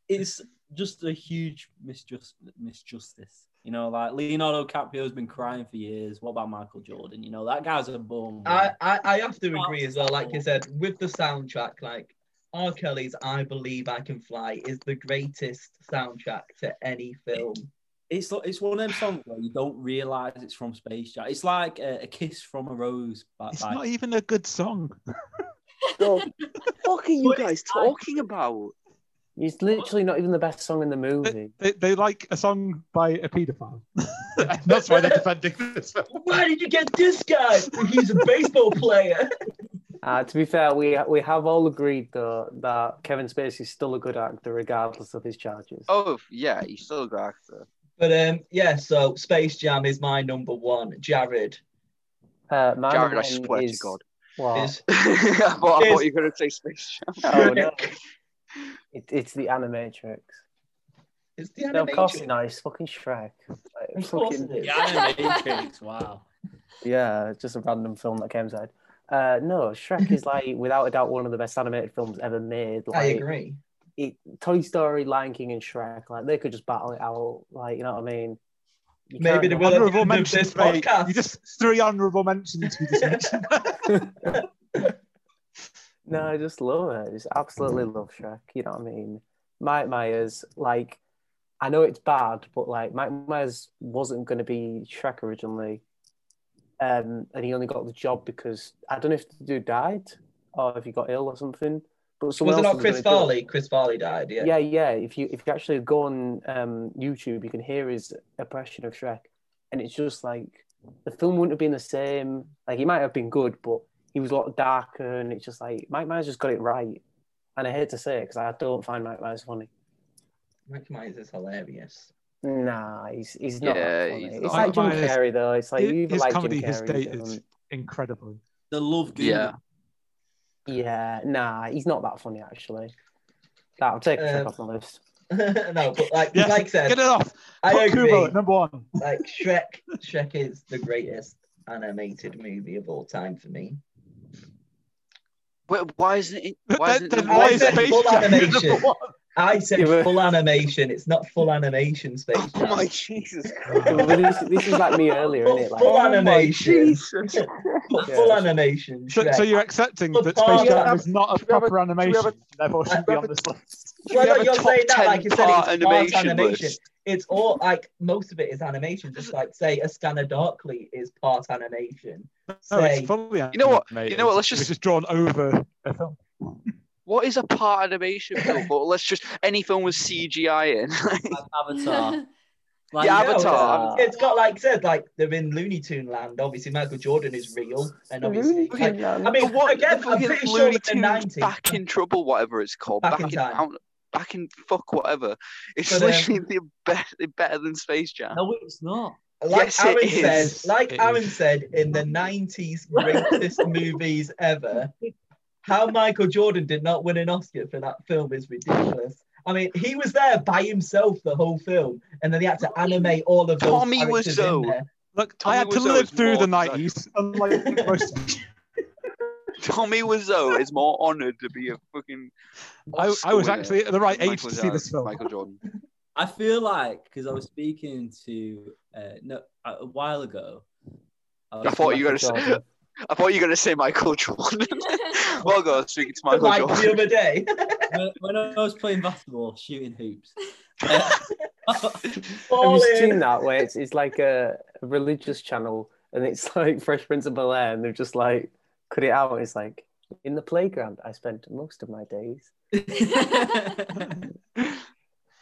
D: it's just a huge misjust misjustice. You know, like Leonardo DiCaprio's been crying for years. What about Michael Jordan? You know, that guy's a bum.
A: I, I, I have to
D: Oh,
A: agree as well, like you
D: cool.
A: said, with the soundtrack, like R. Kelly's I Believe I Can Fly is the greatest soundtrack to any film.
D: It's lo- it's one of them songs where you don't realize it's from Space Jam. It's like a, a kiss from a rose. By,
F: It's
D: by-
F: not even a good song.
G: No, what the fuck are you guys talking about?
B: It's literally not even the best song in the movie.
F: They, they like a song by a paedophile. That's why they're defending this film.
A: Where did you get this guy? He's a baseball player.
B: Uh, to be fair, we we have all agreed though that Kevin Spacey's still a good actor regardless of his charges.
G: Oh yeah, he's still a good actor.
A: But um, yeah, so Space Jam is my number one. Jared
B: Uh, my
G: Jared, I
B: one
G: swear
B: is,
G: to God.
B: what?
A: is
G: I thought, I
A: Yes.
G: thought you were gonna say Space Jam.
B: Oh, no. It, it's the Animatrix.
A: it's the
B: No, of course
A: animation.
B: it's not. It's fucking Shrek. Like,
A: Of course
B: fucking-
A: it is.
D: Yeah, Matrix, wow.
B: yeah, it's just a random film that came out. Uh, no, Shrek is like without a doubt one of the best animated films ever made. Like,
A: I agree.
B: It, Toy Story, Lion King, and Shrek, like they could just battle it out. Like you know what I mean? You
A: Maybe
B: can't-
A: they will.
F: honorable
A: do
F: mentions,
A: this
F: mate.
A: podcast.
F: You just three honorable mentions. We just mentioned.
B: No, I just love it. Just absolutely love Shrek. You know what I mean? Mike Myers, like, I know it's bad, but like, Mike Myers wasn't going to be Shrek originally, um, and he only got the job because I don't know if the dude died or if he got ill or something. But someone
A: was it
B: else
A: not Chris
B: gonna do it.
A: Farley? Chris Farley died, yeah.
B: Yeah, yeah. If you if you actually go on um, YouTube, you can hear his impression of Shrek, and it's just like the film wouldn't have been the same. Like he might have been good, but he was a lot darker, and it's just like Mike Myers just got it right. And I hate to say it because I don't find Mike Myers funny.
A: Mike Myers is hilarious.
B: Nah, he's he's not. that
G: Yeah,
B: funny.
G: he's
B: it's
G: not.
B: like Jim
F: Mike Myers-
B: Carrey though. It's like you either
F: his
B: like
F: comedy
B: Jim
F: has
B: Carrey. or you
F: dated
B: don't.
F: incredibly.
D: The Love Guru.
G: Yeah.
B: Yeah, nah, he's not that funny actually. Nah, I'm taking Shrek
A: Um,
B: off my list.
A: no, but like
F: Yes,
A: Mike said,
F: Get it off.
A: I
F: Put
A: agree.
F: Kubo at number one.
A: like Shrek, Shrek is the greatest animated movie of all time for me.
G: Wait, why isn't it? Why
F: Then-
G: isn't
F: then
G: it?
F: why
A: I
F: is
A: said
F: Space
A: full
F: Jam
A: animation.
F: number one?
A: I said
B: Yeah, but-
A: full animation. It's not full animation space.
G: Oh
A: Jam.
G: my Jesus!
B: Well, this, this is like me earlier,
A: Full,
B: isn't it? Like,
A: full
G: Oh my
A: animation.
G: Jesus!
A: Full,
B: Yeah.
A: full animation.
F: So,
A: Shrek.
F: so you're accepting
A: Look,
F: that
A: Paul, you
F: Space Jam
G: have-
F: is not
G: you
F: a
G: have a-
F: proper animation,
G: have a-
F: therefore shouldn't be on this list.
G: Do
A: well,
G: we
A: no,
G: have a
A: you're
G: top
A: saying that
G: 10
A: like you said,
G: part
A: it's part
G: animation
A: animation.
G: list?
A: It's all like most of it is animation. Just like say, A Scanner Darkly is part animation.
F: No,
A: Say,
F: it's fully
G: You know what?
F: animated.
G: You know what? Let's
F: It was
G: just-
F: drawn over a film.
G: What is a part animation film? But let's just any film with CGI in.
D: Avatar. Like, uh,
G: Yeah,
A: you know,
G: Avatar.
A: it's got like said, like they're in Looney Tune land. Obviously, Michael Jordan is real, and obviously,
G: Looney
A: like, I mean,
G: the one,
A: again,
G: the
A: I'm
G: fucking
A: pretty sure
G: Looney
A: in the
G: Tunes
A: nineties.
G: Back in trouble, whatever it's called.
A: Back
G: Back,
A: in
G: in,
A: Time.
G: out- back in fuck whatever. It's
A: But, um,
G: literally the be- better than Space Jam.
D: No, it's not.
A: Like
G: Yes, it
A: Aaron
G: is.
A: said, like
F: It
A: Aaron
F: is.
A: said, in the nineties greatest movies ever. How Michael Jordan did not win an Oscar for that film is ridiculous. I mean, he was there by himself the whole film, and then he had to animate all of those
G: Tommy
A: characters
G: Wiseau.
A: in there.
F: Look,
G: Tommy
F: I had to
G: Wiseau
F: live
G: is
F: through the
G: more than that.
F: 90s, unlike most
G: Tommy Wiseau is more honoured to be a fucking.
F: I, I
G: Oscar
F: was
G: winner
F: actually at the right
G: than
F: age
G: Michael
F: to see
G: Jordan-
F: this film.
G: Michael Jordan.
D: I feel like because I was speaking to uh, no a a while ago.
G: I thought you were gonna
B: Michael
G: say.
B: Jordan.
G: I thought you were gonna say Michael Jordan. well, go speaking to Michael
A: like
G: Jordan.
A: the other day.
D: when, when I was playing basketball, shooting hoops. uh,
B: Have
A: All
B: you seen
A: in.
B: that where it's, it's like a a religious channel and it's like Fresh Prince of Bel Air and they've just like cut it out? It's like in the playground, I spent most of my days.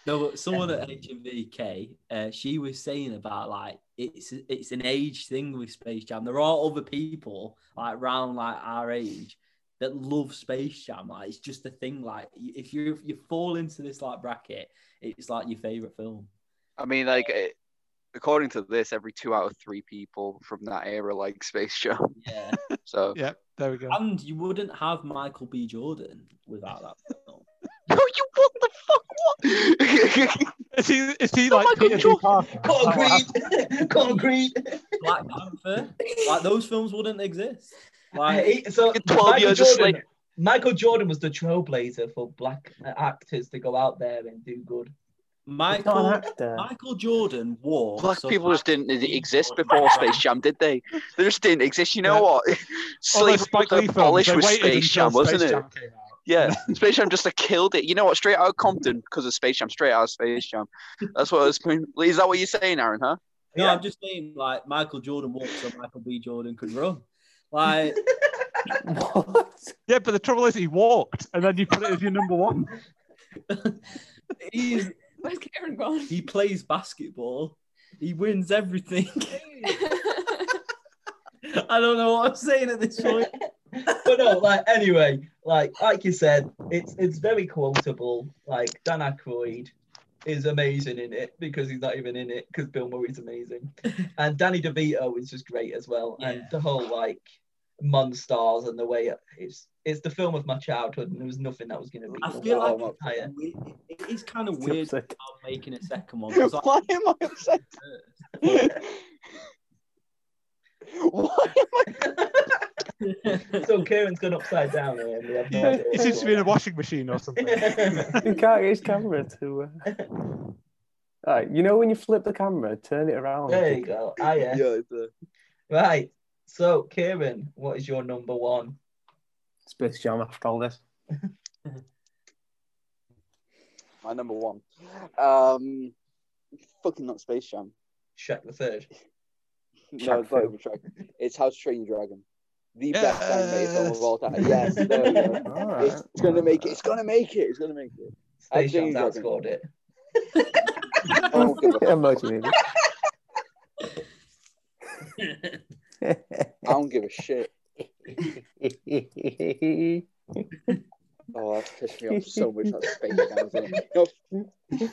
D: no, but someone at HMVK, uh, she was saying about like it's it's an age thing with Space Jam. There are other people like round like our age that love Space Jam. Like it's just a thing. Like if you if you fall into this like bracket, it's like your favorite film.
G: I mean, like it, according to this, every two out of three people from that era like Space Jam.
D: Yeah.
G: So
F: Yep, there we go.
D: and you wouldn't have Michael B. Jordan without that film.
G: no, you what the fuck? What?
F: Is he, is he
G: Oh
F: like
G: my God,
F: Peter D.
G: George.
F: Parker? Oh, what
A: Concrete,
F: happened?
A: concrete.
D: Black Panther. Like those films wouldn't exist.
A: Uh,
D: Like
A: he- so
G: Fucking 12
A: Michael
G: years a
A: Jordan,
G: slave.
A: Michael Jordan was the trailblazer for black uh, actors to go out there and do good.
B: He's not an
D: Michael
B: actor.
D: Michael Jordan wore
G: Black
D: some
G: people just didn't
D: Michael B.
G: exist
D: Jordan.
G: before Space Jam, did they? They just didn't exist. You know
F: Yeah.
G: what?
F: All
G: Slavery
F: those oh, Spike Lee
G: was
F: films.
G: abolished
F: They
G: with
F: waited
G: Space
F: until
G: Jam, wasn't
F: Space
G: it?
F: Jam came out.
G: Yeah, Space Jam just like, killed it. You know what? Straight out of Compton because of Space Jam. Straight out of Space Jam. That's what it was. Is that what you're saying, Aaron? Huh?
D: No,
A: Yeah.
D: I'm just saying like Michael Jordan walked so Michael B. Jordan could run. Like
B: What?
F: Yeah, but the trouble is he walked, and then you put it as your number one.
D: he's,
E: Where's Karen gone?
D: he plays basketball. He wins everything. I don't know what I'm saying at this point.
A: but no, like anyway, like like you said, it's it's very quotable. Like Dan Aykroyd is amazing in it because he's not even in it because Bill Murray's amazing, and Danny DeVito is just great as well. And
D: Yeah.
A: the whole like Monstars and the way it- it's it's the film of my childhood, and there was nothing that was going to be.
D: I feel like
A: Oh, I'm tired.
D: it's weird- it is kind of
B: It's
D: weird
B: upsetting.
D: about making a second one. 'cause I-
G: Why am I upset? Why am I?
A: so Kieran's gone upside down here. And we have no
F: Yeah,
A: idea
F: he
A: what's
F: seems to be in a
A: going
F: washing machine or something.
A: on.
B: You can't get his camera to. Uh... All right, you know when you flip the camera, turn it around.
A: there you go. Ah, yeah.
G: it's, uh,
A: Right. So, Kieran, what is your number one?
B: Space Jam after all this.
G: my number one. Um, fucking not Space Jam.
A: Shrek the Third.
G: No,
B: Shark
G: it's not
B: film.
G: even Shrek. It's How to Train Your Dragon. The best
F: Yes.
G: animated film of all time. Yes, there we go.
B: All right.
G: It's gonna make it. It's gonna make it. It's gonna make it. I
A: Space Jam's
G: think I can-
A: outscored it.
G: I don't give a fuck.
B: Emoji.
G: I don't give a shit.
B: maybe.
G: Oh, that's pissed me off so much. That Space Jam. Isn't it? No,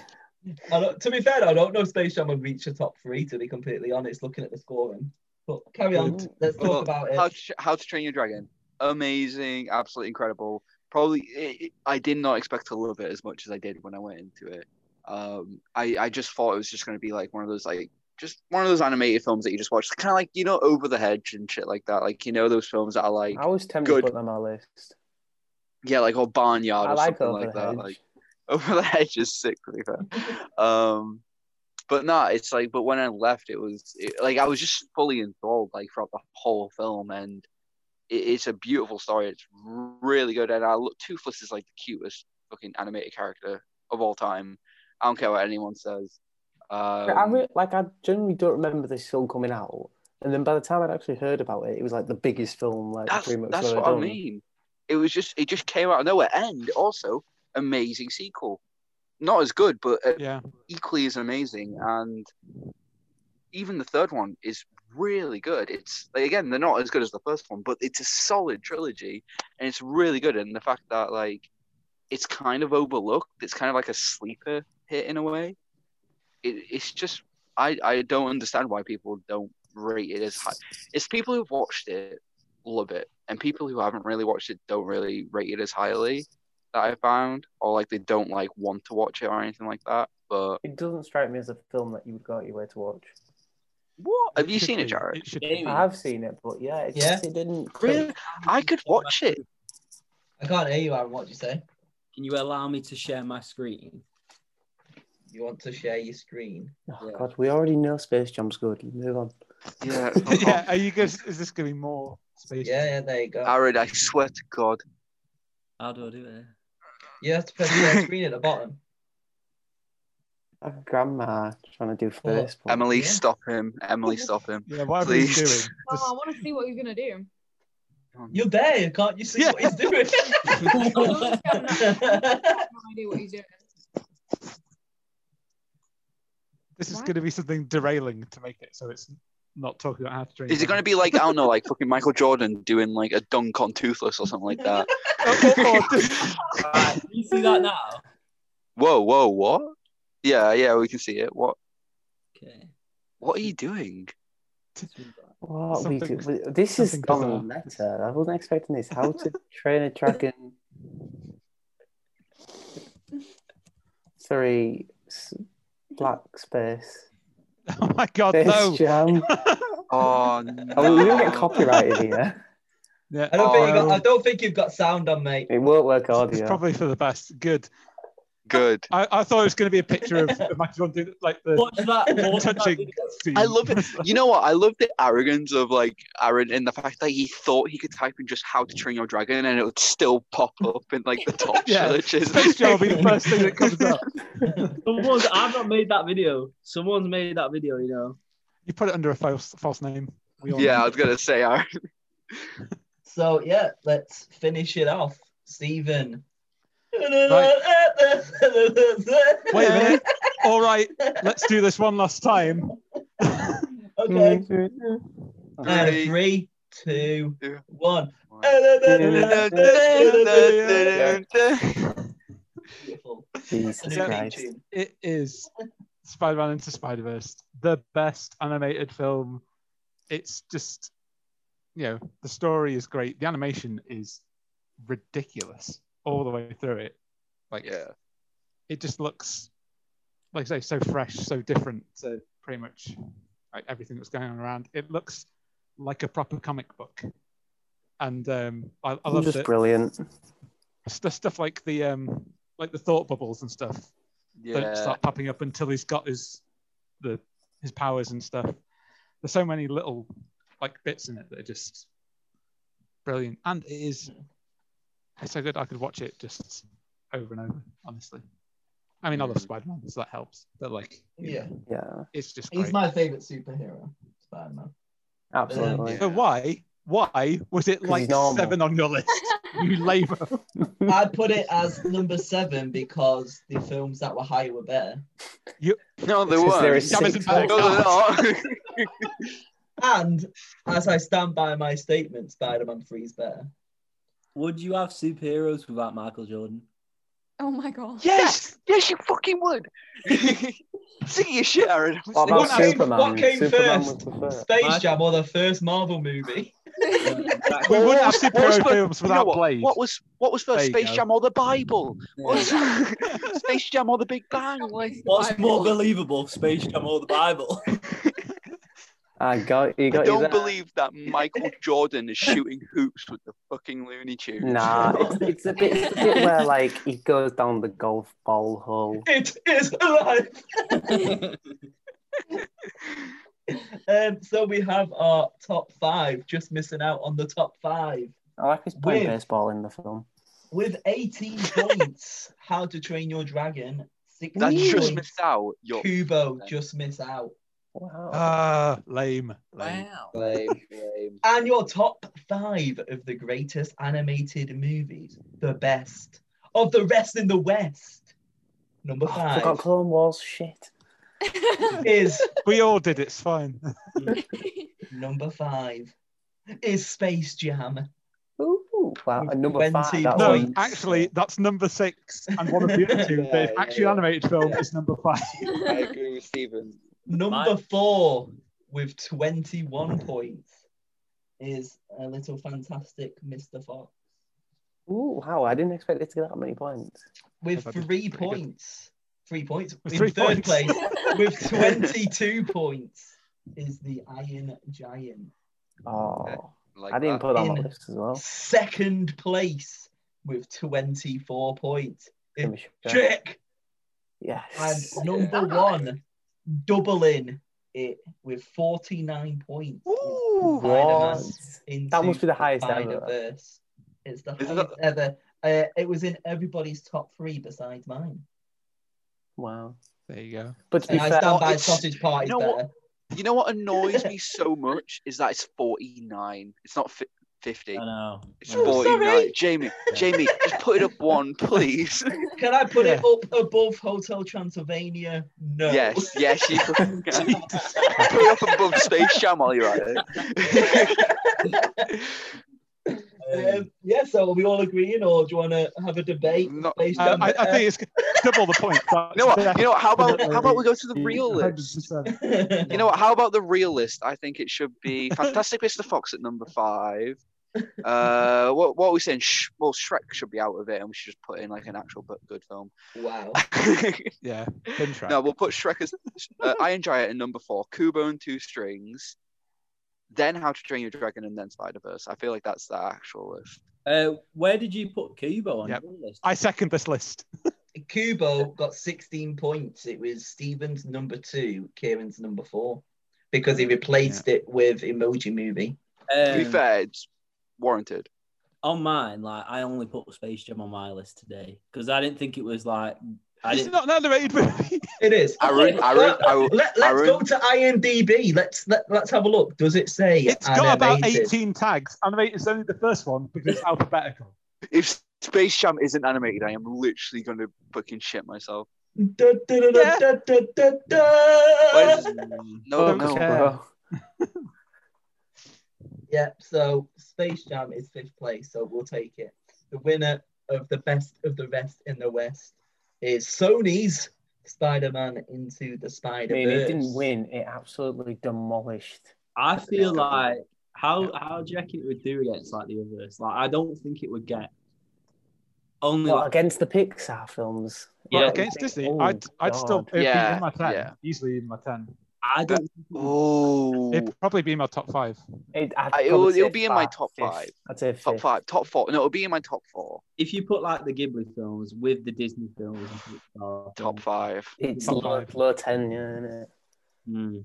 A: I don't, to be fair, though, I don't know if Space Jam would reach the top three, to be completely honest, looking at the scoring. But carry on.
G: Mm.
B: Good.
A: Let's talk
G: Well,
A: about
G: How
A: it.
G: to, How to Train Your Dragon. Amazing, absolutely incredible. Probably, it, it- I did not expect to love it as much as I did when I went into it. Um, I, I just thought it was just going to be like one of those like just one of those animated films that you just watch, kind of like you know Over the Hedge and shit like that. Like you know those films that are like
B: I was tempted
G: Good.
B: to put them on my list.
G: yeah, like or Barnyard
B: I
G: or
B: like
G: something
B: Over
G: like
B: the
G: that.
B: Hedge.
G: Like Over the Hedge is sick, to be fair. Um, but no, it's like, but when I left, it was it, like I was just fully enthralled like throughout the whole film, and it, it's a beautiful story. It's really good, and I look, Toothless is like the cutest fucking animated character of all time. I don't care what anyone says. Um,
B: I re- like I generally don't remember this film coming out, and then by the time I'd actually heard about it, it was like the biggest film like
G: that's
B: pretty much
G: that's
B: ever
G: what
B: done.
G: I mean. It was just it just came out of nowhere, and also amazing sequel. Not as good, but uh,
F: Yeah.
G: equally as amazing and even the third one is really good it's like, again they're not as good as the first one but it's a solid trilogy and it's really good and the fact that like it's kind of overlooked it's kind of like a sleeper hit in a way it, it's just I, I don't understand why people don't rate it as high it's people who've watched it love it and people who haven't really watched it don't really rate it as highly that i found or like they don't like want to watch it or anything like that but
B: It doesn't strike me as a film that you would go out your way to watch.
G: What? Have you
F: should
G: seen it,
F: be.
G: Jared?
F: It should be.
D: Jamie,
B: I have seen it, but yeah, it,
A: Yeah.
B: it didn't.
G: Really? I could watch it.
A: I can't hear you, Aaron. What do you say?
D: Can you allow me to share my screen?
A: You want to share your screen?
B: Oh,
D: Yeah.
B: God, we already know Space Jam's good. Move on.
G: Yeah. Oh,
F: yeah. Are you guys? Is this gonna be more space?
A: Yeah, yeah, there you go.
G: Aaron, I swear to God.
D: How do I do it?
A: You have to press share screen at the bottom.
B: I have grandma trying to do first. but-
G: Emily,
A: Yeah.
G: stop him. Emily, stop him.
F: Yeah. Whatever he's doing.
G: Please.
E: Oh, I
F: just-
E: want to see what you're gonna do.
A: You're there. Can't you see
F: Yeah.
A: what he's doing?
E: I have no idea what he's doing.
F: this is
E: Why?
F: gonna be something derailing to make it so it's not talking about how to drink.
G: Is it going to be like I don't know, like fucking Michael Jordan doing like a dunk on Toothless or something like that?
D: Right, can you see that now?
G: whoa, whoa, what? Yeah, yeah, we can see it. What?
D: Okay.
G: What are you doing?
D: let's move on.
B: What are we
F: Something-
B: do? This is
F: something
B: gone
F: bizarre.
B: better. I wasn't expecting this. How to train a dragon three s- black space.
F: Oh my god,
B: Space
F: no!
B: jam.
G: Oh,
B: Oh, we will get
G: no.
B: copyrighted here.
F: Yeah,
A: I don't, think you
F: no.
G: Um,
A: got, I don't think you've got sound on, mate.
B: It won't work
F: It's
B: audio.
F: probably for the best. Good.
G: Good.
F: I, I thought it was going to be a picture of, of Michael Jordan doing like the
D: Watch that. Watch that
F: touching
D: video.
F: scene.
G: I love it. You know what? I love the arrogance of like Aaron and the fact that he thought he could type in just how to train your dragon and it would still pop up in like the top
F: Yeah.
G: searches.
F: Space Jam will be the first thing that comes up.
D: Someone's, I've not made that video. Someone's made that video, you know.
F: You put it under a false false name. We all
G: Yeah, I
F: know.
G: was gonna say Aaron.
A: So, yeah, let's finish it off. Stephen.
F: Wait a minute. All right, let's do this one last time.
B: Mm-hmm.
A: Okay.
B: Mm.
A: And
G: Three,
A: three, two,
G: two,
A: one.
G: one.
A: Beautiful.
B: Jesus
A: New theme
B: Christ.
A: tune.
F: It is Spider-Man into Spider-Verse, the best animated film. It's just, you know, the story is great. The animation is ridiculous all the way through it. Like,
G: Yeah.
F: it just looks like I say so fresh, so different to pretty much like, everything that's going on around. It looks like a proper comic book, and um, I, I love
B: Just
F: that
B: brilliant.
F: st- stuff like the um, like the thought bubbles and stuff don't
G: Yeah.
F: start popping up until he's got his the his powers and stuff. There's so many little like bits in it that are just brilliant, and it is it's so good. I could watch it just over and over. Honestly, I mean, I love
G: Mhm.
F: Spider Man, so that helps. But like, you
A: Yeah.
F: know,
B: Yeah,
F: it's just
A: He's
F: great.
A: my favourite superhero, Spider Man.
B: absolutely.
G: Yeah.
F: So why why was it
B: 'Cause
F: like
B: he's normal.
F: seven on your list? you labour.
A: I put it as number seven because the films that were higher were better.
G: No, there
B: Because there
G: were.
B: is
F: Damn it,
B: six
F: it's back
B: more.
A: And as I stand by my statement, Spider Man 3 is better.
D: Would you have superheroes without Michael Jordan?
E: Oh my god.
G: Yes, yes, you fucking would. Singing your shit, Aaron.
B: What about
A: What came-
B: Superman?
A: what came
B: Superman
A: first?
B: was the first.
A: Space
D: Michael-
A: Jam or the first Marvel movie?
D: Yeah, exactly.
F: We wouldn't have
G: What was-
F: superhero
G: what was-
F: films
G: You know
F: without
G: what?
F: Blade.
G: What was what was
F: There
G: first,
F: you
G: Space
F: go.
G: Jam or the Bible? What
D: Yeah.
G: was- Space Jam or the Big Bang?
D: What's more believable, Space Jam or the Bible?
B: I got you. Got
G: I
B: you
G: don't
B: there.
G: believe that Michael Jordan is shooting hoops with the fucking Looney Tunes.
B: Nah, it's, it's a bit, it's a bit where like he goes down the golf ball hole.
A: It is alive! Um, so we have our top five, just missing out on the top five.
B: I like he's playing
A: Weird.
B: baseball in the film.
A: With 18 points, How to Train Your Dragon. Six
G: That's just
A: points.
G: missed out. Yo,
A: Kubo just miss out.
B: Wow.
A: Uh,
F: Ah, lame. lame.
D: wow.
G: lame, lame.
A: And your top five of the greatest animated movies, the best of the rest in the West. Number
B: Oh, I
A: five
B: forgot Clone Wars. Shit.
A: is
F: We all did. It's fine.
A: number five is Space Jam.
B: Ooh, wow.
A: With
B: and number five.
A: 20
B: That
F: No,
B: one.
A: points.
F: actually, that's number six, and one of the other two,
G: Yeah,
F: the actually
G: yeah,
F: animated film,
G: yeah.
F: is number five.
G: I agree with Stephen.
A: Number
D: Mine-
A: four with 21 points is a little fantastic Mr. Fox
B: Ooh, wow. I didn't expect it to get that many points.
A: with
F: That'd be
A: three
F: pretty good.
A: points. Three points.
F: With
A: in
F: three
A: third
F: points.
A: place with 22 points is the Iron Giant.
B: Oh,
G: Like
B: I didn't
G: that.
B: put that on my
A: In-
B: list as well.
A: second place with 24 points.
B: Give me a shot.
A: Trick! And
B: Yes.
A: number one, doubling it with 49 points. is
G: Ooh.
A: Spider-Man
B: What?
A: into
B: That must be the highest ever.
A: Spider-Verse. It's the
G: Is
A: highest
G: it
A: ever. Uh, it was in everybody's top three besides mine.
B: Wow.
F: There you go.
B: But to be
A: And I
B: fair, oh,
A: stand by
G: it's-
A: Sausage Party's
G: you know what?
A: better.
G: You know what annoys me so much is that it's 49. It's not fi- fifty.
D: I know.
G: It's
D: I know.
A: Oh,
G: 49.
A: sorry.
G: Jamie, Jamie, just put it up one, please.
A: Can I put it
F: Yeah.
A: up above Hotel Transylvania? No.
G: Yes, yes, you can. put it up above Space Jam while you're at it.
A: Um, yeah, so are we all agreeing, or do you want to have a debate?
G: Not-
A: based
F: I,
A: on-
F: Um, I, I think it's double the point.
G: you know what? You know what? How about how about we go to the real list?
F: 100%.
G: You know what? How about the real list? I think it should be Fantastic Mr. Fox at number five. Uh, what what are we saying? Sh- well, Shrek should be out of it, and we should just put in like an actual bu- good film.
A: wow.
F: Yeah, pin track.
G: No, we'll put Shrek as uh, Iron Giant at number four, Kubo and Two Strings, then How to Train Your Dragon, and then Spider Verse. I feel like that's the actual list.
D: Uh, where did you put Kubo on
F: Yep.
D: your list?
F: I second this list.
A: Kubo got 16 points. It was Stephen's number two, Kieran's number four, because he replaced it with Emoji Movie.
G: to be
D: Um,
G: fair, it's warranted.
D: on mine, like I only put Space Jam on my list today because I didn't think it was like I
F: It's
D: didn't.
F: not an animated movie.
A: It is.
G: I ruined- I ruined- I ru-
A: let,
G: I
A: us go
G: ruined-
A: to IMDb. Let's let, let's have a look. Does it say
F: It's got about
A: animated?
F: 18 tags. Animated is only the first one because it's alphabetical.
G: If Space Jam isn't animated, I am literally going to fucking shit myself.
A: Da, da, da, da, da, da, da, da.
G: Where's- No,
F: Don't
G: no,
F: care.
G: bro.
A: Yeah, so Space Jam is fifth place, so we'll take it. The winner of the best of the rest in the West is Sony's Spider Man Into the
B: I
A: Spider
B: mean,
A: Verse.
B: it didn't win. It absolutely demolished.
D: I feel
G: Yeah.
D: like how how do you reckon it would do against like the others? Like I don't think it would get only
B: Well,
D: like
B: against the Pixar films.
D: Yeah.
B: Like,
F: Against
B: oh,
F: Disney, I'd, I'd still
B: God.
F: it'd be
G: Yeah,
F: in my 10.
G: yeah.
F: Easily in my 10.
D: I don't. Think it would-
G: Oh,
F: It'd probably be in my top five.
B: It, I'd
G: I- it'll-
B: probably say
G: it'll be in my
B: fifth,
G: top
B: fifth.
G: five.
B: I'd say
G: top
B: fifth.
G: five, top four. No, it'll be in my top four,
D: if you put like the Ghibli films with the Disney films, and
G: top
D: Pixar films,
G: five.
B: It's
F: Top
B: low,
F: five.
B: low ten, yeah. innit?
D: mm.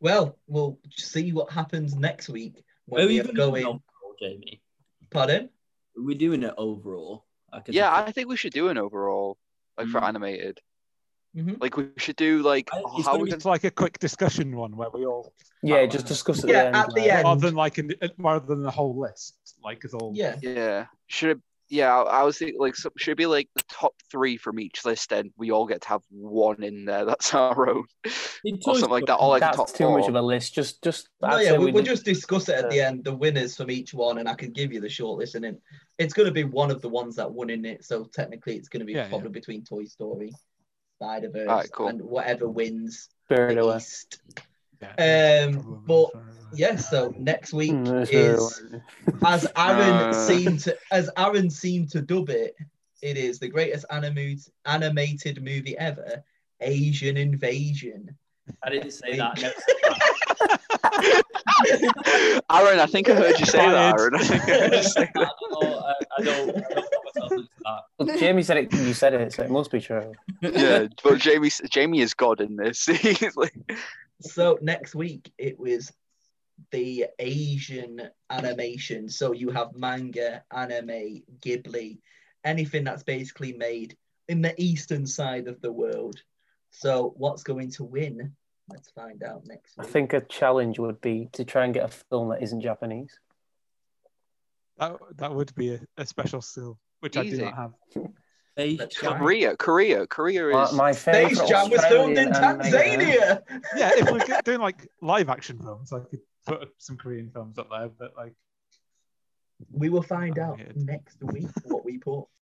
A: Well, we'll see what happens next week when
D: Where
B: Oh,
D: are
A: we
D: you
A: are
D: going,
A: going.
D: overall, Jamie?
A: Pardon?
D: Are we doing it overall? Like, as a
G: Yeah,
D: film?
G: I think we should do an overall, like for
D: Mm. Mm-hmm.
G: animated.
A: Mhm.
G: Like we should do like
D: I-
G: oh,
D: it's
G: how
D: gonna
G: we
D: be
G: gonna
F: It's like a quick discussion one where we all,
B: Yeah, just discuss at
A: Yeah,
B: the end.
A: at the
B: like-
A: end.
F: rather than like an, rather than the whole list, like it's
B: Oh,
F: all.
A: Yeah.
G: yeah should it, yeah I I was thinking like so, should it be like the top three from each list and we all get to have one in there that's our own
D: Did
G: or
D: Toy
G: something like that
D: Story-
G: or like a
B: That's
G: top
B: too
G: four.
B: much of a list. Just, just.
A: No,
B: I'd
A: yeah,
B: say
A: we,
B: we
A: we'll
B: did-
A: just discuss it at the end, the winners from each one, and I can give you the shortlist. And then it's going to be one of the ones that won in it. So technically, it's going to be
F: Yeah, yeah.
A: probably between Toy Story, Spider Verse,
G: Alright, cool.
A: and whatever wins
B: Spirit
A: the
B: away.
A: East.
F: Yeah.
A: Um, but yeah, so next week
F: Hmm,
B: Mm,
A: is
B: Spirit away.
A: as Aaron
G: Uh.
A: seemed to as Aaron seemed to dub it, it is the greatest animated animated movie ever, Asian Invasion.
D: I didn't say that. never
G: Aaron, I think I heard you say that. Aaron, I think I heard you say that.
D: Oh, I, I don't. I don't put myself into that.
B: Well, Jamie said it. You said it, so it must be true.
G: Yeah, but Jamie, Jamie is god in this. He's like,
A: So next week it was the Asian animation. So you have manga, anime, Ghibli, anything that's basically made in the eastern side of the world. So what's going to win? Let's find out next
B: I
A: week.
B: think a challenge would be to try and get a film that isn't Japanese.
F: That, that would be a, a special skill, which I
G: Easy.
F: do not have.
D: Space
A: Let's
D: Jam.
A: try.
G: Korea, Korea, Korea
B: My,
G: is.
B: my favorite
A: Space Jam was filmed in Tanzania.
F: Yeah, if we're go- doing like live action films, I could put some Korean films up there, but like.
A: We will find out
F: Animated.
A: next week what we put.